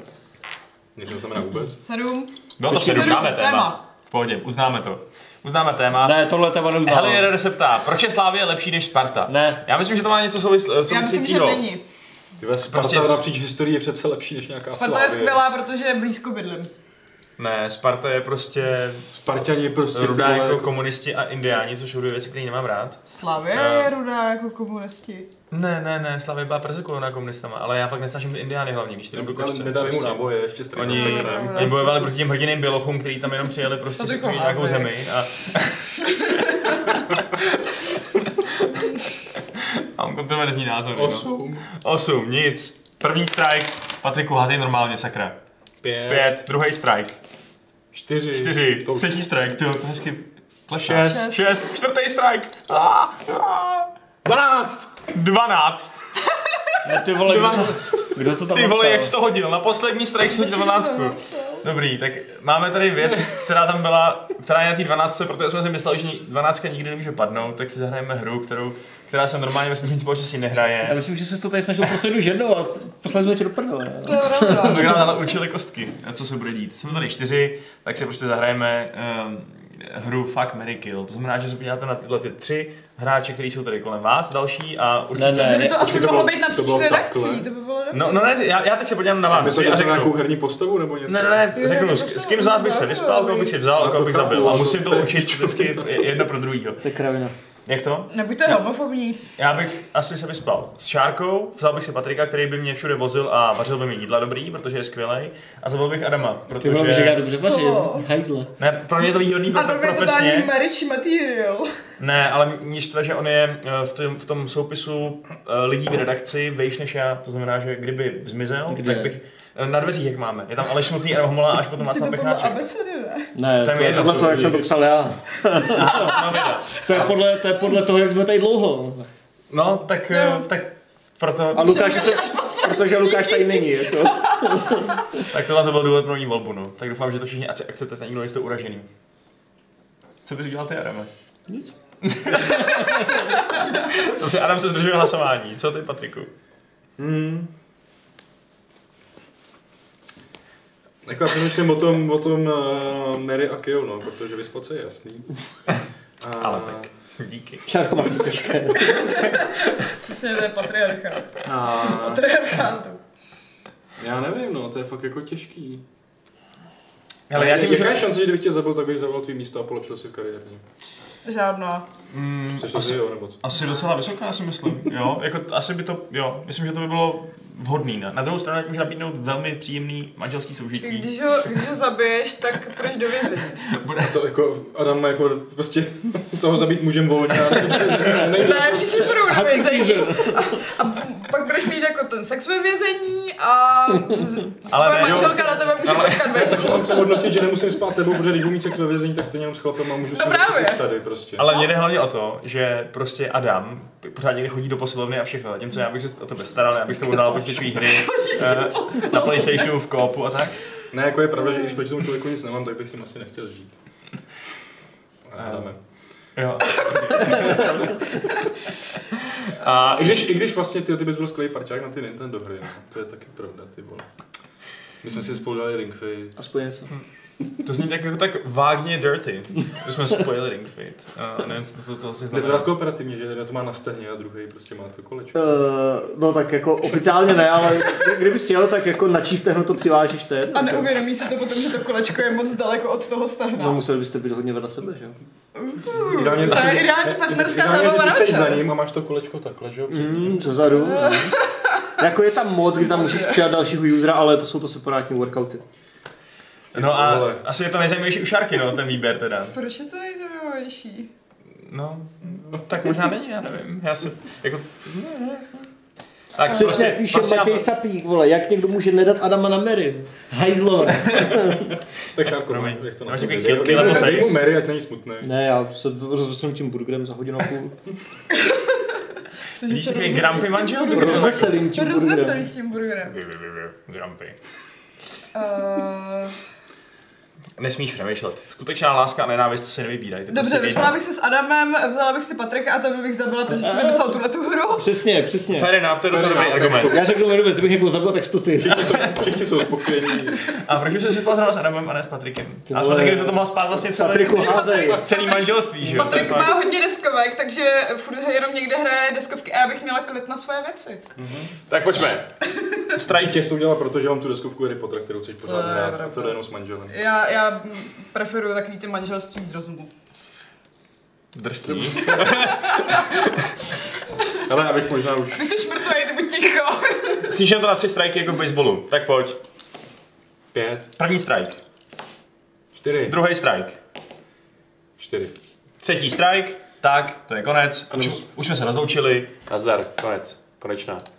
B: Nic neznamená vůbec.
C: Sedm.
A: Bylo to
C: Ještě
A: sedm,
C: sedm,
A: dáme téma.
C: téma.
A: V pohodě, uznáme to. Uznáme téma.
D: Ne, tohle téma neuznávám.
A: Helier se ptá, proč je Slávě lepší než Sparta?
D: Ne.
A: Já myslím, že to má něco souvisl-
C: Já myslím, že
A: souvisícího.
C: není.
B: Ty vás
A: Prostě
B: Sparta
A: s-
B: napříč historii je přece lepší než nějaká
C: Sparta je
B: Slávie.
C: skvělá, protože je blízko bydlím.
A: Ne, Sparta je prostě
B: Spartani prostě ty
A: rudá
B: vole,
A: jako komunisti a indiáni, což jsou dvě věci, které nemám rád.
C: Slavě
A: Eh.
C: je rudá jako komunisti.
A: Ne, ne, ne, Slavě byla perzekovaná komunistama, ale já fakt nesnažím ty indiány hlavně, víš, ty
B: Nebo
A: dukošce.
B: Nedali mu
A: Prostě.
B: náboje, ještě strach
A: Oni-
B: sakra.
A: Oni bojovali proti těm hrdiným bělochům, kteří tam jenom přijeli prostě
C: To
A: si
C: ty
A: přijít
C: koháze.
A: nějakou zemi.
B: [laughs]
A: A... Mám kontroverzní názor. Osm.
B: Osm.
A: Osm, nic. První strike, Patriku, házej normálně, sakra.
B: Pět.
A: Pět, druhý strike,
B: Čtyři.
A: čtyři,
B: To už-
A: třetí strike, ty jo, to hezky. Klešá. Šest,
C: Šest.
A: šest, čtvrtý strike. Ah, ah.
B: Dvanáct!
A: Dvanáct.
D: Ne, ty vole, kdo, kdo to tam
A: Ty vole,
D: napsal?
A: jak jsi to hodil? Na poslední strike jsem hodil dvanáctku. Dobrý, tak máme tady věc, která tam byla, která je na té 12, protože jsme si mysleli, že ni- 12 nikdy nemůže padnout, tak si zahrajeme hru, kterou, která se normálně ve služební společnosti
D: Já
A: nehraje.
D: myslím, že jsi to tady snažil posledu ženou a poslali jsme tě do prdele.
C: To je pravda.
A: Tak nám ale určili kostky, co se bude dít. Jsme tady čtyři, tak si prostě zahrajeme um, hru Fuck, Mary Kill. To znamená, že se podíváte na tyhle ty tři hráče, kteří jsou tady kolem vás, další a určitě...
D: Ne, ne.
C: Kdyby to aspoň
B: to
C: mohlo
B: bylo-
C: být napříč
B: to bylo
C: redakcí,
B: takhle.
C: to by bylo dobré.
A: No, no ne, já, já teď se podívám na vás.
B: Myslíš,
A: tři a
B: že jsem
A: řeknu,
B: nějakou herní postavu nebo něco?
A: Ne, ne, ne,
C: Jo,
A: řeknu,
D: jako
C: ne,
A: s,
C: to
A: s kým z nás bych se
C: chápu,
A: vyspal, koho bych si vzal a
B: No,
A: koho
B: to
A: bych
B: chápu,
A: zabil. A
B: to-
A: musím to
B: to je
A: určit vždycky jedno pro druhýho.
D: To je kravina.
A: Jak to?
C: Nebuďte homofobní.
A: Já bych asi se vyspal s Šárkou, vzal bych si Patrika, který by mě všude vozil a vařil by mi jídla dobrý, protože je skvělej, a zabil bych Adama,
D: Ty vole, že já
A: protože...
D: dobře
C: Co?
D: vařím. Hajzle.
A: Ne, pro mě je to výhodný
C: A to
A: prof-
C: by to dání
A: profesně,
C: marriage material.
A: ne, ale mě štve, že on je eh, v tom, v tom soupisu eh, lidí v redakci vejš než já, to znamená, že kdyby zmizel,
D: Kde?
A: tak bych... eh, Na dveřích, jak máme. Je tam Aleš Smutný, Adam Homola a až potom
C: Ty
A: Václav
C: to podle
A: Pecháček.
C: abecedy, ne?
D: Ne,
A: To je
D: to je
A: jedno,
D: podle
A: co
D: toho,
B: to
D: jak jsem to
B: vidíš.
D: psal já.
A: No, vydá.
D: To je podle, to je podle toho, jak jsme tady dlouho.
A: No, tak,
C: Jo.
A: eh, tak proto,
G: A Lukáš, je to, protože Lukáš tady není, jako.
A: tak tohle to byl důvod pro mý volbu, no. Tak doufám, že to všichni ac- akceptujete, nikdo nejste uražený. Co bys udělal ty, Adame?
D: Nic.
A: [laughs] Dobře, Adam se zdržuje hlasování. Co ty, Patriku?
B: Jako já přemýšlím o tom, o tom uh, Mary a Kill, no, protože vyspat se je jasný. A,
A: [laughs] Ale tak. Díky.
G: Šárko, máš No, to těžké.
C: Přesně, to je patriarchát.
B: A,
C: Patriarchátu.
B: já nevím, no, to je fakt jako těžký.
A: Hele, já ti
B: Jaká je
A: můžu...
B: šance, že kdybych tě zabil, tak bych zabil tvý místo a polepšil si v kariérně.
C: Žádná.
A: Mm,
B: Což to
A: asi,
B: je jo, nebo co?
A: asi docela vysoká, si myslím. Jo, jako t- asi by to, jo, myslím, že to by bylo vhodný. Ne? Na druhou stranu, jak může nabídnout velmi příjemný manželský soužití.
C: Když ho, když ho zabiješ, tak proč do vězení?
A: Bude,
B: To jako, Adam jako prostě [laughs] toho zabít můžem volně, ale to nejde. nejde.
C: Ne, všichni budou do
G: Happy
C: vězení.
G: season.
C: A p- pak budeš mít jako ten sex ve vězení a
A: Ale
C: tvoje
A: ne, jo.
C: manželka na tebe může počkat
A: [laughs]
C: ve
B: Takže mám se hodnotit, že nemusím spát tebou, protože když budu mít sex ve vězení, tak stejně jenom s chlapem a můžu
C: No právě.
B: už tady prostě.
A: Ale mě jde hlavně o to, že prostě Adam pořád někde chodí do posilovny a všechno, zatímco já bych se o tebe staral, já bych s tebou hrál počítačové hry eh, na Playstationu v koopu a tak.
B: Ne, jako je pravda, že když proti tomu člověku nic nemám, tak bych s ním asi nechtěl žít. Adame.
A: Jo.
B: A i když, i když vlastně ty, ty bys byl skvělý parťák na ty Nintendo hry, no. to je taky pravda, ty vole. My jsme si spolu dali Ring Fit.
G: [laughs] Aspoň něco.
A: To zní tak jako tak vágně dirty. My jsme spojili Ring Fit. A nevím, co to, to, to asi
B: Je to jako- tak
A: znamená.
B: kooperativně, že jeden to má na stehně a druhý prostě má to kolečko.
G: Eh, no tak jako oficiálně ne, ale kdy- kdyby chtěl, tak jako na čí stehno to přivážíš ten.
C: A
G: že jo?
C: neuvědomí si to potom, že to kolečko je moc daleko od toho stehna.
G: No museli byste být hodně vedle sebe, že jo?
B: Ideálně,
C: to je ideální partnerská zábava na
B: na
C: večer.
B: za ním a máš to kolečko takhle, že jo? před ním.
G: Mm, zadu. [laughs] jako je tam mod, kdy tam můžeš přidat dalšího usera, ale to jsou to separátní workouty.
A: No a
B: vole.
A: asi je to nejzajímavější u Šárky, no, ten výběr teda.
C: Proč je to nejzajímavější?
A: No, no tak možná není, já nevím. Já si, jako, ne, ne. tak
G: Přesně jak
A: prostě,
G: píše
A: prostě,
G: Matěj
A: já-
G: Sapík, vole, jak někdo může nedat Adama na Mary? Hajzlové.
B: Tak Šárko,
A: Promiň.
B: jak to
A: Máš
B: napadne?
A: takový kill- kill on the
B: Dej mu
A: face.
B: Mary, ať není smutný.
G: [laughs] Ne, já se rozvesnu tím burgerem za hodinu a půl.
C: Chceš, že
A: Vidíš,
C: se
A: jaký
C: rozveselí
A: grumpy
C: s tím
A: manžel?
C: burgerem?
G: Rozveselím tím
C: Rozveselí
G: burgerem.
C: s tím burgerem.
A: Grumpy.
C: Eh,
A: Nesmíš přemýšlet. Skutečná láska a nenávist se nevybírají. ty
C: Dobře,
A: prostě
C: vyspala
A: vědí.
C: bych se s Adamem, vzala bych si Patrika a tebe bych zabila, protože
G: Eh.
C: jsi vymyslel tuhle tu hru.
G: Přesně, přesně.
A: Fair enough, to je docela dobrý
G: [laughs]
A: argument.
G: Já řeknu jmenuji, jestli bych někoho zabil, tak to ty.
B: Všichni jsou, všichni jsou spokojení.
A: A proč by se vyspal zrovna s Adamem a ne s Patrikem? A s
G: vole.
A: Patrikem to mohla spát vlastně celý,
G: Patriku házej.
A: celý manželství, že jo?
C: Patrik
A: To je fakt-
C: má hodně deskovek, takže furt jenom někde hraje deskovky a já bych měla klid na své věci.
A: Tak pojďme. Strike.
B: Tě jsi to udělala, protože mám tu deskovku Harry Potter, kterou chceš pořád
C: je
B: hrát. A
C: pravda.
B: to jde jenom s manželem.
C: Já, já preferuju takový ty manželství z rozumu.
A: Drsný.
B: Ale já bych možná už...
C: Ty jsi mrtvej, ty buď ticho.
A: Snížím to na tři strajky jako v baseballu. Tak pojď.
B: Pět,
A: První strike.
B: čtyři,
A: Druhý strike.
B: čtyři.
A: Třetí strike. Tak, to je konec. Už, už jsme se rozloučili. Nazdar, konec. Konečná.